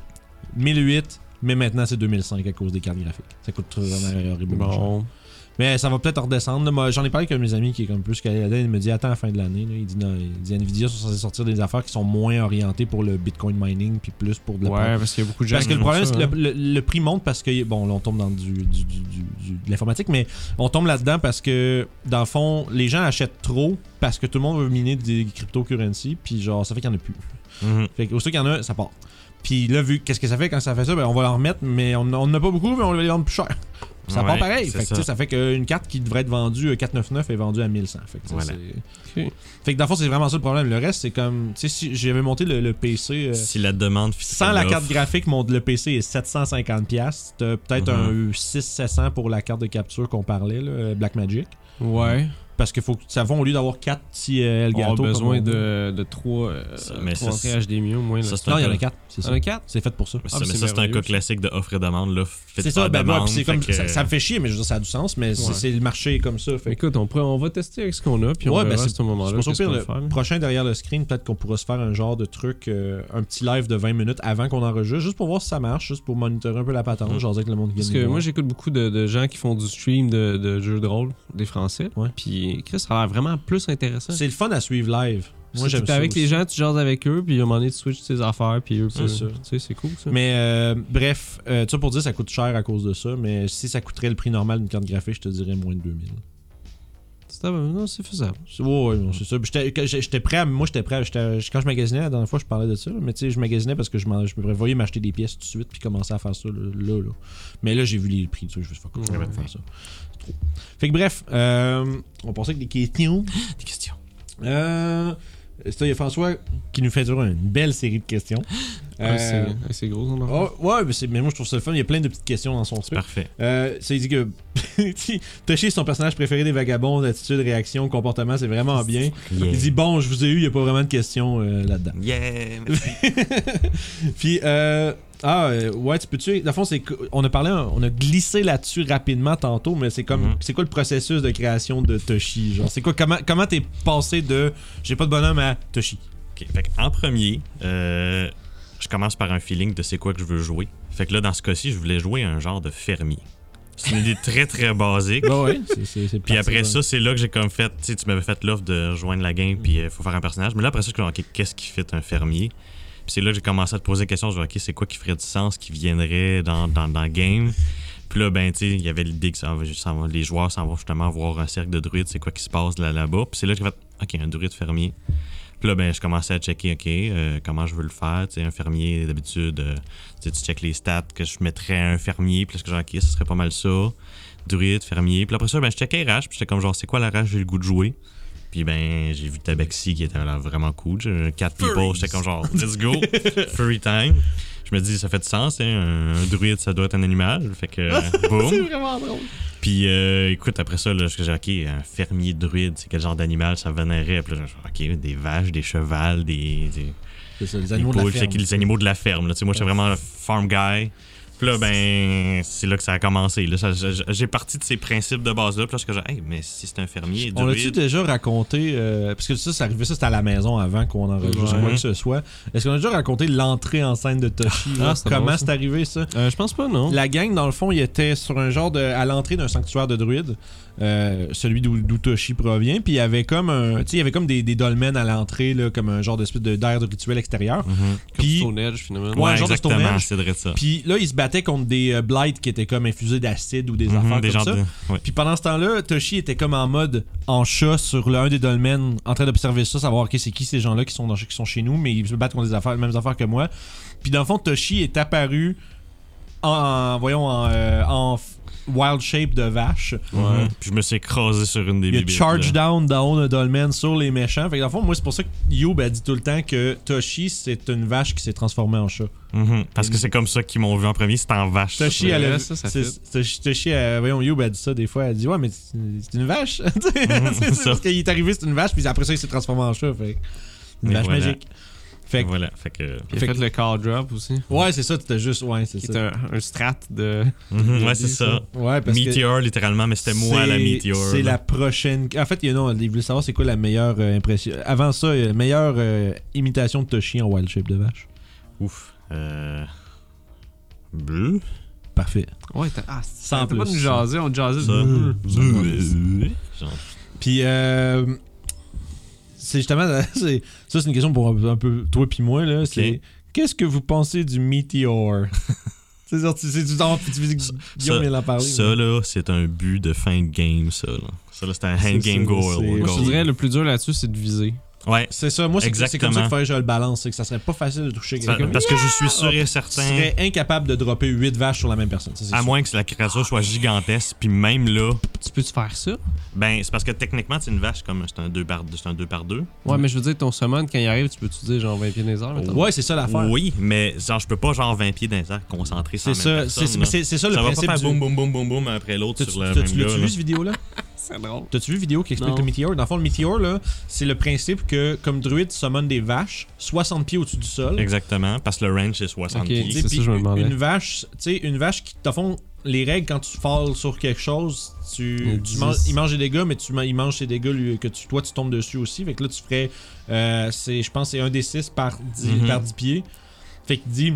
S1: 1008, mais maintenant c'est 2005 à cause des cartes graphiques. Ça coûte vraiment horriblement cher.
S2: Bon.
S1: Mais ça va peut-être redescendre. là. Moi, J'en ai parlé avec un de mes amis qui est comme plus calé là-dedans. Il me dit attends la fin de l'année. là. Il dit non, il dit Nvidia sont censés sortir des affaires qui sont moins orientées pour le Bitcoin mining puis plus pour de la
S2: Ouais, parce qu'il y a beaucoup de gens.
S1: parce que
S2: qui
S1: le
S2: font
S1: problème,
S2: ça,
S1: c'est que
S2: hein.
S1: le, le- le prix monte parce que, bon, là, on tombe dans du, du- du- du- du- de l'informatique, mais on tombe là-dedans parce que, dans le fond, les gens achètent trop parce que tout le monde veut miner des cryptocurrencies, puis genre, ça fait qu'il n'y en a plus.
S3: Mhm.
S1: Fait qu'aussitôt qu'il y en a, ça part. Puis là, vu qu'est-ce que ça fait quand ça fait ça, ben, on va en remettre, mais on on en a pas beaucoup, mais on va les vendre plus cher. Ça
S3: Ouais,
S1: part pareil.
S3: c'est
S1: Fait que,
S3: ça.
S1: tu sais, ça fait qu'une carte qui devrait être vendue euh, 499 est vendue à 1100. Fait que, tu sais,
S3: Voilà.
S1: c'est- Fait que dans le fond, c'est vraiment ça le problème. Le reste, c'est comme. Tu sais, si j'avais monté le, le PC. euh,
S3: Si la demande physique
S1: sans la
S3: l'offre,
S1: carte graphique, mon, le PC est 750$. piastres. T'as peut-être
S3: Mm-hmm.
S1: un 600-700$ pour la carte de capture qu'on parlait, là, euh, Blackmagic.
S2: Ouais.
S1: Parce qu'il faut que ça va au lieu d'avoir 4 petits euh,
S2: On a
S1: Elgato.
S2: besoin
S1: comme on dit.
S2: de, de 3 euh,
S3: Ça, mais
S2: trois
S3: ça, c'est-
S2: entrées HDMI au moins. là.
S3: ça, c'est
S1: Non, il y en a
S3: un-
S1: 4. C'est
S2: Il y
S1: ça.
S2: en a 4
S1: C'est fait pour ça.
S3: Mais
S2: Ah,
S3: ça,
S2: mais
S3: mais
S2: c'est
S3: ça, c'est un
S2: merveilleux,
S3: cas
S2: ça.
S3: classique de offre et demande. Là, faites
S1: C'est
S3: pas
S1: ça,
S3: de
S1: ben moi,
S3: demande,
S1: puis c'est
S3: fait
S1: comme,
S3: que-
S1: ça, ça me fait chier, mais je veux dire, ça a du sens, mais c'est-
S2: Ouais.
S1: c'est le marché est comme ça. Fait que-
S2: Écoute, on, pourrait, on va tester ce qu'on a, puis on
S1: Ouais, ben,
S2: verra à
S1: c'est-
S2: ce moment-là.
S1: C'est pour
S2: qu'est-ce
S1: ça, au pire,
S2: qu'on va
S1: le
S2: faire, là.
S1: prochain derrière le screen, peut-être qu'on pourra se faire un genre de truc, euh, un petit live de 20 minutes avant qu'on enregistre, juste pour voir si ça marche, juste pour monitorer un peu la patente,
S3: Mm.
S1: genre dire que le monde
S2: Parce
S1: vienne
S2: que
S1: nous
S2: moi,
S1: voir.
S2: j'écoute beaucoup de, de gens qui font du stream de, de jeux de rôle, des Français.
S1: Ouais.
S2: Puis Chris, ça a l'air vraiment plus intéressant.
S1: C'est le fun à suivre live. Moi,
S2: Moi,
S1: j'aime
S2: t'es
S1: ça.
S2: avec
S1: aussi.
S2: les gens, tu jases avec eux, puis à un moment donné, tu switches tes affaires, puis eux,
S1: C'est
S2: puis-
S1: ça.
S2: Tu sais, c'est cool ça.
S1: Mais euh, bref, euh, tout ça pour dire ça coûte cher à cause de ça, mais si ça coûterait le prix normal d'une carte graphique, je te dirais moins de 2000.
S2: C'est- Non, c'est faisable.
S1: C'est- Ouais, ouais, non, c'est ça. Puis j'étais- que- J'étais prêt à. Moi, j'étais prêt à. j'étais- Quand je magasinais, la dernière fois, je parlais de ça, là, mais tu sais, je magasinais parce que je, m'en- je me prévoyais m'acheter des pièces tout de suite puis commencer à faire ça là. là, là. Mais là, j'ai vu les prix, tu sais, je vais fuck off, je vais
S2: Ouais.
S1: pas faire ça. C'est trop. Fait que bref, euh, on pensait que des questions.
S3: Des questions.
S1: Euh, c'est ça, il y a François qui nous fait durer une belle série de questions.
S2: Ouais,
S1: Euh,
S2: c'est- ouais, c'est gros, son affaire.
S1: oh, ouais, mais, c'est- mais moi, je trouve ça le fun. Il y a plein de petites questions dans son truc.
S3: Parfait.
S1: Euh, ça, il dit que Toshi, son personnage préféré des vagabonds, attitude, réaction, comportement, c'est vraiment bien. Il dit bon, je vous ai eu, il n'y a pas vraiment de questions euh, là-dedans.
S3: Yeah!
S1: Puis euh, ah euh, ouais, tu peux-tu dans le fond c'est que- on a parlé on a glissé là-dessus rapidement tantôt mais c'est comme
S3: Mhm.
S1: c'est quoi le processus de création de Toshi genre c'est quoi comment comment t'es passé de j'ai pas de bonhomme à Toshi.
S3: Ok, fait en premier, euh, je commence par un feeling de c'est quoi que je veux jouer. Fait que là, dans ce cas-ci, je voulais jouer un genre de fermier. C'est une idée très très basique.
S1: ouais,
S3: Puis après ça, c'est là que j'ai comme fait, tu sais, tu m'avais fait l'offre de rejoindre la game, puis il faut faire un personnage. Mais là, après ça, je suis comme, ok, qu'est-ce qui fait un fermier? Puis c'est là que j'ai commencé à te poser des questions, genre, ok, c'est quoi qui ferait du sens, qui viendrait dans, dans, dans le game? Puis là, ben, tu sais, il y avait l'idée que ça va- ça va- les joueurs s'en vont justement voir un cercle de druides, c'est quoi qui se passe là- là-bas. Puis c'est là que j'ai fait, ok, un druide fermier. Puis là, ben, je commençais à checker, OK, euh, comment je veux le faire. Tu sais, un fermier, d'habitude, euh, tu sais, tu checkes les stats que je mettrais à un fermier. Puis là, je genre, OK, ce serait pas mal ça. Druide, fermier. Puis après ça, ben, je checkais RH. Puis j'étais comme, genre, c'est quoi la rage j'ai le goût de jouer? Puis ben, j'ai vu Tabaxi qui était là vraiment cool. J'ai- Quatre people, j'étais comme, genre, let's go, furry time. Je me dis, ça fait du sens, hein, un, un druide, ça doit être un animal. Fait que, euh, boum.
S1: vraiment drôle.
S3: Puis euh, écoute, après ça, là, je- j'ai ok, un fermier druide, c'est quel genre d'animal ça vénérait? Puis là, j'ai ok, des vaches, des chevals, des, des,
S1: C'est ça les
S3: des
S1: animaux de la
S3: poules,
S1: ferme.
S3: checker les animaux de la ferme. Là. Tu sais, moi, j'étais vraiment le farm guy. Puis là, ben, c'est là que ça a commencé. Là. Ça- j'ai- j'ai parti de ces principes de base-là. Puis là, je suis comme, hey, mais si c'est un fermier
S1: On l'a-tu
S3: druide,
S1: déjà raconté, euh, parce que ça, c'est arrivé, ça, c'était à la maison avant qu'on enregistre
S2: Ouais.
S1: quoi que ce soit. Est-ce qu'on a déjà raconté l'entrée en scène de Toshi?
S2: Ah,
S1: genre,
S2: c'était
S1: comment
S2: drôle, ça.
S1: c'est arrivé ça?
S2: Euh, je pense pas,
S3: Hein?
S2: non.
S1: La gang, dans le fond, il était sur un genre de. à l'entrée d'un sanctuaire de druides, euh, celui d'où d'où Toshi provient, puis il y avait comme un. Tu sais, il y avait comme des, des dolmens à l'entrée, là, comme un genre d'espèce de- d'air de rituel extérieur.
S3: Mhm.
S2: Comme
S1: Puis-
S2: Stone Edge, finalement.
S1: Ouais, un genre de Stone
S3: exactement,
S1: Edge.
S3: c'est vrai de ça.
S1: Puis là, ils se battaient contre des euh, blights qui étaient comme infusés d'acide ou des
S3: Mhm,
S1: affaires
S3: des
S1: comme
S3: genres
S1: ça.
S3: de- ouais.
S1: Puis pendant ce temps-là, Toshi était comme en mode en chat sur l'un des dolmens, en train d'observer ça, savoir ok c'est qui ces gens-là qui sont, dans- qui sont chez nous, mais ils se battent contre des affaires, les mêmes affaires que moi. Puis dans le fond, Toshi est apparu en, en- voyons en, euh, en f- wild shape de vache.
S3: Mhm. Puis je me suis écrasé sur une des
S1: Il a
S3: bibittes,
S1: charge
S3: là.
S1: down down un dolmen sur les méchants. Fait que dans le fond, moi c'est pour ça que Youb a dit tout le temps que Toshi c'est une vache qui s'est transformée en chat.
S3: Mhm. Parce que c'est comme ça qu'ils m'ont vu en premier, c'était en vache. ça.
S1: Toshi,
S2: Ouais,
S1: elle a-
S2: ça, ça
S1: c'est- Toshi, Toshi, elle- voyons, Youb a dit ça des fois. Elle dit Ouais, mais c'est c'est une vache. Tu sais, c'est
S3: Mhm, ça.
S1: parce qu'il est arrivé, c'est une vache, puis après ça, il s'est transformé en chat. Fait que une
S3: Et
S1: vache
S3: voilà.
S1: magique. Fait que,
S3: Voilà, fait
S2: Puis
S3: que.
S2: il
S1: Fait
S2: a fait
S1: que-
S2: le card drop aussi.
S1: ouais, c'est ça, t'étais juste. Ouais, c'est
S2: Qui
S1: ça.
S2: est un, un strat de.
S3: Mhm, ouais, c'est
S2: dit
S3: ça.
S1: Ouais, parce que
S3: Meteor, littéralement, mais c'était moi
S1: c'est-
S3: la Meteor.
S1: C'est
S3: là.
S1: la prochaine. En fait, il y a- non, il voulait savoir c'est quoi la meilleure euh, impression. Avant ça, euh, meilleure euh, imitation de Toshi en wild shape de vache.
S3: Ouf. Euh. Bleu.
S1: Parfait.
S2: Ouais, t'as. Ah, c'est-
S1: Sans
S2: t'as pas
S1: plus,
S2: de nous
S1: ça.
S2: jaser, on te jasait.
S3: Ça.
S2: de-
S3: Bleu. Genre,
S1: Puis, euh, c'est justement. c'est- ça, c'est une question pour un, un peu toi puis moi. là. C'est qu'est-ce que vous pensez du météore C'est sorti, c'est du temps. Tu fais
S3: Ça-
S1: Guillaume vient d'en parler.
S3: Ça, là, c'est un but de fin de game, ça. Là. Ça, là, c'est un
S1: C'est
S3: hand game
S1: ça,
S3: goal.
S1: c'est-
S2: Moi, je te
S1: Goal.
S2: dirais, le plus dur là-dessus, c'est de viser.
S3: Ouais.
S1: C'est ça, moi, c'est que- c'est comme ça
S3: Exactement.
S1: qu'il fallait que je le balance. C'est que ça serait pas facile de toucher
S3: Parce
S1: quelqu'un.
S3: parce que je suis sûr et
S1: Tu
S3: certain,
S1: serais incapable de dropper 8 vaches sur la même personne. ça, c'est
S3: à
S1: sûr.
S3: moins que la créature soit gigantesque, puis même là,
S2: Tu peux-tu faire ça?
S3: ben c'est parce que techniquement, c'est une vache comme c'est un 2 par 2, c'est un 2 par 2.
S2: Ouais, mais je veux dire, ton summon, quand il arrive, tu peux-tu dire genre 20 pieds dans les airs? mettons?
S1: Ouais, c'est ça l'affaire.
S3: Oui, mais genre je peux pas genre 20 pieds dans les airs concentré sur
S1: C'est
S3: la même
S1: ça, c'est
S3: personne,
S1: c'est- c'est-
S3: là.
S1: c'est ça le
S3: ça va pas
S1: principe
S3: faire
S1: du...
S3: boum boum boum boum boum après l'autre
S1: T'as-tu
S3: sur le
S1: t'as-tu-
S3: même gars.
S1: l'as-tu
S3: là.
S1: vu, cette vidéo-là?
S2: C'est drôle.
S1: T'as-tu vu vidéo qui explique
S2: Non.
S1: le météore? Dans le fond, le météore, là, c'est le principe que, comme druide, tu summon des vaches 60 pieds au-dessus du sol.
S3: Exactement, parce que le range c'est 60
S2: Ok.
S1: Tu
S3: pieds.
S1: sais,
S2: C'est
S1: puis
S2: ça, je me demandais.
S1: Une vache, tu sais, une vache qui, dans le fond, les règles, quand tu falls sur quelque chose, tu,
S2: Le
S1: tu
S2: 10.
S1: manges- il mange des dégâts, mais tu, ma- il mange ses dégâts lui, que tu, toi, tu tombes dessus aussi. Fait que là, tu ferais, euh, c'est, je pense, que c'est un des 6 par 10,
S2: Mm-hmm.
S3: Mhm.
S1: par 10 pieds. Fait que, dit,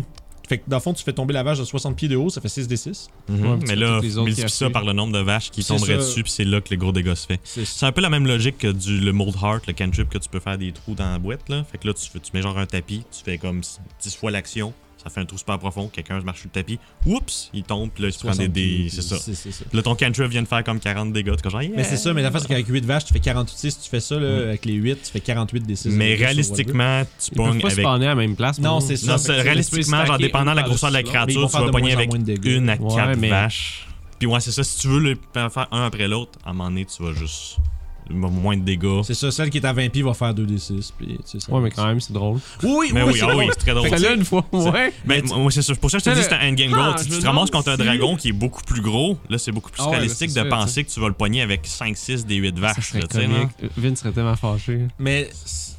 S1: fait que, dans le fond, tu fais tomber la vache de 60 pieds de haut, ça fait 6 des 6.
S3: Mhm.
S2: Ouais,
S3: mais
S2: puis
S3: là,
S2: toutes les autres qui
S3: multiplie ça
S2: appuient.
S3: par le nombre de vaches qui
S1: C'est
S3: tomberaient
S1: ça.
S3: dessus, puis c'est là que le gros dégât se fait.
S1: C'est
S3: C'est un peu la même logique que du le mold heart, le cantrip que tu peux faire des trous dans la boîte là. Fait que là tu, fais- tu mets genre un tapis, tu fais comme 10 fois l'action, ça fait un trou super profond, quelqu'un marche sur le tapis, oups, il tombe, puis là il se prend des, des c'est ça. Puis Là ton cantrip vient de faire comme 40 dégâts, t'es comme genre, yeah.
S1: Mais c'est ça, mais la face, c'est qu'avec 8 vaches, tu fais 48. Si tu fais ça, là, avec les 8, tu fais 48 des 6.
S3: Mais réalistiquement, tu
S2: Ils peuvent
S3: pognes
S2: pas
S3: avec
S2: spawner à la même place.
S1: Non,
S2: par
S1: c'est ça,
S2: exemple.
S3: Non,
S1: fait que
S3: c'est-
S1: tu peux
S3: réalistiquement, genre
S2: stacker
S3: dépendant
S2: une
S3: de la
S2: par-dessus
S3: grosseur de la
S2: l'autre,
S1: mais ils
S3: créature,
S1: vont
S3: tu
S1: faire
S3: vas
S1: de
S3: pogner
S1: moins en
S3: avec
S1: moins de dégâts.
S3: une à
S2: Ouais,
S3: quatre
S2: mais-
S3: vaches. Puis ouais, c'est ça, si tu veux le faire un après l'autre, à un moment donné, tu vas juste moins de dégâts.
S1: C'est ça, celle qui est à 20 pieds va faire 2 des 6. Puis, tu sais, ça.
S2: Ouais, mais quand même, c'est drôle.
S1: Oui,
S3: Mais oui,
S1: c'est
S3: ah oui,
S1: drôle.
S3: c'est très drôle.
S2: Fait que là, une fois, ouais.
S3: Mais moi, c'est ça. Pour ça, je te
S2: Mais
S3: dis,
S2: le-
S3: c'est un endgame goal.
S2: Ah,
S3: tu,
S2: je
S3: tu
S2: me
S3: te ramasses
S2: demande
S3: contre un
S2: si-
S3: dragon qui est beaucoup plus gros. Là, c'est beaucoup plus
S2: Ah ouais,
S3: réalistique
S2: là, c'est
S3: de
S2: sûr,
S3: penser que tu vas le pogner avec 5-6 des 8
S2: Ça
S3: vaches.
S2: serait
S3: là, tu sais, là.
S2: comique. Vin serait tellement fâché.
S1: Mais. c'est-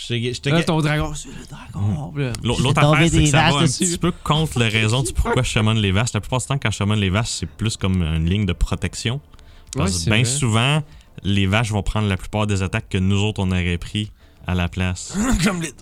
S1: Je te- je te
S2: Là, ton dragon, c'est le dragon. là.
S3: L'au-
S2: J'ai
S3: L'autre
S2: tombé
S3: affaire, c'est
S2: des
S3: que ça
S2: vaches
S3: va un
S2: dessus.
S3: petit peu contre la raison du pourquoi je shaman les vaches. La plupart du temps, quand je shaman les vaches, c'est plus comme une ligne de protection.
S2: Ouais,
S3: Parce
S2: c'est
S3: que bien
S2: vrai.
S3: souvent, les vaches vont prendre la plupart des attaques que nous autres, on aurait pris à la place.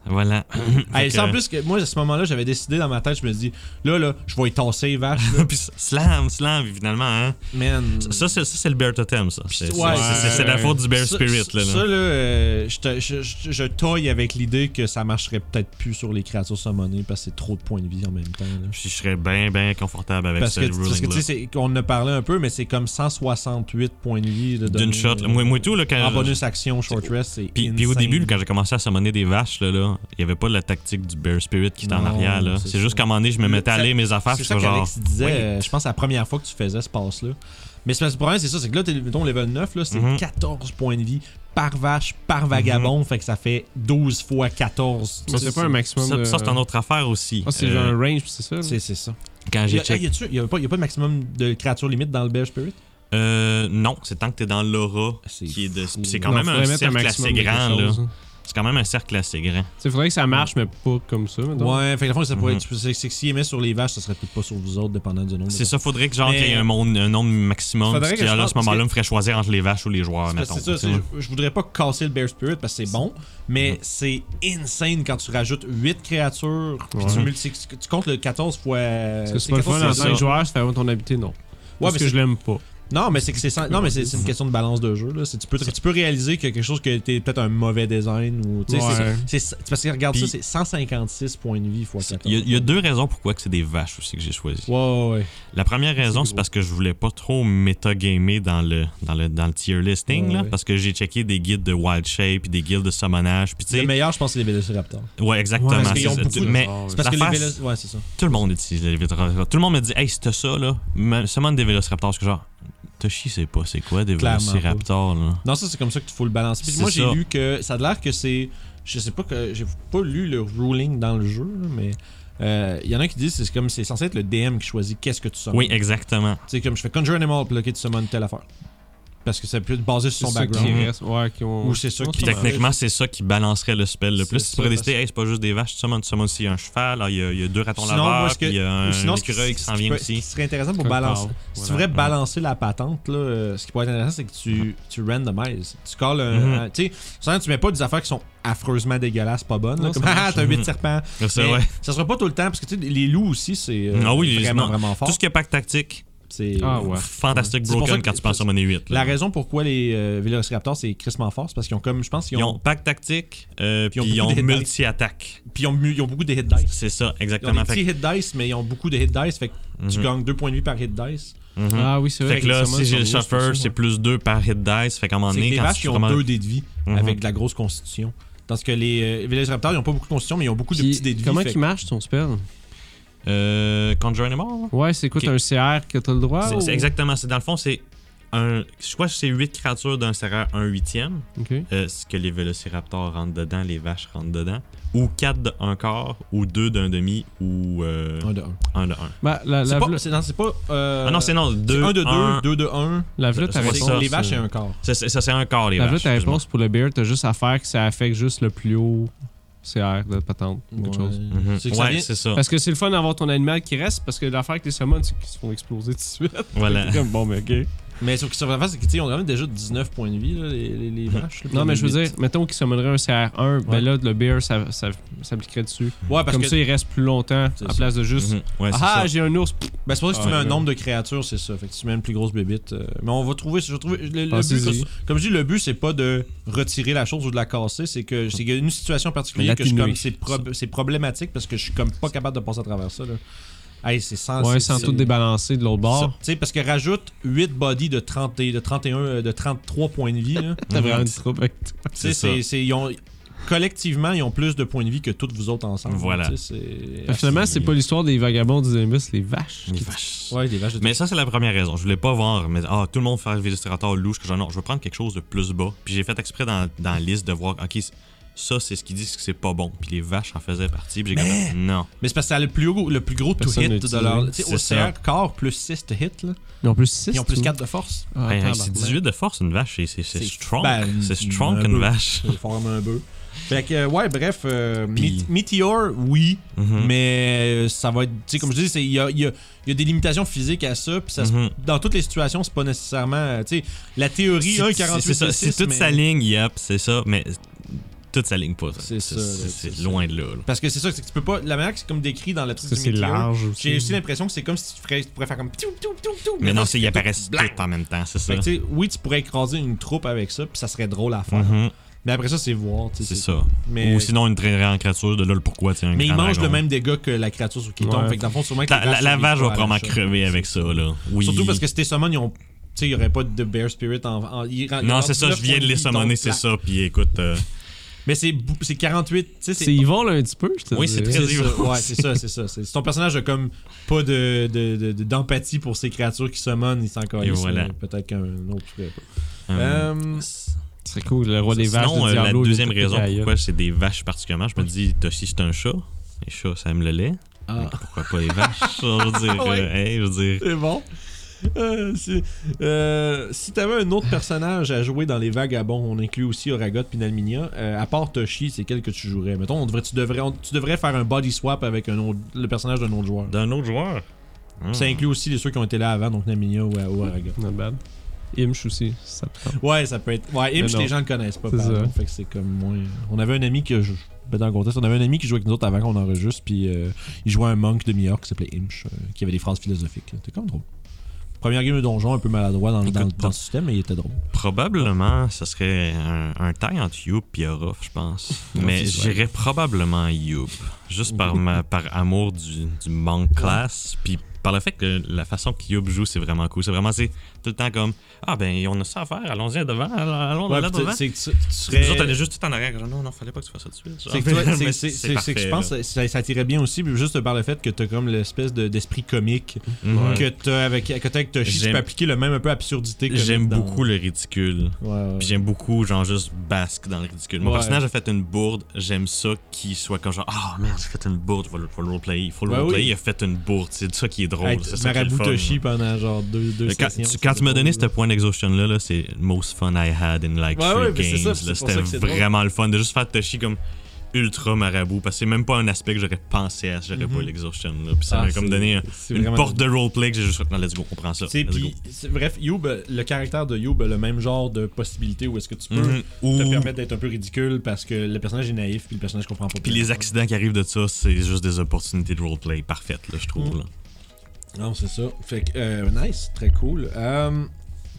S3: Voilà.
S1: Hey,
S3: Fait
S1: ça, en
S3: que-
S1: plus que moi, à ce moment-là, j'avais décidé dans ma tête, je me dis, là, là, je vais y tasser les vaches. là.
S3: Puis slam, slam, finalement. Hein.
S1: Man.
S3: Ça, c'est ça, c'est le bear totem, ça. C'est
S1: Ouais.
S3: c'est- c'est- c'est la faute du bear
S1: Ça-
S3: spirit.
S1: ça-
S3: Là,
S1: Ça,
S3: là.
S1: là, euh, je, te- je, je- je toille avec l'idée que ça marcherait peut-être plus sur les créatures summonées parce que c'est trop de points de vie en même temps. là.
S3: Puis je serais bien, bien confortable avec
S1: Parce
S3: ce
S1: que, parce que tu sais,
S3: ruling-là.
S1: c'est- on en a parlé un peu, mais c'est comme 168 points de vie. là,
S3: D'une
S1: donnés,
S3: shot.
S1: euh,
S3: là. Moi, moi, tout, là, quand.
S1: En
S3: je-
S1: bonus action, short rest, c'est.
S3: Puis, puis au
S1: insane.
S3: début, quand j'ai commencé à summoner des vaches, là, là, il n'y avait pas la tactique du Bear Spirit qui était en
S1: Non,
S3: arrière. là.
S1: c'est
S3: C'est
S1: ça.
S3: juste qu'à un moment donné, je me
S1: Le-
S3: mettais à
S1: ça-
S3: lire mes affaires,
S1: C'est
S3: puis
S1: ça
S3: je fais genre.
S1: qu'Alex disait,
S3: oui.
S1: euh, je pense, la première fois que tu faisais ce passe-là. Mais c'est parce que le problème, c'est ça, c'est que là, t'es, mettons, level 9, là, c'est
S3: Mhm.
S1: 14 points de vie par vache, par
S3: Mm-hmm.
S1: vagabond, fait que ça fait 12 fois 14.
S2: Mais c'est pas un maximum. euh,
S3: Ça,
S2: de-
S3: ça, c'est une autre affaire aussi.
S2: Ah, c'est
S3: Euh,
S2: genre un range, c'est ça? là?
S1: C'est, c'est ça. Il y
S3: Quand Ah, j'ai
S1: a, hey,
S3: checké.
S1: y a-tu- y a pas, y a pas de maximum de créatures limites dans le Bear Spirit
S3: Euh, non, c'est tant que t'es dans l'aura.
S1: C'est
S3: qui est de-
S1: fou.
S3: C'est quand
S2: Non,
S3: même
S2: faudrait
S3: un
S2: mettre
S3: cercle
S2: maximum
S3: assez
S2: de
S3: grand.
S2: quelque
S3: là.
S2: chose, hein.
S3: C'est quand même un cercle assez grand.
S2: Tu sais, faudrait que ça marche, mais pas comme ça. mettons.
S1: Ouais, fait que la fois, ça pourrait
S3: Mhm.
S1: être- c'est, c'est que s'il aimait sur les vaches, ça serait peut-être pas sur vous autres, dépendant du nombre. de
S3: C'est ça, faudrait que genre
S1: Mais-
S3: qu'il y ait un, monde- un nombre maximum.
S1: Faudrait
S3: Parce
S1: que
S3: que
S1: je
S3: là, à
S1: pense-
S3: ce moment-là,
S1: parce
S3: on me ferait choisir entre les vaches ou les joueurs,
S1: C'est parce
S3: mettons.
S1: que c'est ça, c'est- je, je voudrais pas casser le Bear Spirit parce que c'est bon, mais
S2: Mm-hmm.
S3: Mhm.
S1: c'est insane quand tu rajoutes 8 créatures, puis tu,
S2: Ouais.
S1: multi- tu comptes le 14 fois.
S2: Parce que c'est pas le fun en
S1: c'est
S2: tant
S1: ça.
S2: que joueur, ça fait avant ton habité, non.
S1: Ouais,
S2: Parce
S1: mais
S2: que
S1: c'est-
S2: je l'aime pas.
S1: Non, mais c'est que c'est sans- non, mais c'est c'est une question de balance de jeu. Là. C'est- Tu, peux, tu peux réaliser que quelque chose qui a été peut-être un mauvais design ou. tu sais, c'est-
S2: Ouais.
S1: c'est- c'est- Parce que regarde
S3: Puis-
S1: ça, c'est 156 points de vie fois 14.
S3: Il y a- il y, a deux raisons pourquoi que c'est des vaches aussi que j'ai choisi.
S1: Ouais, ouais, ouais.
S3: La première raison,
S2: C'est
S3: c'est
S2: gros.
S3: parce que je voulais pas trop métagamer dans le, dans le, dans le tier listing,
S1: Ouais,
S3: là,
S1: ouais.
S3: parce que j'ai checké des guides de Wild Shape, puis des guides de summonage, puis tu
S1: Le
S3: sais...
S1: meilleur, je pense, c'est les Velociraptors.
S3: Ouais, exactement.
S2: Ouais, parce
S3: c'est
S1: qu'ils ont
S3: ça.
S1: beaucoup de-
S3: mais
S1: C'est parce
S3: La
S1: que les
S3: face-
S1: Vélo- Ouais, c'est ça.
S3: tout le monde utilise les Vélociraptors. Tout le monde me dit « Hey, c'était ça, là, me- summon des Vélociraptors. » Parce que genre, Toshi sait pas c'est quoi des
S1: Clairement pas.
S3: Vélociraptors, là.
S1: Non, ça, c'est comme ça que tu faut le balancer. Puis
S3: C'est
S1: moi, j'ai
S3: ça.
S1: lu que. Ça a l'air que c'est. Je sais pas que. J'ai pas lu le ruling dans le jeu, là, mais. euh, Il y en a qui disent c'est comme c'est censé être le DM qui choisit qu'est-ce que tu summons.
S3: Oui, exactement.
S1: Tu sais, comme je fais Conjure Animal, puis là, ok, tu summons telle affaire. Parce que ça peut être basé sur son
S2: ceux
S1: background.
S2: Qui restent, ouais, qui ont...
S1: Ou c'est ça
S2: Non,
S1: qui-
S2: c'est pas mal.
S3: Techniquement, c'est ça qui balancerait le spell le
S1: C'est
S3: plus. Tu
S1: ça,
S3: pourrais
S1: parce-
S3: décider, hey, c'est pas juste des vaches, tu summons, tu summons aussi un cheval, alors il y, a- il y a deux ratons
S1: Sinon, moi,
S3: laveurs,
S1: ce que-
S3: puis il y a un
S1: Ou sinon, ce qui-
S3: écureuil qui s'en
S1: ce qui
S3: vient
S1: peut- Ce
S3: aussi.
S1: qui serait intéressant pour
S2: Coq
S1: balancer.
S2: parle.
S1: Si tu
S2: Voilà.
S1: voudrais balancer la patente, là, euh, ce qui pourrait être intéressant, c'est que
S3: Mm-hmm.
S1: tu, tu randomises. Tu colles un.
S3: Mhm.
S1: un- tu sais, souvent, tu mets pas des affaires qui sont affreusement dégueulasses, pas bonnes. là,
S2: Non,
S1: comme,
S2: ça
S1: ah,
S2: marche.
S1: t'as 8
S3: Mhm.
S1: serpents.
S3: C'est
S1: Mais
S3: vrai.
S1: Ça sera pas tout le temps, parce que tu sais, les loups aussi, c'est euh,
S3: Ah oui, les-
S1: vraiment,
S3: non.
S1: vraiment fort.
S3: Tout ce qui est pack tactique,
S1: C'est
S2: Ah ouais.
S3: Fantastic
S1: C'est pour ça
S3: Broken
S1: que-
S3: quand tu penses à monnaie 8.
S1: la raison pourquoi les euh, Velociraptors, c'est crissement fort, c'est parce qu'ils ont comme, je pense, qu'ils
S3: Ils
S1: ont,
S3: ont pack tactique, euh,
S1: Puis ils
S3: puis
S1: ont
S3: ils
S1: beaucoup
S3: ont
S1: des dice.
S3: multi-attaque.
S1: puis ils ont, mu- ils ont beaucoup de hit dice.
S3: C'est ça,
S1: Ils ont des
S3: exactement. Mhm. Fait
S1: petits
S3: que-
S1: hit dice, mais ils ont beaucoup de hit dice, fait que tu gagnes 2 points de vie par hit dice.
S3: Mhm.
S2: Ah oui, c'est vrai.
S3: Fait que là,
S2: les summons
S3: si j'ai
S2: sont gros,
S3: le
S2: pour ça,
S3: suffer, c'est
S2: ouais.
S3: plus 2 par hit dice. Fait qu'à un moment
S1: C'est que
S3: donné,
S1: les
S3: quand
S1: vaches,
S3: tu
S1: ils ont
S3: vraiment-
S1: deux dés de vie
S3: Mhm.
S1: avec de la grosse constitution. Parce que les euh, Velociraptors, ils ont pas beaucoup de constitution, mais ils ont beaucoup de
S2: Puis,
S1: petits dés de vie.
S2: Comment
S1: fait
S2: qui marche ton spell
S3: Euh, Conjure Animal
S2: Ouais, c'est quoi
S3: Ok.
S2: T'as un CR que t'as le
S1: Ah,
S2: droit
S3: C'est-
S2: ou-
S3: c'est Exactement. C'est, dans le fond, c'est un. Soit c'est 8 créatures d'un serreur 1 huitième,
S2: Ok.
S3: euh, ce que les vélociraptors rentrent dedans, les vaches rentrent dedans, ou 4 d'un quart, ou 2 d'un demi, ou euh,
S1: Un de un.
S3: un de un.
S2: Bah, la,
S1: C'est
S2: la,
S1: pas.
S2: v'là-
S1: c'est- non, c'est pas. euh,
S3: ah non, c'est non, 2
S1: un de deux, deux de un.
S2: la v'là, ta
S3: C'est
S1: C'est-
S3: ça,
S2: réponse.
S1: les vaches,
S3: c'est-
S1: c'est un quart.
S3: Ça, c'est, ça, c'est un quart, les
S2: La v'là,
S3: vaches.
S2: ta
S3: excuse-moi.
S2: réponse pour le beer, t'as juste à faire que ça affecte juste le plus haut CR de patente ou quelque chose.
S3: Mhm.
S1: C'est que ça
S3: Ouais,
S1: vient-
S3: c'est ça.
S2: Parce que c'est le fun d'avoir ton animal qui reste, parce que l'affaire avec les summons, c'est qu'ils se font exploser tout de suite.
S3: Voilà.
S2: C'est comme, bon, mais ok.
S1: Mais sauf que ça va faire, c'est qu'ils ont quand même déjà 19 points de vie, là, les, les- les vaches. là,
S2: Non, mais je veux
S1: puis
S2: dire, mettons qu'il summonerait un CR1,
S1: Ouais.
S2: ben là, le beer, ça, ça, s'appliquerait dessus.
S1: Ouais, parce
S2: Comme
S1: que.
S2: ça, il reste plus longtemps,
S1: C'est
S2: en
S1: ça.
S2: place de juste.
S3: Mhm. Ouais, c'est
S2: Ah,
S3: ça.
S2: j'ai un ours. Pff,
S1: Ben, c'est pour ça que si
S3: Ouais,
S1: tu mets un
S3: ouais.
S1: nombre de créatures, c'est ça. Fait que si tu mets une plus grosse bébite. euh, Mais on va trouver. Je vais trouver le, le but,
S2: Pensez-y.
S1: comme- comme je dis, le but, c'est pas de retirer la chose ou de la casser. C'est que c'est qu'il y a une situation particulière que je suis
S2: L'atténuer.
S1: comme. C'est prob- c'est problématique parce que je suis comme pas capable de passer à travers ça. Là. Hey, c'est sans.
S3: Ah,
S2: Ouais,
S1: c'est-
S2: sans
S1: c'est-
S2: tout débalancer de l'autre
S1: ça.
S2: bord.
S1: Tu sais, parce que rajoute 8 bodies de, 30 et- de 31, euh, de 33 points de vie. là.
S2: T'as vraiment
S3: Mhm.
S2: du trouble avec toi.
S1: Tu sais,
S3: C'est ça.
S1: c'est- c'est- ils ont- collectivement, ils ont plus de points de vie que toutes vous autres ensemble.
S3: Voilà.
S1: Tu sais, c'est-
S3: Ah,
S2: Fait que Finalement, c'est pas l'histoire des vagabonds du Nimbus, c'est les vaches.
S3: Les vaches.
S1: euh, Ouais, des vaches de
S3: Mais ça, c'est la première raison. Je voulais pas voir, mais ah, tout le monde fait le Vélociraptor louche. Que genre, non, je veux prendre quelque chose de plus bas. Puis j'ai fait exprès dans, dans la liste de voir, ok, c- ça, c'est ce qu'ils disent que c'est pas bon. Puis les vaches en faisaient partie. Puis j'ai
S1: Mais-
S3: comme, non.
S1: Mais c'est parce que ça a le plus gros, le plus gros to
S2: Personne
S1: hit
S2: n'utilise.
S1: de leur. Tu sais, au
S3: C'est ça.
S1: CR, corps plus 6 to hit, là.
S2: Ils ont plus Ah, 6.
S1: Ils ont plus 4 de force.
S3: Hey, hey, c'est 18 de force, une vache. C'est, c'est, c'est
S1: C'est-
S3: strong.
S1: ben,
S3: c'est strong,
S1: un
S3: une
S1: peu.
S3: vache.
S1: C'est fort comme un bœuf. Fait que, euh, ouais, bref, euh,
S3: Puis-
S1: Mét- Meteor, oui,
S3: Mhm.
S1: mais euh, ça va être. Tu sais, comme je dis, c'est- il y a, il y a- il y a des limitations physiques à ça, puis ça se-
S3: Mhm.
S1: dans toutes les situations, c'est pas nécessairement. euh, Tu sais, la théorie
S3: C'est-
S1: 1,
S3: c'est- c'est
S1: 48
S3: ça, c'est toute sa ligne, yep, c'est ça, mais toute sa ligne pas. ça.
S1: C'est ça,
S3: c'est-
S1: là,
S3: c'est
S1: c'est
S3: loin de là. là.
S1: Parce que c'est ça, c'est que tu peux pas. La manière que c'est comme décrit dans la truc
S2: Ça,
S1: du
S2: c'est
S1: Meteor,
S2: large aussi.
S1: J'ai aussi l'impression que c'est comme si tu, ferais, tu pourrais faire comme. ptiou, ptiou, ptiou, ptiou,
S3: Mais non,
S1: là,
S3: c'est, ils apparaissent tous en même temps, c'est ça.
S1: Fait que, Ben, tu sais, oui, tu pourrais écraser une troupe avec ça, puis ça serait drôle à faire.
S3: Mhm,
S1: Mais après ça, c'est voir. tu sais,
S3: c'est ça.
S1: Mais,
S3: Ou sinon, une très en créature, de là le pourquoi, tu sais, un
S1: mais ils
S3: grand
S1: mangent le
S3: dragon.
S1: même dégât que la créature sur qui ils
S2: Ouais.
S1: tombe. Fait que dans le fond, sûrement que
S3: La,
S1: les
S3: la-
S1: vaches
S3: la
S1: survivent
S3: vache
S1: pas
S3: va
S1: à
S3: probablement
S1: l'achat.
S3: crever avec ça, là. Oui.
S1: Surtout parce que si t'es summon, ils ont. Tu sais, il n'y aurait pas de Bear Spirit en. en- ils rendent- ils
S3: Non,
S1: rendent
S3: c'est ça, je
S1: 19
S3: viens de
S1: points
S3: les
S1: vie,
S3: summoner,
S1: donc,
S3: c'est
S1: là.
S3: ça. Puis écoute, euh,
S1: Mais c'est bou- c'est 48. Tu sais,
S2: C'est
S1: c'est.
S2: ils vont là un petit peu, je te
S3: Oui, c'est
S2: dirais.
S3: très-
S1: c'est ça,
S3: Evil.
S1: Ouais, c'est ça, c'est ça. C'est c'est ton personnage a comme pas de de- de- de- d'empathie pour ces créatures qui summonent, il s'en calisse,
S3: voilà.
S1: euh, Peut-être qu'un autre. pourrait pas.
S3: euh,
S1: Euh,
S2: C'est cool, le roi des vaches.
S3: sinon,
S2: de
S3: euh, la
S2: Diablo, il
S3: deuxième
S2: est tout
S3: raison
S2: pété à gueule.
S3: pourquoi c'est des vaches particulièrement, je me dis, Toshi, c'est un chat. Les chats, ça aime le lait.
S1: ah.
S3: Pourquoi pas les vaches? je veux dire, euh, hey, je veux dire.
S1: C'est bon. Euh, c'est- euh, si t'avais un autre personnage à jouer dans les vagabonds, on inclut aussi Oragot puis Nalminia, euh, à part Toshi, c'est quel que tu jouerais Mettons, on devrait, tu, devrais, on- tu devrais faire un body swap avec un autre- le personnage d'un autre joueur.
S3: D'un autre joueur. Hmm.
S1: Ça inclut aussi les ceux qui ont été là avant, donc Nalminia ou, ou Oragot.
S2: Not bad. Imch aussi, ça te tente.
S1: Ouais, ça peut être. Ouais,
S2: Mais
S1: Imch,
S2: non.
S1: les gens le connaissent pas,
S2: C'est
S1: par
S2: ça.
S1: exemple, Fait que c'est comme moins. On avait un ami que je. Ben dans le contexte, on avait un ami qui jouait avec nous autres avant qu'on enregistre, puis euh, il jouait un monk de New York qui s'appelait Imch, euh, qui avait des phrases philosophiques. C'était comme drôle. Première game de donjon, un peu maladroit dans, le- dans, le-
S3: Écoute,
S1: dans le système, mais il était drôle.
S3: Probablement, ce serait un, un taille entre Youp et Orof, je pense. Mais
S1: si, ouais.
S3: j'irais probablement Youp. Juste par, ma- par amour du, du manque classe. Puis par le fait que la façon que Youp joue, c'est vraiment cool. C'est vraiment c'est tout le temps comme Ah ben, on a ça à faire, allons-y devant, allons
S1: Ouais,
S3: là
S1: puis
S3: devant.
S1: tu- c'est que tu, tu serais.
S3: hein? Nous autres, on est juste tout en arrière. genre, non, non, fallait pas que tu fasses ça tout de suite.
S1: C'est que toi,
S3: Mais
S1: c'est- c'est- c'est- c'est que je
S3: parfait,
S1: pense
S3: là.
S1: que ça, ça tirait bien aussi, puis juste par le fait que t'as comme l'espèce de- d'esprit comique
S3: Mhm.
S1: que t'as avec, que t'as avec Toshi, tu
S3: J'aime-
S1: peux appliquer le même un peu absurdité que
S3: J'aime
S1: dans-
S3: beaucoup le ridicule.
S1: Ouais, ouais.
S3: Puis j'aime beaucoup, genre, juste basque dans le ridicule. Mon
S1: Ouais.
S3: personnage a fait une bourde, j'aime ça qu'il soit comme genre, ah merde, j'ai fait une bourde, faut le, faut le roleplay, il faut le
S1: Ouais,
S3: roleplay,
S1: Ben oui.
S3: il a fait une bourde, c'est ça qui est drôle,
S1: Hey,
S3: c'est ça qui est le
S1: Marabout
S3: fun.
S1: Toshi pendant genre deux, deux
S3: Quand-
S1: sessions,
S3: tu,
S1: ça,
S3: quand
S1: c'est
S3: tu m'as donné
S1: drôle,
S3: ce point d'exhaustion là, là, c'est most fun I had in like
S1: Ouais,
S3: three
S1: ouais, mais c'est
S3: games.
S1: ça, c'est
S3: là.
S1: pour ça
S3: C'était
S1: que c'est drôle.
S3: vraiment le fun de juste faire Toshi comme ultra marabout parce que c'est même pas un aspect que j'aurais pensé à si j'aurais pas
S1: Mhm.
S3: l'exhaustion là. Puis ça
S1: Ah,
S3: m'a comme
S1: c'est-
S3: donné un-
S1: c'est
S3: une
S1: vraiment-
S3: porte de roleplay que j'ai juste fait, non, let's go, on prend ça.
S1: Tu sais,
S3: let's go.
S1: puis, c'est- bref, Youb, euh, le caractère de Youb a le même genre de possibilité où est-ce que tu peux
S3: Mhm. Ou-
S1: te permettre d'être un peu ridicule parce que le personnage est naïf puis le personnage comprend pas. Mm.
S3: Puis les accidents qui arrivent de ça, c'est juste des opportunités de roleplay parfaites, là, je trouve. Là.
S1: Non, c'est ça. Fait que, euh, nice, très cool. Euh,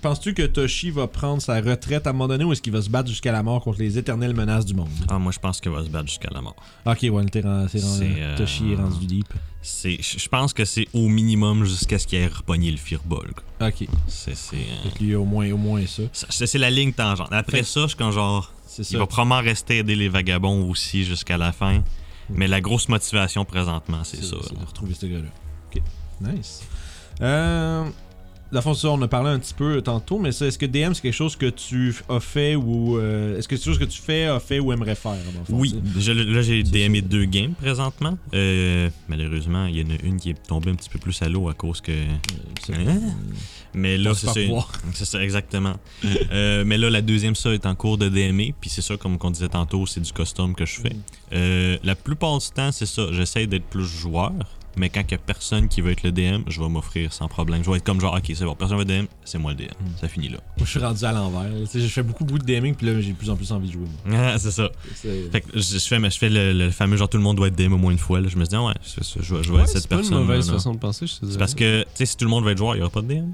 S1: Penses-tu que Toshi va prendre sa retraite à un moment donné ou est-ce qu'il va se battre jusqu'à la mort contre les éternelles menaces du monde?
S3: Ah, moi, je pense qu'il va se battre jusqu'à la mort.
S1: Ok, ouais, t'es rendu- c'est rendu-
S3: C'est, euh,
S1: Toshi est rendu deep.
S3: C'est, je je pense que c'est au minimum jusqu'à ce qu'il ait repogné le fireball. quoi.
S1: Ok,
S3: C'est, c'est, euh,
S1: donc lui, au moins, au moins ça.
S3: ça- c'est, c'est la ligne tangente. Après
S1: Fait-
S3: ça, je suis comme genre,
S1: C'est
S3: il
S1: ça. Mm.
S3: va probablement rester aider les vagabonds aussi jusqu'à la fin. Mais la grosse motivation présentement, c'est, ça.
S1: C'est de retrouver ce gars-là. Ok, nice. Euh, la fond, ça, on a parlé un petit peu tantôt, mais ça, est-ce que DM, c'est quelque chose que tu as fait ou. euh, est-ce que c'est quelque chose que tu fais, as fait ou aimerais faire? dans le fond,
S3: Oui,
S1: tu sais?
S3: je- là j'ai
S1: C'est
S3: DMé
S1: ça.
S3: deux games présentement. Euh, malheureusement, il y en a une qui est tombée un petit peu plus à l'eau à cause que.
S1: Euh, ça-
S3: Hein? Mais là,
S1: Passe
S3: c'est
S1: par
S3: ça. une-
S1: voir.
S3: C'est ça, exactement. Euh, mais là, la deuxième, ça est en cours de DMé. Puis c'est ça, comme on disait tantôt, c'est du custom que je fais.
S1: Mm.
S3: Euh, la plupart du temps, c'est ça. J'essaie d'être plus joueur. Mais quand il n'y a personne qui veut être le DM, je vais m'offrir sans problème. Je vais être comme genre, ok, c'est bon, personne veut être DM, c'est moi le DM.
S1: Mm.
S3: Ça finit là.
S1: Moi, je suis rendu à l'envers. là. Tu sais, Je fais beaucoup, beaucoup de DMing, puis là, j'ai de plus en plus envie de jouer. moi.
S3: Ah, c'est ça.
S1: C'est-
S3: Fait que je, je fais, mais je fais le, le fameux genre, tout le monde doit être DM au moins une fois. là. Je me dis, ah ouais, c'est ça, je, vais- je vais
S2: Ouais,
S3: être
S2: c'est
S3: cette
S2: pas
S3: personne.
S2: une mauvaise façon de penser, je te
S3: C'est
S2: dirais.
S3: parce que, tu sais, si tout le monde va être joueur, il n'y aura pas de DM.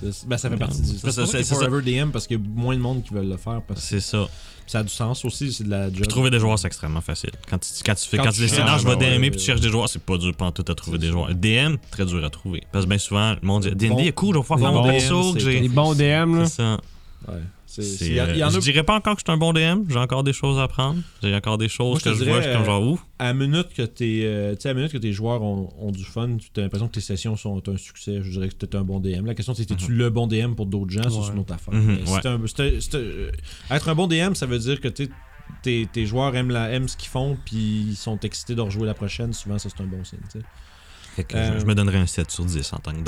S1: c'est- Ben, ça fait
S3: Non,
S1: partie du.
S3: c'est
S1: C'est
S3: ça,
S1: ça,
S3: c'est ça.
S1: Forever DM parce qu'il y a moins de monde qui veulent le faire. Parce que
S3: C'est ça.
S1: ça a du sens aussi, c'est de la job.
S3: Puis trouver des joueurs, c'est extrêmement facile. Quand tu, quand tu, fais,
S1: Quand
S3: quand
S1: tu
S3: tu décides,
S1: cherches,
S3: non, je vais
S1: ouais,
S3: DMer,
S1: ouais,
S3: puis tu
S1: ouais.
S3: cherches des joueurs, c'est pas dur pantoute à trouver
S1: C'est
S3: des
S1: ça.
S3: joueurs. DM, très dur à trouver. Parce que bien souvent, le monde dit DND
S1: Bon-
S3: est cool, je vais pouvoir
S1: bon
S3: faire mon
S1: DM,
S3: perso. que
S1: c'est
S3: j'ai-
S2: Les bons DM, là.
S3: C'est ça.
S1: Ouais. C'est- c'est-
S3: C'est,
S1: Il y, a- il y
S3: euh,
S1: en
S3: Je
S1: a
S3: dirais pas encore que je suis un bon DM, j'ai encore des choses à apprendre. J'ai encore des choses
S1: Moi, je
S3: que
S1: te
S3: je vois, je
S1: dirais,
S3: suis comme genre, ouf.
S1: à la minute que tes euh, tu sais, à la minute que tes joueurs ont, ont du fun, tu as l'impression que tes sessions sont un succès. Je dirais que t'es un bon DM. La question c'est es-tu le bon DM pour d'autres gens, ça, c'est
S2: Ouais.
S1: une autre affaire.
S3: Mhm,
S1: Mais c'est
S3: ouais.
S1: un- c'est un- c'est un- euh, être un bon DM, ça veut dire que t'es- tes, tes joueurs aiment, la, aiment ce qu'ils font puis ils sont excités de rejouer la prochaine. Souvent ça c'est un bon signe. tu sais.
S3: Fait que
S1: Euh,
S3: je, je me donnerais un 7 sur 10 en tant que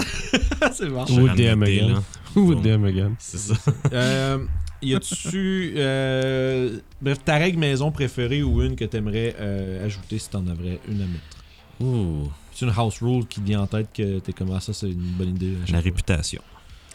S1: c'est bon.
S2: Ou DM
S3: Randoté,
S2: again.
S3: là.
S2: Ou
S3: Bon.
S2: DM again.
S3: C'est ça.
S1: Euh, y a-tu euh, bref ta règle maison préférée ou une que t'aimerais euh, ajouter si t'en avais une à mettre?
S3: Ouh,
S1: C'est une house rule qui te vient en tête que t'es comme ah, ça c'est une bonne idée.
S3: la réputation.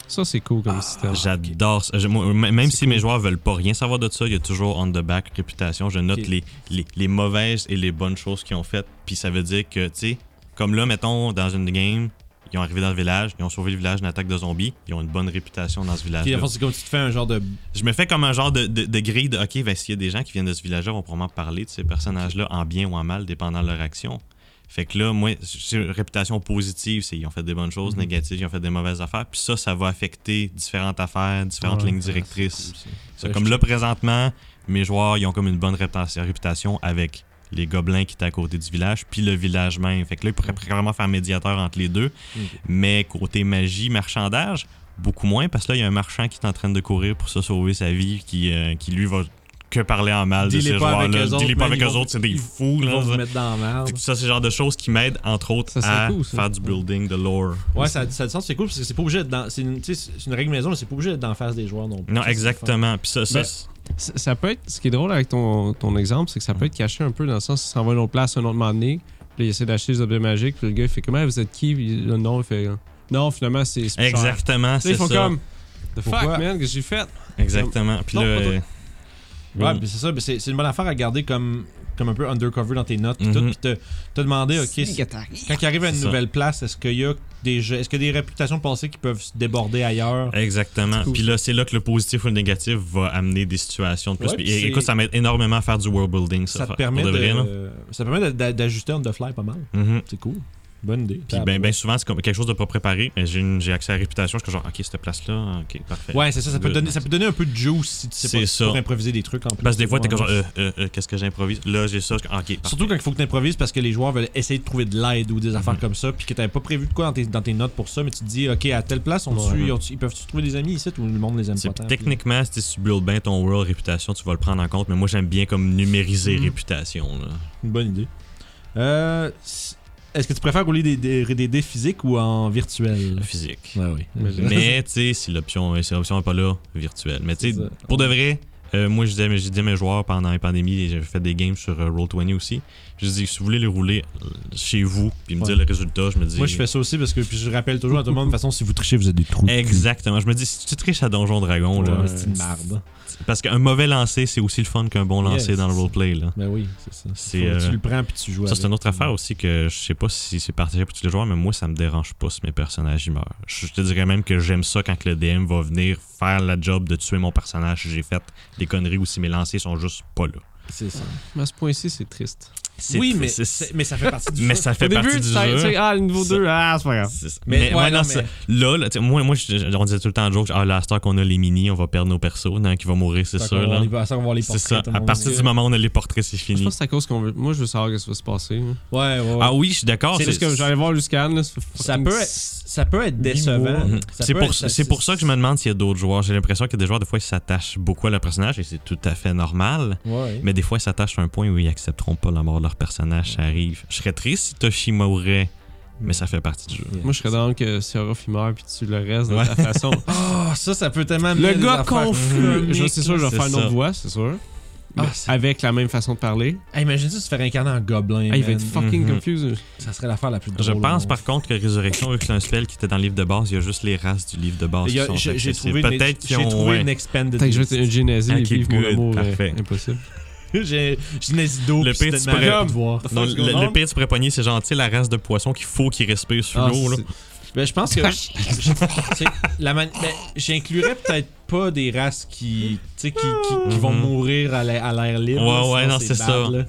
S2: Ça, c'est cool
S3: Ah,
S2: comme système.
S3: J'adore ça. Je- moi, m- même
S1: C'est
S3: si mes joueurs veulent pas rien savoir de ça, il y a toujours on the back réputation. Je note
S1: Ok.
S3: les, les, les mauvaises et les bonnes choses qu'ils ont faites. Puis ça veut dire que, tu sais, comme là, mettons, dans une game, ils ont arrivé dans le village, ils ont sauvé le village d'une attaque de zombies, ils ont une bonne réputation dans ce village.
S1: Puis, en fait, c'est comme si tu te fais un genre de.
S3: Je me fais comme un genre de, de, de grille de OK, ben, s'il y a des gens qui viennent de ce village-là, vont probablement parler de ces personnages-là en bien ou en mal, dépendant de leur action. Fait que là, moi, j'ai une réputation positive, c'est ils ont fait des bonnes choses,
S1: Mhm.
S3: négatives, ils ont fait des mauvaises affaires. Puis ça, ça va affecter différentes affaires, différentes
S2: Ouais,
S3: lignes
S2: ouais,
S3: directrices.
S1: c'est
S3: C'est
S1: cool, ça.
S3: comme là, présentement, mes joueurs, ils ont comme une bonne réputation réputation avec les gobelins qui étaient à côté du village, puis le village même. Fait que là, ils
S1: Mhm.
S3: pourraient vraiment faire médiateur entre les deux.
S1: Ok.
S3: Mais côté magie, marchandage, beaucoup moins parce que là, il y a un marchand qui est en train de courir pour se sauver sa vie, qui, euh, qui lui va que parler en mal
S1: Dealez
S3: de ces
S1: pas avec
S3: joueurs-là.
S1: eux autres,
S3: Dealez pas
S1: man,
S3: avec
S1: ils
S3: eux
S1: vont-
S3: autres, c'est des
S1: ils-
S3: fous.
S1: Ils
S3: là.
S1: vont vous
S3: Ça.
S1: mettre dans la merde.
S3: Fait que ça, c'est le genre de choses qui m'aident, entre autres,
S2: Ça, c'est
S3: à
S2: cool, ça.
S3: faire du building, de lore.
S1: Ouais, ça, ça a du sens, c'est cool parce que c'est pas obligé d'être dans. C'est une, tu sais, c'est une règle maison, mais c'est pas obligé d'être en face des joueurs non plus.
S3: Non,
S1: Ça, c'est le fun.
S3: exactement. Puis ça, ça,
S2: Ben,
S3: c'est-
S2: Ça ça peut être, ce qui est drôle avec ton, ton exemple, c'est que ça peut être caché un peu dans le sens, il s'en va à une autre place un autre moment donné, puis là, il essaie d'acheter des objets magiques, puis le gars, il fait comment, vous êtes qui Puis le nom, il fait non, finalement, c'est. c'est plus cher.
S3: exactement,
S2: Là, ils
S3: c'est
S2: font
S3: ça.
S2: comme The
S1: Pourquoi?
S2: fuck, man, que j'ai fait.
S3: Exactement. Puis
S2: Non,
S3: là,
S2: pas toi.
S3: euh,
S1: Ouais,
S3: bon.
S1: puis c'est ça, mais c'est c'est une bonne affaire à garder comme, comme un peu undercover dans tes notes. Puis tout,
S3: Mhm.
S1: puis te, te demander, ok, c'est- quand il arrive à une
S3: C'est ça.
S1: nouvelle place, est-ce qu'il y a des jeux- est-ce qu'il y a des réputations passées qui peuvent se déborder ailleurs
S3: Exactement.
S2: C'est cool.
S3: Puis là, c'est là que le positif ou le négatif va amener des situations de plus.
S1: Ouais,
S3: Puis
S1: puis c'est-
S3: écoute, ça m'aide énormément à faire du world building. Ça,
S1: Ça te
S3: pour
S1: permet
S3: de vrai, là.
S1: de- euh, ça permet d'a- d'ajuster on the fly pas mal.
S3: Mhm.
S1: C'est cool. Bonne idée.
S3: Puis ben, ben souvent, c'est comme quelque chose de pas préparé. mais J'ai une- j'ai accès à la réputation. Je suis comme genre, OK, cette place-là, OK, parfait.
S1: Ouais, c'est ça, ça peut,
S3: Good.
S1: donner, ça peut donner un peu de juice si tu sais
S3: C'est
S1: pas
S3: ça.
S1: pour improviser des trucs en plus.
S3: Parce que des fois, t'es comme genre,
S1: Ouais.
S3: euh, euh, euh, qu'est-ce que j'improvise? Là, j'ai ça. je- OK, parfait.
S1: Surtout quand il faut que tu improvises parce que les joueurs veulent essayer de trouver de l'aide ou des
S3: Mhm.
S1: affaires comme ça, puis que t'avais pas prévu de quoi dans tes, dans tes notes pour ça, mais tu te dis, ok, à telle place, on
S3: Ouais.
S1: ils peuvent-tu trouver des amis ici ou le monde les aime
S3: C'est-
S1: pas tant, puis-
S3: techniquement, si tu builds bien ton world réputation, tu vas le prendre en compte. Mais moi, j'aime bien comme numériser
S1: Mhm.
S3: réputation. Là.
S1: Une bonne idée. Euh, s- Est-ce que tu préfères rouler des, des, des dés physiques ou en virtuel
S3: Physique.
S1: Ouais, oui.
S2: Mais-
S3: Mais tu sais, si l'option si l'option est pas là, virtuel. Mais tu
S1: C'est
S3: sais,
S1: ça.
S3: pour de vrai, euh, moi je disais, j'ai dit à mes joueurs pendant la pandémie, j'ai fait des games sur euh, Roll20 aussi. Je dis si vous voulez les rouler euh, chez vous, puis me
S1: Ouais.
S3: dire le résultat, je me dis.
S1: Moi, je fais ça aussi parce que puis je rappelle toujours à tout le monde, de toute façon, si vous trichez, vous êtes des trous. de cul.
S3: Exactement. Je me dis si tu triches à Donjon Dragon, là,
S1: Ouais, c'est une marde.
S3: tu Parce qu'un mauvais lancer, c'est aussi le fun qu'un bon
S1: Yeah,
S3: lancer dans le
S1: c'est ça.
S3: roleplay. Là.
S1: Ben oui, c'est ça.
S3: C'est,
S1: Faut que
S3: euh,
S1: Tu le prends puis tu joues
S3: Ça, c'est
S1: avec.
S3: une autre affaire aussi que je sais pas si c'est partagé pour tous les joueurs, mais moi, ça me dérange pas si mes personnages y meurent. Je te dirais même que j'aime ça quand que le DM va venir faire la job de tuer mon personnage si j'ai fait des conneries ou si mes lancers sont juste pas là.
S1: C'est ça.
S2: Mais à ce point-ci, c'est triste.
S3: C'est-
S1: oui, mais,
S3: c'est-
S1: c'est- mais ça fait partie du
S3: mais
S1: jeu.
S3: ça fait
S2: Au début,
S3: partie
S2: tu
S3: du
S2: sais, tu
S3: jeu.
S2: sais, ah, le niveau
S3: Ça-
S2: 2, ah, c'est pas grave.
S3: C'est ça.
S1: Mais-
S3: Mais,
S1: ouais,
S3: ouais, non,
S1: non,
S3: c'est-
S1: mais-
S3: là, là, tu sais, moi, moi je- on disait tout le temps en joke, ah, là, à cette heure qu'on a les mini, on va perdre nos persos, il y en a un qui va mourir, c'est
S1: Fait
S3: sûr.
S1: qu'on
S3: là.
S1: les- ça, on va les
S3: C'est
S1: portraits,
S3: ça.
S1: tout le
S3: À
S1: monde. euh,
S3: partir du moment où on a les portraits, c'est
S2: Je
S3: fini.
S2: pense que c'est à cause qu'on veut. Moi, je veux savoir ce qui va se passer. là.
S1: Ouais, ouais. ouais.
S3: Ah oui, je suis d'accord.
S2: C'est juste que j'allais voir Lucas. là, ça fait
S1: ça
S2: fucking
S1: peut être, ça peut être décevant.
S3: Mhm.
S1: Ça
S3: C'est
S1: peut
S3: pour,
S1: être-
S3: c'est pour ça que je me demande s'il y a d'autres joueurs. J'ai l'impression que des joueurs, des fois, ils s'attachent beaucoup à leur personnage et c'est tout à fait normal.
S1: Ouais.
S3: Mais des fois, ils s'attachent à un point où ils accepteront pas la mort de leur personnage. Ça arrive. Je serais triste si Toshi mourait, mais ça fait partie du jeu.
S1: Yeah.
S2: Moi, je serais dans que Sierra meurt puis tu le restes de
S3: Ouais.
S2: ta façon.
S1: Ah, ça, ça peut tellement.
S2: le
S1: amener des
S2: gars
S1: affaires Mhm.
S2: confus. Je
S1: comiques,
S2: c'est sûr, je
S1: là.
S2: vais
S3: C'est
S2: faire une autre
S3: ça.
S2: voix, c'est sûr.
S1: Ah,
S2: Mais
S1: c'est-
S2: avec la même façon de parler.
S1: Hey, imagine si tu te fais incarner en gobelin.
S2: Ah, il va
S1: man.
S2: être fucking
S3: Mhm.
S2: confused.
S1: Ça serait l'affaire la plus drôle.
S3: Je pense
S1: au monde.
S3: par contre que Résurrection, vu que c'est un spell qui était dans le livre de base, il y a juste les races du livre de base.
S1: Il y a-
S3: qui sont
S1: J'ai j'ai
S3: accessibles.
S1: trouvé, une,
S3: Peut-être
S1: j'ai
S3: qu'ils ont-
S1: trouvé
S3: ouais.
S1: une expanded.
S2: Peut-être que je vais être un génésie
S3: Ah,
S2: et
S3: ok,
S2: vivre mon
S3: good,
S2: amour. euh,
S3: parfait.
S2: Impossible.
S1: J'ai j'ai Nazido.
S3: Le
S1: puis
S3: pire,
S1: c'était
S3: tu pourrais-
S1: Naruto de voir.
S3: Non, le, le pire, tu pourrais pogner, c'est gentil, la race de poisson qu'il faut qu'il respire sous
S2: Ah,
S3: l'eau. là.
S2: c'est-
S1: Ben, je pense que. T'sais, la man- ben, j'inclurais peut-être pas des races qui, t'sais, qui, qui, qui vont
S3: Mhm.
S1: mourir à la- à l'air libre.
S3: Ouais,
S1: là,
S3: ouais,
S1: sinon
S3: non, c'est
S1: bad,
S3: ça.
S1: là.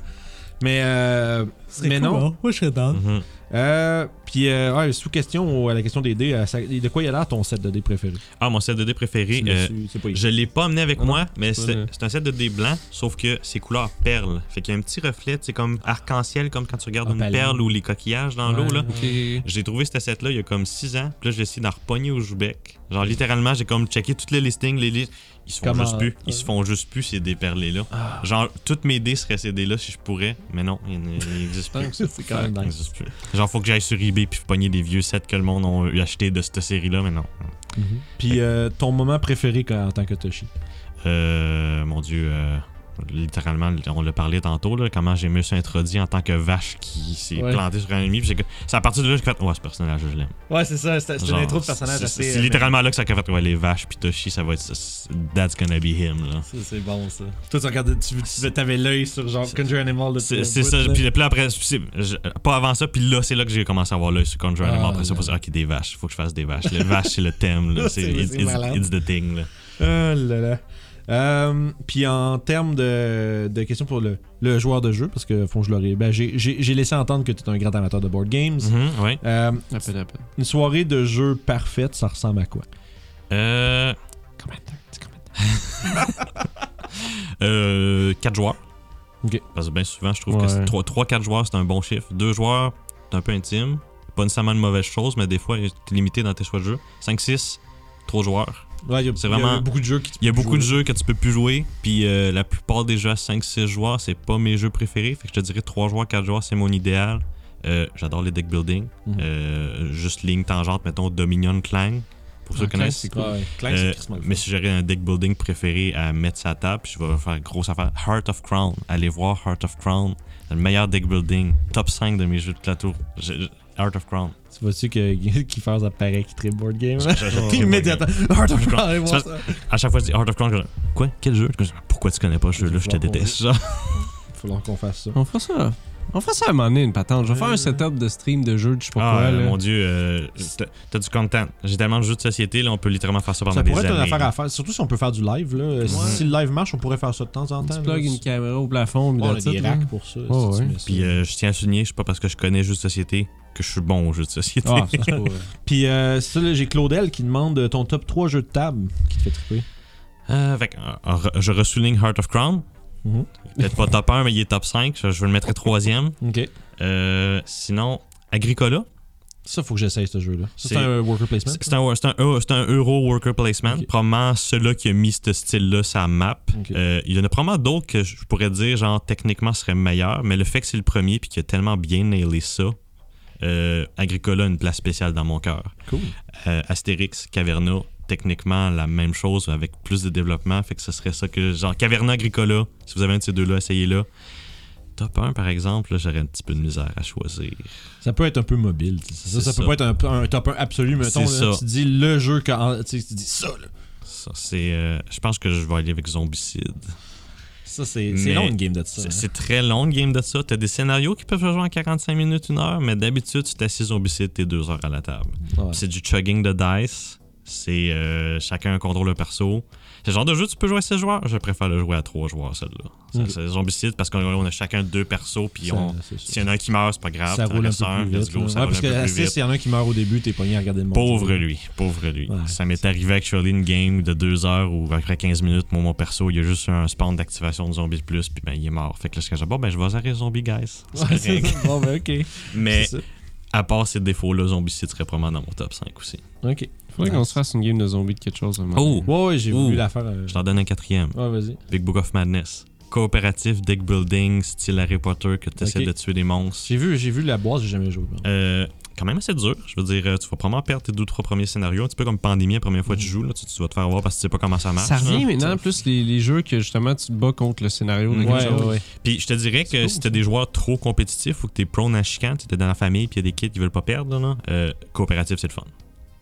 S1: Mais, euh, mais non.
S4: Moi, je serais dans.
S3: Mhm.
S1: Euh, Puis, euh, ouais, sous question à la question des dés, euh, ça- de quoi il a l'air ton set de dés préféré
S3: Ah, mon set de dés préféré,
S1: Tu l'as
S3: euh,
S1: su, c'est pas ici.
S3: Je l'ai pas amené avec
S2: Ah non,
S3: moi, mais
S2: pas
S3: c'est
S2: de-
S3: c'est un set de dés blancs, sauf que c'est couleur perle. Fait qu'il y a un petit reflet, c'est comme arc-en-ciel, comme quand tu regardes
S1: Ah,
S3: une
S1: ben là.
S3: perle ou les coquillages dans l'eau. là.
S2: Ok.
S3: J'ai trouvé cette set-là il y a comme 6 ans, puis là j'ai essayé d'en repogner au Joubec. Genre littéralement, j'ai comme checké toutes les listings, les listes. Ils se font
S1: Comment-
S3: juste plus. Ils se font juste plus ces déperlés-là.
S2: Ah.
S3: Genre, toutes mes dés seraient ces dés-là si je pourrais, mais non, ils n- ils n'existent plus.
S1: C'est quand même
S3: Ils
S1: nice.
S3: n'existent plus. Genre, faut que j'aille sur eBay puis pogner des vieux sets que le monde a acheté de cette série-là, mais non.
S1: Puis, euh, ton moment préféré quand- en tant que Toshi
S3: Euh, mon Dieu, euh, littéralement, on l'a parlé tantôt, là, comment j'ai me suis introduit en tant que vache qui s'est
S1: Ouais.
S3: plantée sur un ennemi. puis j'ai que- C'est à partir de là que j'ai fait, ouais, ce personnage, je l'aime.
S1: Ouais, c'est ça, c'est
S3: Genre, c'est-
S1: euh,
S3: C'est littéralement là que ça a fait, ouais, les vaches, puis Toshi, ça va être. ça- c'est- That's gonna be him, là.
S1: C'est bon euh, ça. Toi, tu regardais, tu, tu- t'avais l'œil sur genre Conjure Animal de
S3: C'est
S1: de-
S3: c'est
S1: bout,
S3: ça,
S1: là.
S3: puis puis là, après, c'est- je- pas avant ça, puis là, c'est là que j'ai commencé à avoir l'œil sur Conjure Animal.
S1: Ah,
S3: après ça,
S1: là.
S3: pour dire, ok, des vaches, faut que je fasse des vaches. Les vaches, c'est le thème, là. C'est
S1: C'est-
S3: it's,
S1: c'est
S3: it's-
S1: malade.
S3: it's the thing, là.
S1: Oh là là. Euh, puis en termes de, de questions pour le, le joueur de jeu, parce que fond, je l'aurais. Ben, j'ai- j'ai j'ai laissé entendre que tu es un grand amateur de board games.
S3: Mhm, ouais.
S1: Euh,
S2: Appelle, appelle.
S1: une soirée de jeu parfaite, ça ressemble à quoi
S3: Euh.
S2: Commentaire, petit commentaire.
S3: Euh, 4 joueurs.
S1: Ok.
S3: Parce que bien souvent, je trouve
S2: Ouais.
S3: que 3-4 joueurs, c'est un bon chiffre. 2 joueurs, c'est un peu intime. Pas nécessairement une mauvaise chose, mais des fois, t'es limité dans tes choix de jeu. 5-6, 3 joueurs.
S1: Ouais, il y a-
S3: C'est
S1: il y a
S3: vraiment-
S1: beaucoup de jeux qui tu
S3: Il y a
S1: peux
S3: beaucoup de
S1: jouer.
S3: jeux que tu peux plus jouer. Puis euh, la plupart des jeux à 5-6 joueurs, c'est pas mes jeux préférés. Fait que je te dirais 3 joueurs, 4 joueurs, c'est mon idéal. Euh, J'adore les deck building.
S1: Mhm.
S3: Euh, juste ligne tangente, mettons Dominion Clang. Pour ceux qui connaissent.
S2: c'est
S1: Ouais, ouais. Clank, c'est
S3: Euh,
S1: crissement le fun.
S3: mais si j'aurais un deck building préféré à mettre sa table, puis je vais faire grosse affaire. Heart of Crown. Allez voir Heart of Crown. Le meilleur deck building. Top 5 de mes jeux de plateau. Je- je- Heart of Crown.
S1: Tu vois-tu que qui fait ça paraît qui tripe board game hein? là?
S3: Je- je- je- je-
S1: Immédiatement. Heart of Crown, allez voir
S3: C'est
S1: ça.
S3: À chaque fois, je dis Heart of Crown. je dis, Quoi Quel jeu Je dis, Pourquoi tu connais pas ce jeu-là Je te déteste. genre.
S1: Falloir qu'on fasse ça.
S2: On fera ça. On fera ça à un moment donné, une patente. Je vais faire
S1: Euh.
S2: un setup de stream de jeu, de je sais pas
S3: Ah,
S2: quoi.
S3: euh,
S2: là.
S3: mon dieu, euh, t'as- t'as du content. J'ai tellement de jeux de société, là, on peut littéralement faire ça pendant
S1: Ça
S3: des
S1: pourrait être une
S3: années.
S1: affaire à faire, surtout si on peut faire du live. Là. Si le live marche, on pourrait faire ça de temps en
S2: Tu
S1: temps. là.
S2: plugues une caméra au plafond,
S1: on a
S2: puis
S1: des
S2: là.
S1: racks pour ça.
S2: Oh,
S1: si tu
S2: ouais.
S1: mets ça.
S3: Puis euh, je tiens à souligner, c'est pas parce que je connais jeux de société que je suis bon aux jeux de société.
S2: Ah, ça, c'est pas.
S1: Puis euh, ça, là, j'ai Claudel qui demande euh, ton top 3 jeux de table qui te fait triper.
S3: Euh, fait que, euh, re- je ressouligne Heart of Crown.
S1: Mhm.
S3: Peut-être pas top 1, mais il est top 5. Je, je le mettrais troisième.
S1: Ok.
S3: Euh, sinon, Agricola.
S1: Ça, faut que j'essaye ce jeu-là. Ça, c'est
S3: C'est-
S1: un worker placement.
S3: C'est c'est un, c'est un, eu- c'est un Euro Worker Placement.
S1: Ok.
S3: Probablement celui-là qui a mis ce style-là sa map.
S1: Ok.
S3: Euh, il y en a probablement d'autres que je pourrais dire, genre, techniquement, serait meilleur. Mais le fait que c'est le premier puis qu'il a tellement bien nailé ça, euh, Agricola a une place spéciale dans mon cœur.
S1: Cool.
S3: Euh, Astérix, Caverna, techniquement la même chose avec plus de développement. Fait que ce serait ça que, genre, Caverna, Agricola, si vous avez un de ces deux-là, essayez-le. Top 1, par exemple, là, j'aurais un petit peu de misère à choisir.
S1: Ça peut être un peu mobile. tu sais. Ça, ça,
S3: C'est
S1: peut pas
S3: ça.
S1: être un, un top 1 absolu, mettons.
S3: C'est
S1: là,
S3: ça.
S1: Tu dis le jeu quand. Tu sais, tu dis ça, là.
S3: Ça, c'est, euh, je pense que je vais aller avec Zombicide.
S1: Ça, c'est
S3: Mais-
S1: c'est long une game de ça.
S3: C'est,
S1: hein.
S3: c'est très long, une game de ça. T'as des scénarios qui peuvent se jouer en 45 minutes, une heure, mais d'habitude, tu t'assis Zombicide, t'es deux heures à la table.
S1: Ouais.
S3: C'est du chugging de dice. C'est euh, chacun contrôle le perso. C'est le genre de jeu que tu peux jouer à 6 joueurs. Je préfère le jouer à 3 joueurs, celle-là. Ça,
S2: Ok.
S3: C'est zombicide parce qu'on on a chacun deux persos. Puis
S1: Ça-
S3: on,
S1: c'est ça.
S3: s'il y en a un qui meurt, c'est pas grave.
S1: ça
S3: t'en
S1: roule un
S3: restes
S1: peu plus
S3: let's
S1: vite.
S3: go,
S1: là.
S3: ça
S1: ouais,
S3: roule
S1: parce
S3: un peu
S1: qu'à
S3: plus
S1: 6,
S3: vite.
S1: il y en a un qui meurt au début, t'es pogné à regarder le monde.
S3: Pauvre
S1: jouer.
S3: lui, pauvre lui.
S1: Ouais.
S3: ça m'est arrivé actually une game de 2 heures où après 15 minutes, moi, mon perso, il y a juste un spawn d'activation de zombie de plus, puis ben, il est mort. Fait que là, je suis bon, ben, je vais arrêter zombie, guys. C'est
S1: Ouais, c'est
S3: correct.
S1: ça. Bon, ben, ok.
S3: Mais
S1: C'est
S3: à part ces défauts-là, zombicide serait probablement dans mon top 5 aussi.
S1: ça. Ok.
S2: Faudrait qu'on se fasse une game de zombies de quelque chose. à un moment
S3: Oh!
S2: donné.
S1: Ouais, ouais, j'ai voulu
S3: Ouh.
S1: la faire. euh,
S3: Je t'en donne un quatrième.
S1: Ouais, vas-y.
S3: Big Book of Madness. Coopératif, deck building, style Harry Potter, que tu essaies
S1: Ok.
S3: de tuer des monstres.
S1: J'ai vu, j'ai vu la boîte, j'ai jamais joué. par contre.
S3: Euh, quand même assez dur. Je veux dire, euh, tu vas probablement perdre tes deux trois premiers scénarios. Un petit peu comme Pandémie, la première
S1: Mm.
S3: fois que tu joues, là, tu, tu vas te faire voir parce que tu sais pas comment ça marche. hein?
S2: Ça
S3: là.
S2: revient maintenant, plus les, les jeux que justement tu te bats contre le scénario de
S3: Ouais,
S2: quelque
S1: Ouais,
S2: chose.
S1: ouais, ouais.
S3: Puis je te dirais que
S2: cool,
S3: si t'as des joueurs trop compétitifs ou que t'es prone à chicane, t'es dans la famille puis y a des kids qui veulent pas perdre, là, euh, coopératif c'est le fun.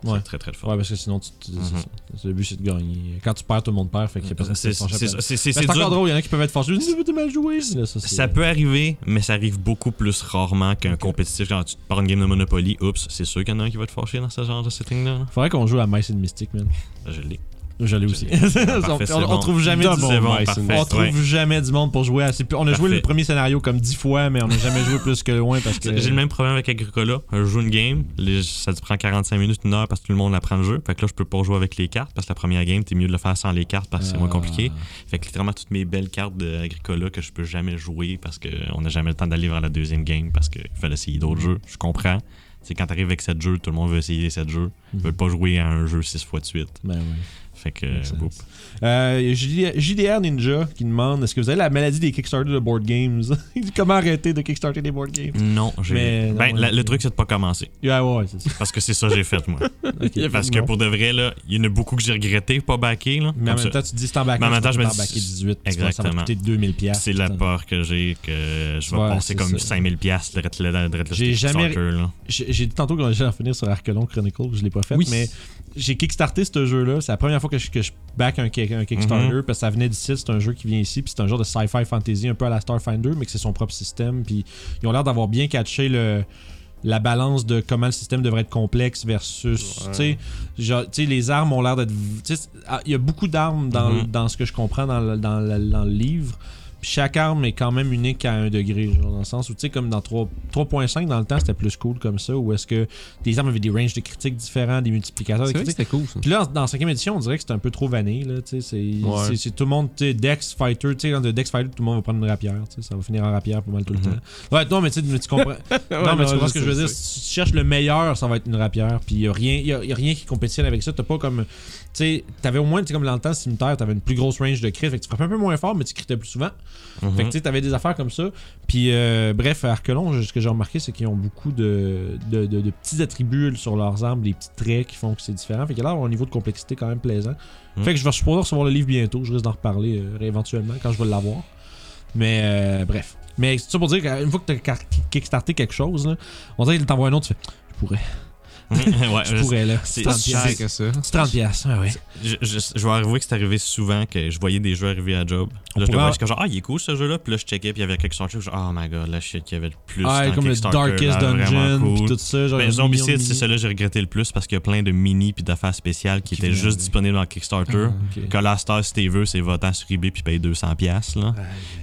S1: Ouais.
S3: C'est très très le fun.
S1: Ouais, parce que sinon, tu, tu- c'est
S3: Mhm.
S1: ça. C'est- Le but, c'est de gagner. Quand tu perds, tout le monde perd. Fait qu'il y a personne qui
S3: C'est-
S1: se penche à
S3: c'est-
S1: perdre.
S3: c'est- c'est-
S1: Mais
S3: c'est
S1: C'est encore
S3: dur.
S1: drôle, il y en a qui peuvent être fâchés. Ils t'es mal joué. Là, ça, c'est- euh,
S3: Ça peut arriver, mais ça arrive beaucoup plus rarement qu'un
S1: Ok.
S3: compétitif. Quand tu te pars une game de Monopoly, oups, c'est sûr qu'il y en a un qui va te fâcher dans ce genre de setting-là. là.
S1: Faudrait qu'on joue à Mice and Mystic, man.
S3: Je l'ai.
S1: J'allais aussi. on,
S3: c'est
S1: on- on
S3: bon.
S1: trouve jamais
S2: Double
S1: du
S2: Mice
S3: C'est bon,
S2: and
S3: parfait.
S2: Mystic.
S1: On trouve
S3: Ouais.
S1: jamais du monde pour jouer à. c'est plus- On a joué
S3: Parfait.
S1: le premier scénario comme dix fois, mais on n'a jamais joué plus que loin parce que.
S3: J'ai le même problème avec Agricola. Euh, Je joue une game, les- ça te prend 45 minutes, une heure parce que tout le monde apprend le jeu. Fait que là, je peux pas jouer avec les cartes parce que la première game, t'es mieux de le faire sans les cartes parce que c'est moins
S1: Ah,
S3: compliqué. Fait que littéralement, toutes mes belles cartes d'Agricola que je peux jamais jouer parce qu'on n'a jamais le temps d'aller vers la deuxième game parce qu'il fallait essayer d'autres jeux. Je comprends. C'est quand t'arrives avec 7 jeux, tout le monde veut essayer les 7 jeux. Ils
S1: Mhm.
S3: veulent pas jouer à un jeu 6 fois de suite.
S1: Ben oui.
S3: Fait que.
S1: Makes sense.
S3: boop.
S1: Euh, JD- JDR Ninja qui demande est-ce que vous avez la maladie des Kickstarter de board games Comment arrêter de Kickstarter des board games
S3: Non, j'ai.
S1: Mais non,
S3: ben,
S1: ouais.
S3: la- le truc, c'est de pas commencer.
S1: Yeah, ouais, c'est ça.
S3: Parce que c'est ça que j'ai fait, moi.
S1: Ok.
S2: Il y a
S3: Parce que
S2: Non.
S3: pour de vrai, là, il y en a beaucoup que j'ai regretté, pas backé. Là,
S1: Mais en même
S3: Comme ça.
S1: temps, tu te dis c'est en back
S3: Mais en même temps, je me dis-
S1: 18. tu vois, Ça va te
S3: Exactement.
S1: coûter 2000$. piastres.
S3: C'est la
S1: Ah, Putain.
S3: peur que j'ai que je vais
S1: Ouais,
S3: passer
S1: c'est
S3: comme
S1: ça.
S3: 5000 pièces le le- le- le- le-
S1: J'ai jamais-
S3: Kickstarter, là.
S1: J'ai j'ai dit tantôt qu'on allait en finir sur Arkelon Chronicle, je l'ai pas fait,
S2: Oui.
S1: mais j'ai kickstarté ce jeu-là. C'est la première fois que je, que je back un, kick- un Kickstarter parce que ça venait d'ici, c'est un jeu qui vient ici, puis c'est un genre de sci-fi fantasy un peu à la Starfinder, mais que c'est son propre système. Puis ils ont l'air d'avoir bien catché le. La balance de comment le système devrait être complexe versus. tu sais, genre, tu sais, les armes ont l'air d'être. tu sais, ah, Il y a beaucoup d'armes dans,
S3: Mhm.
S1: dans ce que je comprends dans le- dans le- dans le livre. Puis chaque arme est quand même unique à un degré, genre dans le sens où, tu sais, comme dans 3 3.5, dans le temps, c'était plus cool comme ça, où est-ce que des armes avaient des ranges de critiques différents, des multiplicateurs de
S2: C'est vrai que
S1: critiques.
S2: c'était cool ça.
S1: Puis là, en- dans 5 édition, on dirait que c'est un peu trop vanille, là, tu sais, c'est
S2: Ouais.
S1: c'est- c'est tout le monde, tu sais, Dex, Fighter, tu sais, quand de Dex, Fighter, tout le monde va prendre une rapière, tu sais, ça va finir en rapière pas mal tout le
S3: Mhm.
S1: temps. Ouais, non, mais tu sais, mais tu comprends, Ah non, mais tu comprends ce que je veux dire, si tu cherches le meilleur, ça va être une rapière, puis il y a rien, y a- y a rien qui compétitionne avec ça, t'as pas comme, tu sais, t'avais au moins, tu sais, comme dans le temps, cimetière, t'avais une plus grosse range de crit, fait que tu frappais un peu moins fort, mais tu critais plus souvent.
S3: Mhm.
S1: Fait que tu sais, t'avais des affaires comme ça. Puis euh, bref, à Arkelon, je- ce que j'ai remarqué, c'est qu'ils ont beaucoup de, de, de- de petits attributs sur leurs armes, des petits traits qui font que c'est différent. Fait que là, on a un niveau de complexité quand même plaisant.
S3: Mm.
S1: Fait que je vais supposer recevoir le livre bientôt. Je risque d'en reparler euh, éventuellement quand je vais l'avoir. Mais euh, bref. Mais c'est ça pour dire qu'une fois que t'as car- kickstarté quelque chose, là, on dirait qu'il t'envoie un autre, tu fais Je pourrais,
S3: Mhm. ouais,
S1: je pourrais là.
S3: c'est-
S1: C'est
S2: C'est
S1: 30$.
S2: si
S1: piastres.
S2: cher que ça.
S1: C'est 30$, piastres, ah ouais.
S3: Je, je- je vais avouer que c'est arrivé souvent que je voyais des jeux arriver à job. Là, je
S1: pourrait-
S3: le voyais, je suis comme genre, ah, il est cool ce jeu-là. Puis là, je checkais, puis il y avait Kickstarter. Je suis genre, oh my god, la shit qu'il y avait le plus.
S1: Ah,
S3: dans
S1: comme le
S3: Kickstarter,
S1: Darkest
S3: là, vraiment
S1: Dungeon,
S3: cool.
S1: puis tout ça. Genre,
S3: Ben,
S1: un million de
S3: Zombicide, c'est
S1: mini.
S3: celui-là que j'ai regretté le plus parce qu'il y a plein de mini puis d'affaires spéciales
S1: Qui
S3: qui,
S1: viennent
S3: étaient juste
S1: avec. Ah,
S3: disponibles dans Kickstarter.
S1: Ok.
S3: Que là, à cette heure, si t'es veux, c'est votant sur eBay puis paye 200$. piastres, là.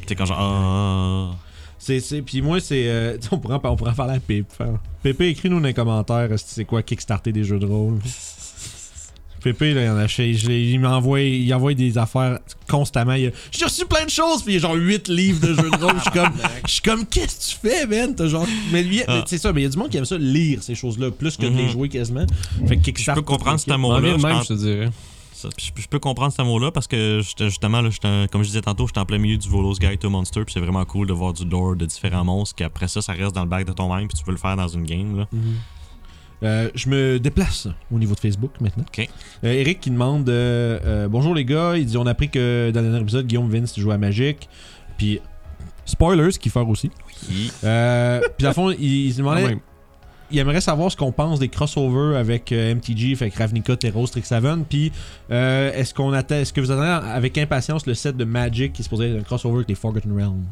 S3: T'es comme genre, ah.
S1: C'est, c'est, puis moi, c'est. euh, tu sais, on, pourrait en, on pourrait en parler à Pépé. Hein. Pépé, écris-nous dans les commentaires euh, si c'est quoi Kickstarter des jeux de rôle. Pépé, là, il en a chez- je l'ai- il m'envoie il envoie des affaires constamment. Il a, J'ai reçu plein de choses, puis il y a genre 8 livres de jeux de rôle. Je suis comme, je suis comme, qu'est-ce que tu fais, man? T'as genre. Mais lui,
S3: Ah.
S1: mais c'est ça, mais il y a du monde qui aime ça lire ces choses-là, plus que de les
S3: Mhm.
S1: jouer quasiment. Fait que
S3: Je
S1: Kickstarter.
S3: peux comprendre cet
S2: On
S3: amour-là.
S2: revient de
S3: je
S2: même,
S3: pense-
S2: je te dirais.
S3: Ça, puis je, je peux comprendre cet amour-là parce que j'étais- justement, là, j'étais un- comme je disais tantôt, j'étais en plein milieu du Volos Guide to Monster, puis c'est vraiment cool de voir du lore de différents monstres, qui après ça, ça reste dans le bac de ton même, puis tu peux le faire dans une game. Là.
S2: Mhm.
S1: Euh, je me déplace au niveau de Facebook maintenant.
S3: Ok.
S1: Euh, Eric qui demande euh, euh, Bonjour les gars, il dit on a appris que dans le dernier épisode, Guillaume Vince joue à Magic. Puis, spoilers, ce qu'il fait aussi.
S3: Hi.
S1: Euh, puis, à fond, il, il se
S2: Quand
S3: Ah
S1: demandait
S2: même.
S1: il aimerait savoir ce qu'on pense des crossovers avec euh, MTG, fait que Ravnica, Teros, Strixhaven. Puis, euh, est-ce qu'on attend, est-ce que vous attendez avec impatience le set de Magic qui se posait un crossover avec les Forgotten Realms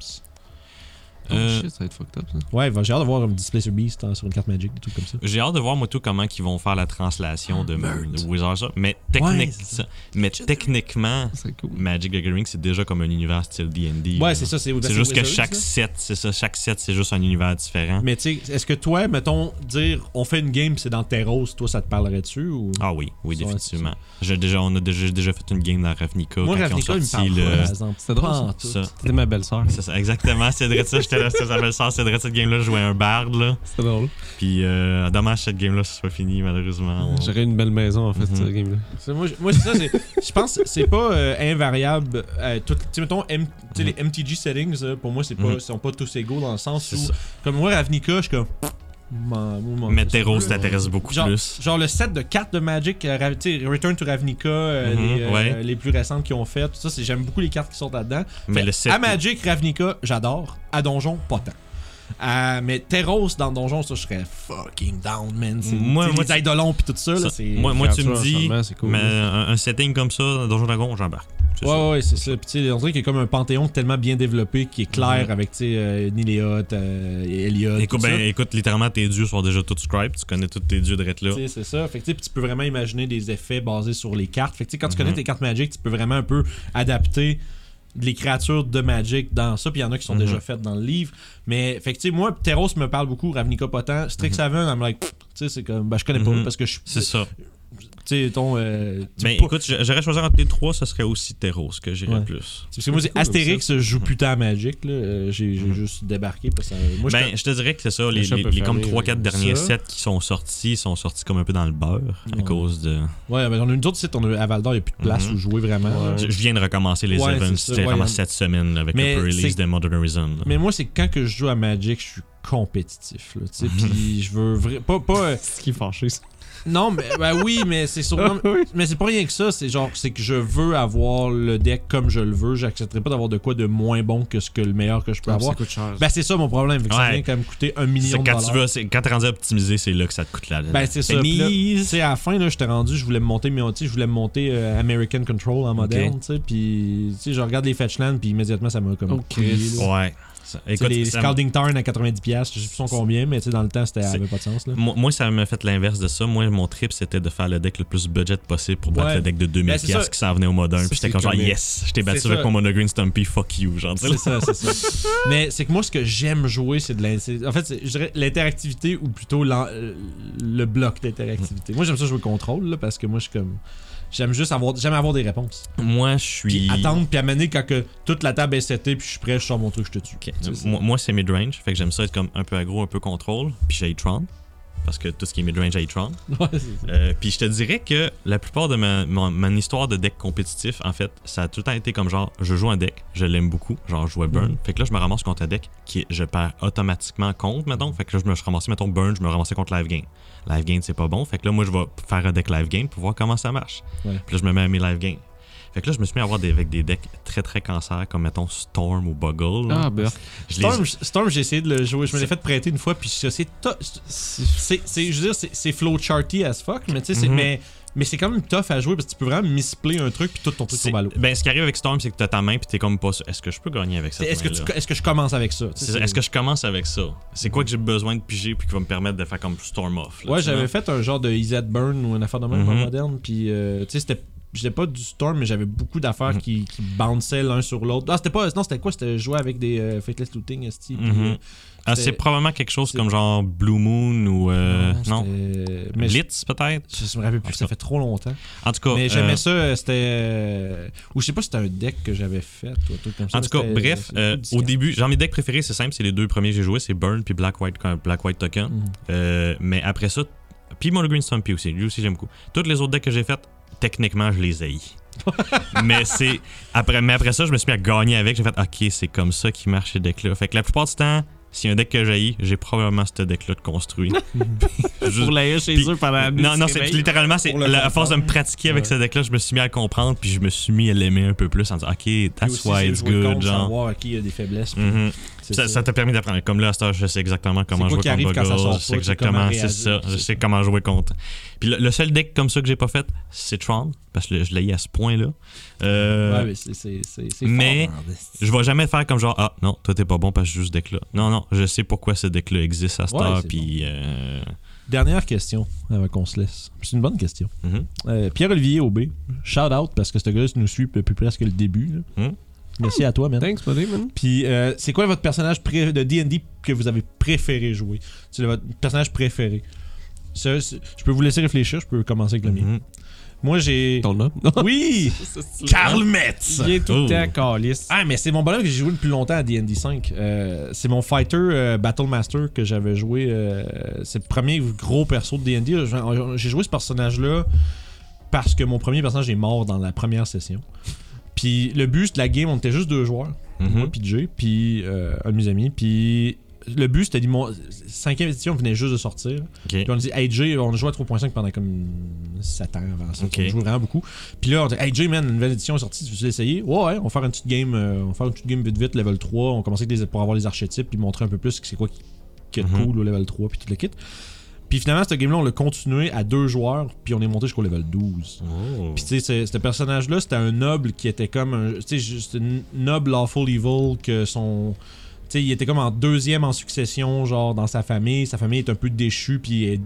S3: Euh,
S2: Oh shit, ça va être fucked up ça.
S1: Ouais, va- j'ai hâte de voir un Displacer Beast hein, sur une carte Magic, des trucs comme ça.
S3: J'ai hâte de voir, moi, tout comment ils vont faire la translation de,
S1: Meurt.
S3: de Wizards. ça. Mais,
S1: Ah, Ouais,
S3: technique,
S1: c'est
S3: ça- mais techniquement,
S2: C'est cool.
S3: Magic the Gathering, c'est déjà comme un univers style D&D. là.
S1: Ouais, c'est ça, c'est
S3: C'est juste que
S1: Wizards,
S3: chaque
S1: là.
S3: set, c'est ça, chaque set, c'est juste un univers différent.
S1: Mais tu sais, est-ce que toi, mettons, dire on fait une game pis c'est dans Terros, toi ça te parlerait dessus ou.
S3: Ah oui, oui,
S1: Ouais,
S3: définitivement. J'ai déjà, on a déjà, j'ai déjà fait une game dans Ravnica.
S1: Moi,
S3: quand
S1: Ravnica, il
S3: ils ont
S1: me
S3: sorti
S1: parle
S3: le-
S1: pas, par exemple.
S2: C'est drôle,
S1: Pas
S2: ça.
S1: en tout.
S3: ça.
S2: C'était ma belle-sœur.
S3: C'est ça, exactement. C'est vrai de ça, j'étais là, ça s'appelle ça, c'est vrai de cette game-là, je jouais un bard, là.
S2: C'était drôle.
S3: Puis, euh, dommage, cette game-là, ce soit fini, malheureusement. On-
S2: J'aurais une belle maison en fait,
S3: Mhm.
S2: ce game-là.
S1: C'est- Moi, je- moi, c'est ça. c'est- Je pense que c'est pas euh, invariable. euh, tout- tu sais, mettons, M- tu sais, les MTG settings, euh, pour moi, c'est pas,
S3: Mhm.
S1: sont pas tous égaux dans le sens
S3: Mm-hmm. C'est
S1: où,
S3: ça.
S1: comme moi, Ravnica, je suis comme. M'en- m'en-
S3: Mais
S1: m'en-
S3: Terros
S1: c'est-
S3: t'intéresse beaucoup
S1: Genre,
S3: plus.
S1: genre le set de cartes de Magic, euh, Ra- tu sais, Return to Ravnica, euh,
S3: Mhm,
S1: les, euh,
S3: ouais.
S1: les plus récentes qui ont fait, tout ça, c'est- j'aime beaucoup les cartes qui sont là-dedans.
S3: Mais
S1: Fait,
S3: le set.
S1: À Magic, Ravnica, j'adore. À Donjon, pas tant. À- mais Terros dans Donjon, ça, je serais fucking down, man. C'est-
S3: Moi-
S1: tu sais,
S3: moi,
S1: les Eidolons pis tout ça, là,
S3: ça-
S1: c'est-
S3: moi, moi, tu me
S2: Créature,
S3: dis,
S2: enchaînement, c'est cool.
S3: mais un, un setting comme ça, Donjon Dragon, j'embarque. C'est
S1: Ouais,
S3: ça.
S1: ouais, c'est ça. Puis, tu sais, on dirait qu'il y a comme un panthéon tellement bien développé qui est
S3: Mhm.
S1: clair avec, tu sais, euh, Nileoth, euh, Elliot.
S3: Écoute, ben, écoute, littéralement, tes dieux sont déjà tous scribe. Tu connais tous tes dieux de là.
S1: Tu sais, c'est ça. Fait que, tu sais, puis tu peux vraiment imaginer des effets basés sur les cartes. Fait que, tu sais, quand tu connais
S3: Mhm.
S1: tes cartes Magic, tu peux vraiment un peu adapter les créatures de Magic dans ça. Puis il y en a qui sont
S3: Mhm.
S1: déjà faites dans le livre. Mais, fait que, tu sais, moi, Teros me parle beaucoup, Ravnica Potent, Strixhaven, I'm like, pff, tu sais, c'est comme, ben, je connais pas
S3: Mhm.
S1: parce que je suis.
S3: Mm-hmm. C'est ça.
S1: Tu sais, ton. euh, tu
S3: Ben,
S1: peux-
S3: écoute, j'a- j'aurais choisi entre les trois, ça serait aussi Terros que j'irais
S1: Ouais.
S3: plus.
S1: parce que moi, c'est
S2: cool,
S1: Astérix, je joue
S3: Mm-hmm.
S1: putain à Magic. là. Euh, J'ai j'ai
S3: Mhm.
S1: juste débarqué parce que euh, moi, je
S3: ben, je te dirais que c'est ça, les,
S2: shop
S3: les,
S2: peut
S3: les comme
S2: fermer,
S3: 3-4
S2: oui.
S3: derniers
S1: Ça.
S3: sets qui sont sortis sont sortis comme un peu dans le beurre
S1: Ouais.
S3: à cause de.
S1: Ouais, ben on a une autre site, on a, à Val d'Or, il n'y a plus de place
S3: Mhm.
S1: où jouer vraiment.
S2: Ouais.
S3: Je je viens de recommencer les
S1: Ouais,
S3: events,
S1: c'est ça,
S3: c'était
S1: ouais,
S3: vraiment
S1: y en-
S3: cette semaine là, avec
S1: Mais
S3: le
S1: c'est-
S3: release de Modern Horizon. là.
S1: Mais moi, c'est quand que je joue à Magic, je suis compétitif, là, tu sais, puis je veux vra- pas pas euh,
S2: C'est ce qui est fâché, ça.
S1: non mais ben oui mais c'est sur non, mais- mais c'est pas rien que ça c'est genre c'est que je veux avoir le deck comme je le veux j'accepterai pas d'avoir de quoi de moins bon que ce que le meilleur que je peux avoir
S2: coûte cher.
S1: ben c'est ça mon problème fait que ça
S3: Ouais.
S1: vient quand même coûter un
S3: C'est
S1: million de
S3: quand
S1: dollars
S3: tu veux, c'est- quand t'es rendu optimisé, c'est là que ça te coûte la.
S1: ben c'est ça puis là, tu
S3: Pennies.
S1: sais à la fin là j'étais rendu je voulais me monter mais tu sais, je voulais me monter euh, American Control en moderne tu sais puis tu sais je regarde les Fetchland puis immédiatement ça m'a comme
S2: Oh,
S1: couillé,
S2: Chris.
S1: là.
S3: Ouais. Ça-
S1: Tu sais,
S3: écoute,
S1: les
S3: ça-
S1: Scalding Tarn à 90$, piastres, je sais plus son combien, mais tu sais, dans le temps, c'était, ça
S3: C'est-
S1: avait pas de sens. Là.
S3: moi, moi, ça m'a fait l'inverse de ça. Moi, mon trip, c'était de faire le deck le plus budget possible pour battre
S1: Ouais.
S3: le deck de 2000
S1: Ben, c'est
S3: piastres
S1: ça.
S3: qui s'en venait au modern.
S2: Ça,
S3: Puis j'étais
S2: c'est
S3: comme genre,
S2: comme-
S3: yes, je t'ai
S1: C'est
S3: battu
S1: ça.
S3: avec mon mono green Stumpy, fuck you. Genre, tu sais,
S1: C'est ça, c'est ça. mais c'est que moi, ce que j'aime jouer, c'est de l'in- c'est- En fait, c'est- je dirais l'interactivité ou plutôt l'en- euh, le bloc d'interactivité. Moi, j'aime ça jouer contrôle, là, parce que moi, je suis comme. J'aime juste avoir, j'aime avoir des réponses.
S3: Moi, je
S1: Puis
S3: suis.
S1: attendre, puis amener quand que toute la table est setée, puis je suis prêt, je sors mon truc, je te tue.
S3: Ok.
S1: Tu sais, c'est-
S3: Moi, moi, c'est mid-range. Fait que j'aime ça être comme un peu aggro, un peu contrôle. Puis j'ai Tron. Parce que tout ce qui est mid-range, j'ai Tron.
S1: Ouais, c'est ça.
S3: Euh, puis je te dirais que la plupart de ma, mon, mon histoire de deck compétitif, en fait, ça a tout le temps été comme genre, je joue un deck, je l'aime beaucoup, genre je jouais Burn.
S1: Mhm.
S3: Fait que là, je me ramasse contre un deck qui je perds automatiquement contre, mettons. Fait que là, je me suis ramassé, mettons, Burn, je me ramassais contre Live Gain. Live Gain, c'est pas bon. Fait que là, moi, je vais faire un deck Live Gain pour voir comment ça marche.
S1: Ouais.
S3: Puis là, je me mets à mes Live Gain. Fait que là, je me suis mis à avoir des, avec des decks très très cancer, comme mettons Storm ou Buggle. là.
S2: Ah, Burk.
S3: Je les-
S1: Storm, j- Storm, j'ai essayé de le jouer. Je me l'ai
S3: C'est-
S1: fait prêter une fois, puis ça, c'est. to- c'est- c'est- Je veux dire, c'est- c'est flowcharty as fuck, mais tu sais, c'est-
S3: Mhm.
S1: mais, mais c'est quand même tough à jouer parce que tu peux vraiment misplayer un truc, puis tout ton truc
S3: c'est-
S1: tombe à l'eau.
S3: ben, ce qui arrive avec Storm, c'est que t'as ta main, puis t'es comme pas sûr. Est-ce que je peux gagner avec
S1: C'est-
S3: ça?
S1: Est-ce que, tu- est-ce que je commence avec ça? Tu sais,
S3: C'est ça,
S1: c'est-
S3: Est-ce que je commence avec ça? C'est quoi que j'ai besoin de piger puis qui va me permettre de faire comme storm off? là,
S1: Ouais,
S3: tu sais,
S1: j'avais
S3: là?
S1: fait un genre de Is That Burn ou une affaire de même
S3: Mhm.
S1: en moderne. Puis, euh, tu sais, c'était. J'étais pas du Storm, mais j'avais beaucoup d'affaires
S3: Mhm.
S1: qui, qui bounçaient l'un sur l'autre. Ah, c'était pas. Non, c'était quoi C'était jouer avec des euh, Faithless Looting, esti, puis,
S3: Mhm.
S1: euh,
S3: Ah,
S1: c'était-
S3: c'est probablement quelque chose
S1: c'est-
S3: comme genre Blue Moon ou. euh, non. Ah,
S1: c'était- Mais je,
S3: Blitz peut-être?
S1: je me rappelle plus, ça fait trop longtemps.
S3: En tout cas.
S1: mais
S3: euh,
S1: j'aimais ça, euh, c'était. euh, Ou je sais pas si c'était un deck que j'avais fait ou un truc comme ça.
S3: En
S1: mais
S3: tout cas,
S1: c'était-
S3: bref,
S1: c'était
S3: euh,
S1: beaucoup
S3: au
S1: de
S3: début, genre mes decks préférés, c'est simple, c'est les deux premiers que j'ai joués, c'est Burn puis Black White, Black White Token.
S1: Mhm.
S3: Euh, mais après ça, puis Mono Green Stumpy aussi, lui aussi j'aime beaucoup. Toutes les autres decks que j'ai faites, techniquement, je les haïs. mais c'est après mais après ça, je me suis mis à gagner avec, j'ai fait OK, c'est comme ça qui marche ces decks là. Fait que la plupart du temps, s'il y a un deck que j'ai, j'ai probablement ce deck là de construit. Juste-
S2: Pour la chez
S3: Puis-
S2: eux pendant la nuit,
S3: non, non,
S2: tu te
S3: c'est
S2: réveilles.
S3: littéralement, c'est
S1: Pour le
S3: la- à force de me
S1: comprendre.
S3: pratiquer avec
S1: Ouais.
S3: ce deck-là, je me suis mis à le comprendre, puis je me suis mis à l'aimer un peu plus en disant, OK,
S1: Puis
S3: that's
S1: aussi,
S3: why
S1: c'est
S3: it's
S1: jouer
S3: good,
S1: contre,
S3: genre.
S1: savoir à qui il y a des faiblesses.
S3: Mhm.
S1: Tu C'est
S3: Ça, ça t'a permis d'apprendre. Comme là, à cette heure, je sais exactement comment
S1: quoi
S3: jouer
S1: qui
S3: contre
S1: arrive quand ça
S3: Boggle,
S1: sort pas,
S3: Je sais
S1: puis comment
S3: exactement, c'est
S1: réagir,
S3: ça.
S1: puis
S3: Je
S1: c'est
S3: sais comment jouer contre. Puis le, le seul deck comme ça que j'ai pas fait, c'est Tron, parce que je l'ai eu à ce point-là. Euh, Mhm.
S1: Ouais, mais c'est- c'est c'est- c'est
S3: mais-
S1: fort, hein, c'est-
S3: Je vais jamais faire comme genre, ah non, toi t'es pas bon parce que j'ai juste ce deck-là. Non, non, je sais pourquoi ce deck-là existe à cette
S1: Ouais,
S3: heure,
S1: c'est
S3: puis. euh,
S1: Dernière question avant qu'on se laisse. C'est une bonne question.
S3: mhm.
S1: Euh, Pierre-Olivier Aubé, shout out parce que ce gars-là nous suit depuis presque le début. là.
S3: Hmm.
S1: Merci à toi, man.
S2: Thanks, buddy, man.
S1: Puis, euh, c'est quoi votre personnage pré- de D&D que vous avez préféré jouer? C'est le- votre personnage préféré. Ça, c'est- je peux vous laisser réfléchir, je peux commencer avec le mien.
S3: Mhm.
S1: Moi, j'ai...
S2: Ton nom.
S1: Oui! Karl Metz!
S2: Il est tout le
S3: Oh.
S2: temps calice.
S1: Ah, mais c'est mon bonhomme que j'ai joué le plus longtemps à D&D 5. Euh, c'est mon fighter euh, Battlemaster que j'avais joué. euh, c'est le premier gros perso de D&D. J'ai- J'ai joué ce personnage-là parce que mon premier personnage est mort dans la première session. Puis le but de la game, on était juste deux joueurs.
S3: Mhm.
S1: Moi, puis Jay, puis euh, un de mes amis. Puis le but, c'était... mon- Cinquième édition, on venait juste de sortir.
S3: Ok.
S1: Puis on dit, hey Jay, on jouait à 3.5 pendant comme 7 ans avant ça.
S3: Ok.
S1: On jouait vraiment beaucoup. Puis là, on dit, hey Jay, man, une nouvelle édition est sortie, tu veux l'essayer? Ouais, ouais, on va faire une petite game, euh, on va faire une petite game vite vite, level 3. On commençait avec les- pour avoir les archétypes, puis montrer un peu plus c'est quoi qui, qui est
S3: Mhm.
S1: cool au level 3, puis tout le kit. Puis finalement, ce game-là, on l'a continué à deux joueurs, puis on est monté jusqu'au level 12.
S3: Oh.
S1: Puis tu sais, c'est- ce personnage-là, c'était un noble qui était comme un. Tu sais, juste un noble lawful evil que son. Tu sais, il était comme en deuxième en succession, genre dans sa famille. Sa famille est un peu déchue, puis elle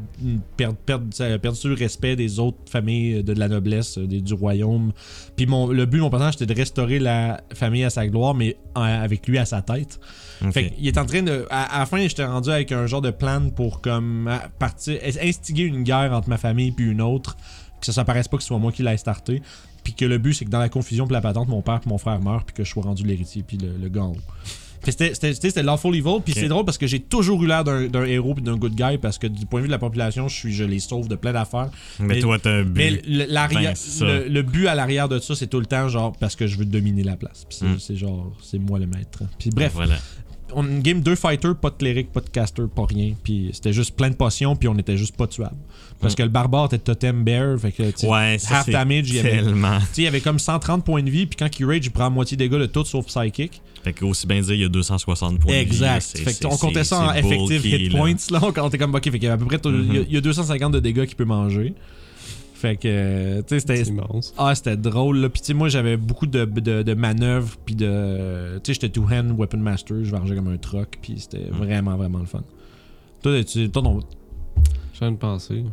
S1: perd, perd, ça a perdu le respect des autres familles de, de la noblesse, euh, des- du royaume. Puis mon, le but de mon personnage, c'était de restaurer la famille à sa gloire, mais en- avec lui à sa tête.
S3: Oh, Ok.
S1: Fait qu'il est en train de. À, à la fin, j'étais rendu avec un genre de plan pour comme à- partir, instiguer une guerre entre ma famille puis une autre, que ça s'apparaisse pas que ce soit moi qui l'ai starté, puis que le but c'est que dans la confusion puis la patente, mon père puis mon frère meurent puis que je sois rendu l'héritier puis le, le gars. en haut. Fait que C'était c'était- c'était- c'était Lawful Evil, puis
S3: Ok.
S1: c'est drôle parce que j'ai toujours eu l'air d'un d'un héros puis d'un good guy parce que du point de vue de la population, je suis je les sauve de plein d'affaires.
S3: mais,
S1: mais-
S3: toi, t'as un
S1: Mais
S3: but.
S1: le, l'arrière-
S3: Ben, c'est ça.
S1: le- le but à l'arrière de ça, c'est tout le temps genre parce que je veux dominer la place. Puis c'est
S3: Mm.
S1: c'est genre, c'est moi le maître. Puis bref,
S3: Voilà.
S1: on une game deux fighters, pas de cléric, pas de caster, pas rien. Puis c'était juste plein de potions, puis on était juste pas tuable. Parce
S3: Mm.
S1: que le barbare était totem bear, fait que tu sais,
S3: Ouais, ça
S1: half
S3: c'est
S1: damage, il y avait-
S3: tellement.
S1: tu sais, il y avait comme 130 points de vie, puis quand il rage, il prend moitié dégâts de tout sauf psychic.
S3: Fait qu'aussi bien dire, il y a 260 points. de vie, là, c'est-
S1: Fait que
S3: c'est-
S1: on comptait
S3: c'est-
S1: ça en
S3: c'est
S1: effective
S3: bulky,
S1: hit
S3: là.
S1: points, là. On comptait comme, ok, fait qu'il y avait à peu près, tout- il y a-
S3: Mhm.
S1: il y a 250 de dégâts qu'il peut manger. Fait que, euh, tu sais, c'était.
S2: C'est immense.
S1: Ah, c'était drôle, là. Puis, tu sais, moi, j'avais beaucoup de, de, de manœuvres, puis de. Tu sais, j'étais two-hand weapon master, je vargeais comme un truck, puis c'était vraiment, vraiment le fun. Toi, tu. Toi, non.
S2: Je viens de penser.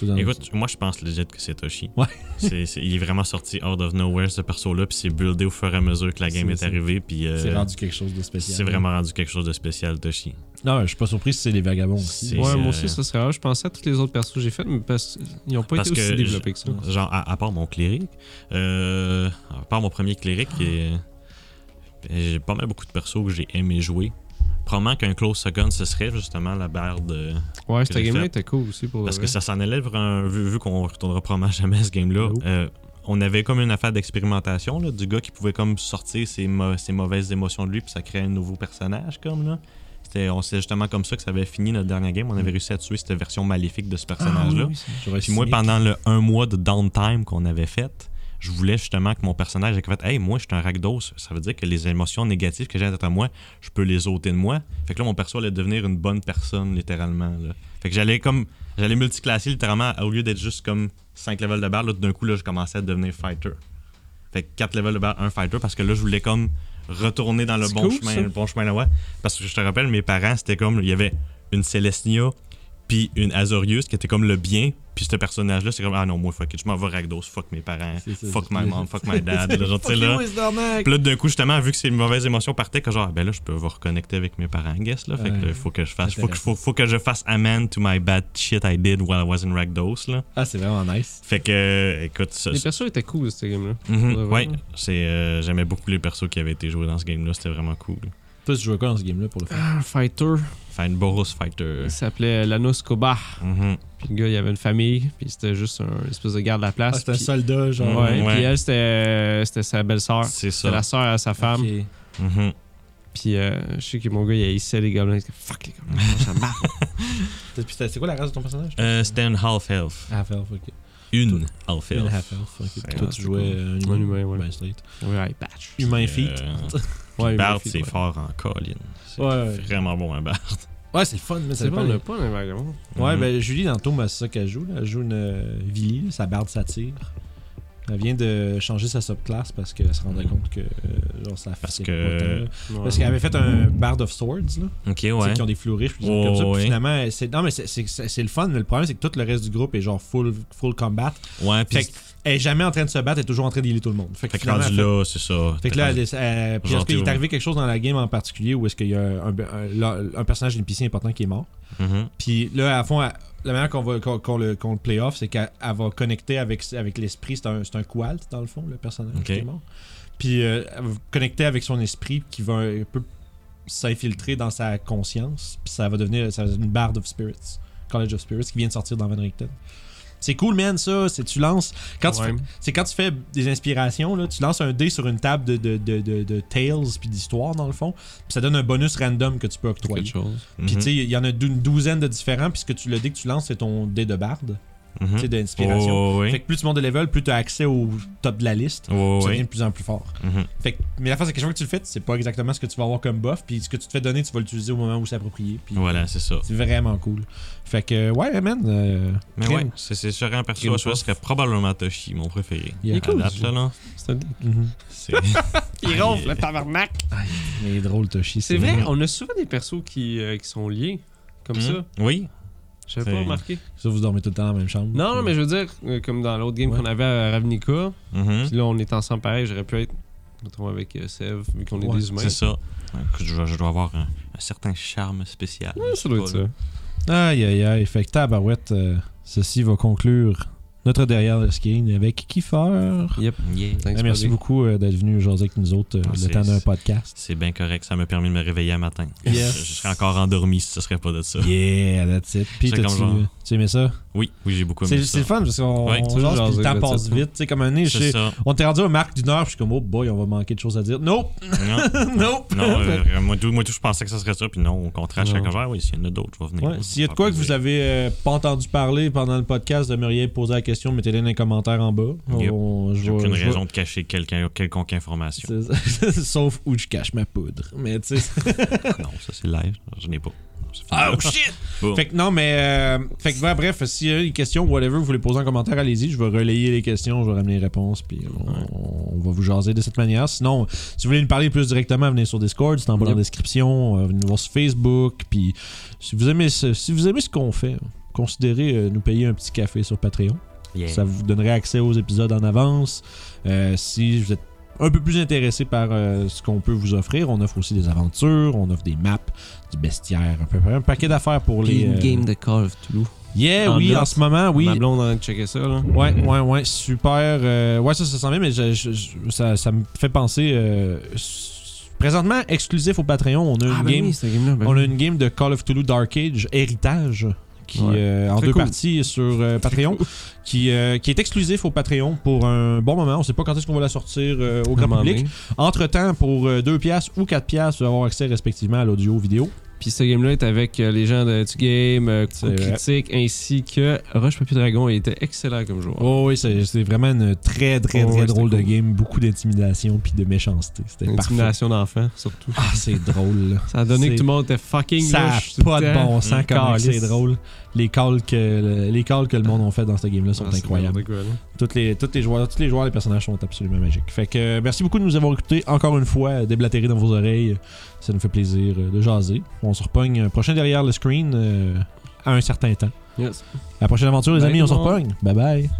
S1: toi, non-
S3: Écoute, moi je pense legit que c'est Toshi.
S1: Ouais.
S3: C'est- c'est- il est vraiment sorti out of nowhere ce perso-là, puis c'est buildé au fur et à mesure que la game
S1: C'est-
S3: est,
S1: c'est-
S3: arrivée, puis euh,
S1: c'est rendu quelque chose de spécial.
S3: c'est vraiment rendu quelque chose de spécial Toshi.
S1: Non, je suis pas surpris si c'est les vagabonds aussi.
S3: C'est-
S2: Ouais,
S3: euh,
S2: moi aussi, ça serait rare. Je pensais à tous les autres persos que j'ai fait, mais parce qu'ils n'ont pas
S3: Parce
S2: été aussi
S3: que
S2: développés que ça.
S3: Genre à, à part mon cléric, euh, à part mon premier cléric,
S1: Ah.
S3: et- j'ai pas mal beaucoup de persos que j'ai aimé jouer. Probablement qu'un close second ce serait justement la barre de
S2: Ouais,
S3: que
S2: cette
S3: j'ai
S2: game-là
S3: fait.
S2: était cool aussi pour
S3: Parce
S2: le
S3: que
S2: vrai.
S3: ça s'en élève, un, vu, vu qu'on retournera probablement jamais à ce game-là.
S2: Nope.
S3: euh, on avait comme une affaire d'expérimentation là, du gars qui pouvait comme sortir ses, mau- ses mauvaises émotions de lui, puis ça créait un nouveau personnage comme là. C'était, on sait justement comme ça que ça avait fini notre dernière game. On avait réussi à tuer cette version maléfique de ce personnage-là. Puis moi, pendant le un mois de downtime qu'on avait fait, je voulais justement que mon personnage ait fait Hey, moi, je suis un ragdos. Ça veut dire que les émotions négatives que j'ai à l'intérieur de moi, je peux les ôter de moi. Fait que là, mon perso allait devenir une bonne personne, littéralement. là. Fait que j'allais comme. J'allais multiclasser littéralement au lieu d'être juste comme 5 levels de barre. Là, tout d'un coup, là, je commençais à devenir fighter. Fait que 4 levels de barre, un fighter, parce que là, je voulais comme retourner dans le
S2: C'est
S3: bon
S2: cool,
S3: chemin,
S2: ça.
S3: le bon chemin là-bas. Parce que je te rappelle, mes parents, c'était comme. Il y avait une Celestia, puis une Azorius qui était comme le bien. Puis ce personnage-là, c'est comme Ah non, moi, fuck it, je m'en vais Ragdos, fuck mes parents,
S1: C'est ça,
S3: fuck
S1: c'est-
S3: my mom, fuck my dad. genre, tu sais, là.
S1: là.
S3: Puis là, d'un coup, justement, vu que ces mauvaises émotions partaient, que genre, Ah, ben là, je peux vous reconnecter avec mes parents, I guess, là. Fait que
S1: Ouais.
S3: là, faut que je fasse, faut que,
S1: Intéressant.
S3: faut, faut que je fasse amen to my bad shit I did while I was in Ragdos, là.
S1: Ah, c'est vraiment nice.
S3: Fait que, euh, écoute, ça-
S2: Les persos étaient cool, cette game-là.
S3: Mhm,
S2: Ouais,
S3: ouais,
S2: ouais.
S3: c'est, euh, j'aimais beaucoup les persos qui avaient été joués dans ce game-là, c'était vraiment cool.
S1: Toi, tu jouais quoi dans ce game-là pour le faire
S2: Ah, Fighter.
S3: Enfin, une Boros Fighter.
S2: Il s'appelait Lanos Koba.
S3: Mhm.
S2: Puis le gars, il avait une famille. Puis c'était juste un une espèce de garde à la
S1: Ah,
S2: place. puis,
S1: soldat,
S3: genre.
S2: ouais,
S3: Ouais.
S2: puis elle, c'était c'était sa belle-sœur.
S3: C'est
S2: C'était
S3: ça.
S2: la sœur à sa femme.
S3: Mhm.
S2: Puis euh, je sais que mon gars, il haïssait les gobelins. Il était, Fuck les gobelins.
S1: C'est quoi la race de ton personnage
S3: Euh, c'était une half-elf.
S1: Ah, faire, ok.
S3: Une half
S1: Une half-elf. ok. Puis toi,
S2: ouais,
S1: tu jouais euh, un humain.
S2: Un humain, ouais.
S1: Ben, straight.
S2: Ouais, patch.
S1: Humain feat.
S2: Ouais,
S3: Bard,
S2: Murphy,
S3: c'est
S2: ouais.
S3: fort en colline. C'est
S1: Ouais, ouais.
S3: vraiment bon, un Bard.
S1: Ouais, c'est le fun, mais
S2: C'est
S1: pas
S2: bon, on n'a pas un wagon.
S1: Ouais,
S3: Mhm.
S1: ben Julie dans Toom, c'est ça qu'elle joue. là. Elle joue une euh, Vili, là. sa barbe s'attire. Elle vient de changer sa subclasse parce qu'elle se rendait
S3: Mhm.
S1: compte que euh, genre, ça
S3: Parce
S1: fitait
S3: que-
S1: pas tant, là.
S2: Ouais.
S1: Parce qu'elle avait fait un Bard of Swords, là.
S3: Ok,
S1: Tu sais,
S3: ouais.
S1: qui ont des flous riches, puis des
S3: Oh,
S1: trucs comme ça. Puis
S3: ouais.
S1: finalement, c'est... Non, mais c'est, c'est- c'est- c'est le fun, mais le problème, c'est que tout le reste du groupe est genre full, full combat.
S3: Ouais, puis
S1: Fait que- Elle est jamais en train de se battre, elle est toujours en train d'healer tout le monde. Fait que,
S3: fait que
S1: finalement,
S3: rendu
S1: elle fait-
S3: là, c'est ça. Mhm.
S1: fait que là, elle, elle- elle- puis
S3: Genre,
S1: est-ce qu'il est
S3: t'es-
S1: arrivé quelque chose dans la game en particulier où est-ce qu'il y a un, un- un personnage NPC important qui est mort?
S3: Mhm.
S1: Puis là, à fond, elle- la manière qu'on va- qu'on- qu'on le, qu'on le play off, c'est qu'elle elle va connecter avec, avec l'esprit. C'est un, c'est un Qualt, dans le fond, le personnage
S3: Ok.
S1: qui est mort. Puis euh, elle va connecter avec son esprit qui va un peu s'infiltrer dans sa conscience. Puis ça va devenir, ça va devenir une barre of spirits, College of Spirits, qui vient de sortir dans Van Richten. C'est cool, man, ça. C'est tu lances. Quand tu
S2: Ouais.
S1: fais- c'est quand tu fais des inspirations, là, tu lances un dé sur une table de, de, de, de- de tales puis d'histoires, dans le fond. Puis ça donne un bonus random que tu peux octroyer.
S2: quelque chose.
S3: Mhm.
S1: Puis tu sais, il y en a d'une douzaine de différents. Puis ce que tu le dé que tu lances, c'est ton dé de barde,
S3: Mhm.
S1: tu sais, d'inspiration.
S3: Oh, oui.
S1: Fait que plus tu montes de level, plus tu as accès au top de la liste.
S3: Oh,
S1: puis Ça
S3: oui.
S1: devient de plus en plus fort.
S3: Mhm.
S1: Fait que, mais la fin, c'est que chaque fois que tu le fais, c'est pas exactement ce que tu vas avoir comme buff. Puis ce que tu te fais donner, tu vas l'utiliser au moment où c'est approprié. Puis
S3: Voilà, c'est ça.
S1: c'est vraiment cool. Fait que, ouais, man. euh,
S3: Mais
S1: crime.
S3: ouais, c'est c'est serait un perso,
S2: Crime
S3: ça
S2: puff.
S3: serait probablement Toshi, mon préféré.
S1: Yeah.
S2: Il est cool,
S3: À date, là, non?
S2: C'est un-
S1: Mhm.
S3: C'est-
S2: Il
S3: ronfle,
S1: hein,
S3: le
S2: tabarnak.
S1: Mais il est drôle, Toshi.
S2: C'est vrai, on a souvent des persos qui, euh, qui sont liés comme
S3: Mhm.
S2: ça.
S3: Oui.
S2: J'avais
S3: C'est-
S2: pas remarqué.
S1: Ça, vous dormez tout le temps dans la même chambre.
S2: Non, non, mais je veux dire, euh, comme dans l'autre game
S1: Ouais.
S2: qu'on avait à Ravnica,
S3: Mhm.
S2: puis là on est ensemble pareil, j'aurais pu être, mettons, avec euh, Sev, vu qu'on est
S1: Ouais,
S2: des humains.
S3: C'est ça. Ouais, écoute, je, dois- je dois avoir un, un certain charme spécial.
S2: Ouais, ça doit être ça.
S1: Aïe, aïe, aïe. Fait que tabarouette, euh, ceci va conclure notre derrière le skin avec Kiefer.
S3: Yeah.
S2: Thanks,
S1: Ah, merci
S2: buddy.
S1: beaucoup euh, d'être venu aujourd'hui avec nous autres euh,
S3: Ah,
S1: le
S3: c'est-
S1: temps d'un
S3: c'est-
S1: podcast.
S3: C'est bien correct, ça m'a permis de me réveiller un matin.
S1: Yes.
S3: Je, je serais encore endormi si ce serait pas de ça.
S1: Yeah, that's it. Puis
S3: C'est comme
S1: t'as-tu-
S3: genre-
S1: tu aimais ça?
S3: Oui, oui, j'ai beaucoup
S1: C'est
S3: aimé
S1: c'est
S3: ça.
S1: le fun parce qu'on
S3: Ouais,
S1: on
S2: tu
S1: jase,
S2: jases,
S1: puis le temps
S2: that's
S1: passe
S2: it.
S1: vite. Tu sais, comme un nez, je
S3: C'est
S1: sais-
S3: ça.
S1: on t'est rendu à marque d'une heure, puis je suis comme, oh boy, on va manquer de choses à dire. Nope!
S3: Non,
S1: nope!
S3: non euh, moi, tout, moi tout, je pensais que ça serait ça, puis non, au contraire,
S2: Non.
S3: chaque genre, Ah oui, s'il y en a d'autres, je vais venir.
S1: Ouais, S'il y a de quoi que vous avez euh, pas entendu parler pendant le podcast, aimeriez poser la question, mettez-les dans les commentaires en bas.
S3: Yep.
S1: On- je vais-
S3: J'ai aucune
S1: je vais-
S3: raison de cacher quelqu'un, quelconque information.
S1: C'est- Sauf où je cache ma poudre. Mais tu sais,
S3: Non, ça c'est live, je n'ai pas.
S1: Oh shit!
S3: Bon.
S1: Fait que non, mais. euh, fait que ouais, bref, s'il y a des questions, whatever, vous voulez poser en commentaire, allez-y. Je vais relayer les questions, je vais ramener les réponses, puis on, on va vous jaser de cette manière. Sinon, si vous voulez nous parler plus directement, venez sur Discord, c'est en bas dans la
S2: Yep.
S1: description. euh, venez nous voir sur Facebook, puis si vous aimez ce, si vous aimez ce qu'on fait, considérez euh, nous payer un petit café sur Patreon.
S3: Yeah.
S1: Ça vous donnerait accès aux épisodes en avance. Euh, si vous êtes un peu plus intéressé par euh, ce qu'on peut vous offrir, on offre aussi des aventures, on offre des maps, du bestiaire, un, peu, un paquet d'affaires pour les. euh,
S2: de Call of Toulouse.
S1: Yeah,
S2: en
S1: oui,
S2: note.
S1: en ce moment,
S2: Oui.
S1: oui.
S2: Ma blonde en train de checker ça, là.
S1: Ouais, ouais, ouais, super. euh, ouais, ça, ça sent bien, mais je- je- je- ça, ça me fait penser. euh, s- présentement, exclusif au Patreon, on a
S2: Ah,
S1: une
S2: ben
S1: game.
S2: oui, cette game-là, ben
S1: On a
S2: oui.
S1: une game de Call of Cthulhu Dark Age Héritage qui
S2: Ouais.
S1: euh, en
S2: Très
S1: deux
S2: cool.
S1: parties sur euh, Patreon qui, euh, qui est exclusif au Patreon pour un bon moment. On sait pas quand est-ce qu'on va la sortir euh, au grand
S2: Comment
S1: public.
S2: aller.
S1: Entre-temps, pour 2 piastres ou 4 piastres, vous allez avoir accès respectivement à l'audio vidéo.
S2: Puis cette game-là est avec euh, les gens de Tu Game, euh,
S1: C'est vrai.
S2: Critique, ainsi que Rush Papier Dragon. Il était excellent comme joueur.
S1: Oh oui, c'est c'est vraiment une très très
S2: Oh
S1: très
S2: ouais,
S1: drôle
S2: c'était
S1: de
S2: cool.
S1: game, beaucoup d'intimidation puis de méchanceté. C'était parfait.
S2: Intimidation d'enfants, surtout.
S1: Ah, c'est drôle. là.
S2: Ça a donné que
S1: C'est-
S2: tout le monde était fucking
S1: Ça
S2: louche
S1: a
S2: tout
S1: pas
S2: le
S1: de
S2: temps.
S1: bon
S3: Mm,
S1: sens comment que c'est
S2: calice.
S1: drôle. Les calls que les calls que le monde ont fait dans cette game là sont
S2: Ah, c'est
S1: incroyables.
S2: n'importe quoi, là.
S1: Toutes les, toutes les joueurs, tous les joueurs, les personnages sont absolument magiques. Fait que euh, merci beaucoup de nous avoir écoutés encore une fois, euh, déblatérer dans vos oreilles. euh, Ça nous fait plaisir euh, de jaser. On se repogne euh, prochain derrière le screen euh, à un certain temps.
S2: Yes.
S1: À la prochaine aventure, les
S2: Bye
S1: amis,
S2: tout
S1: on se
S2: le monde.
S1: repogne. Bye bye.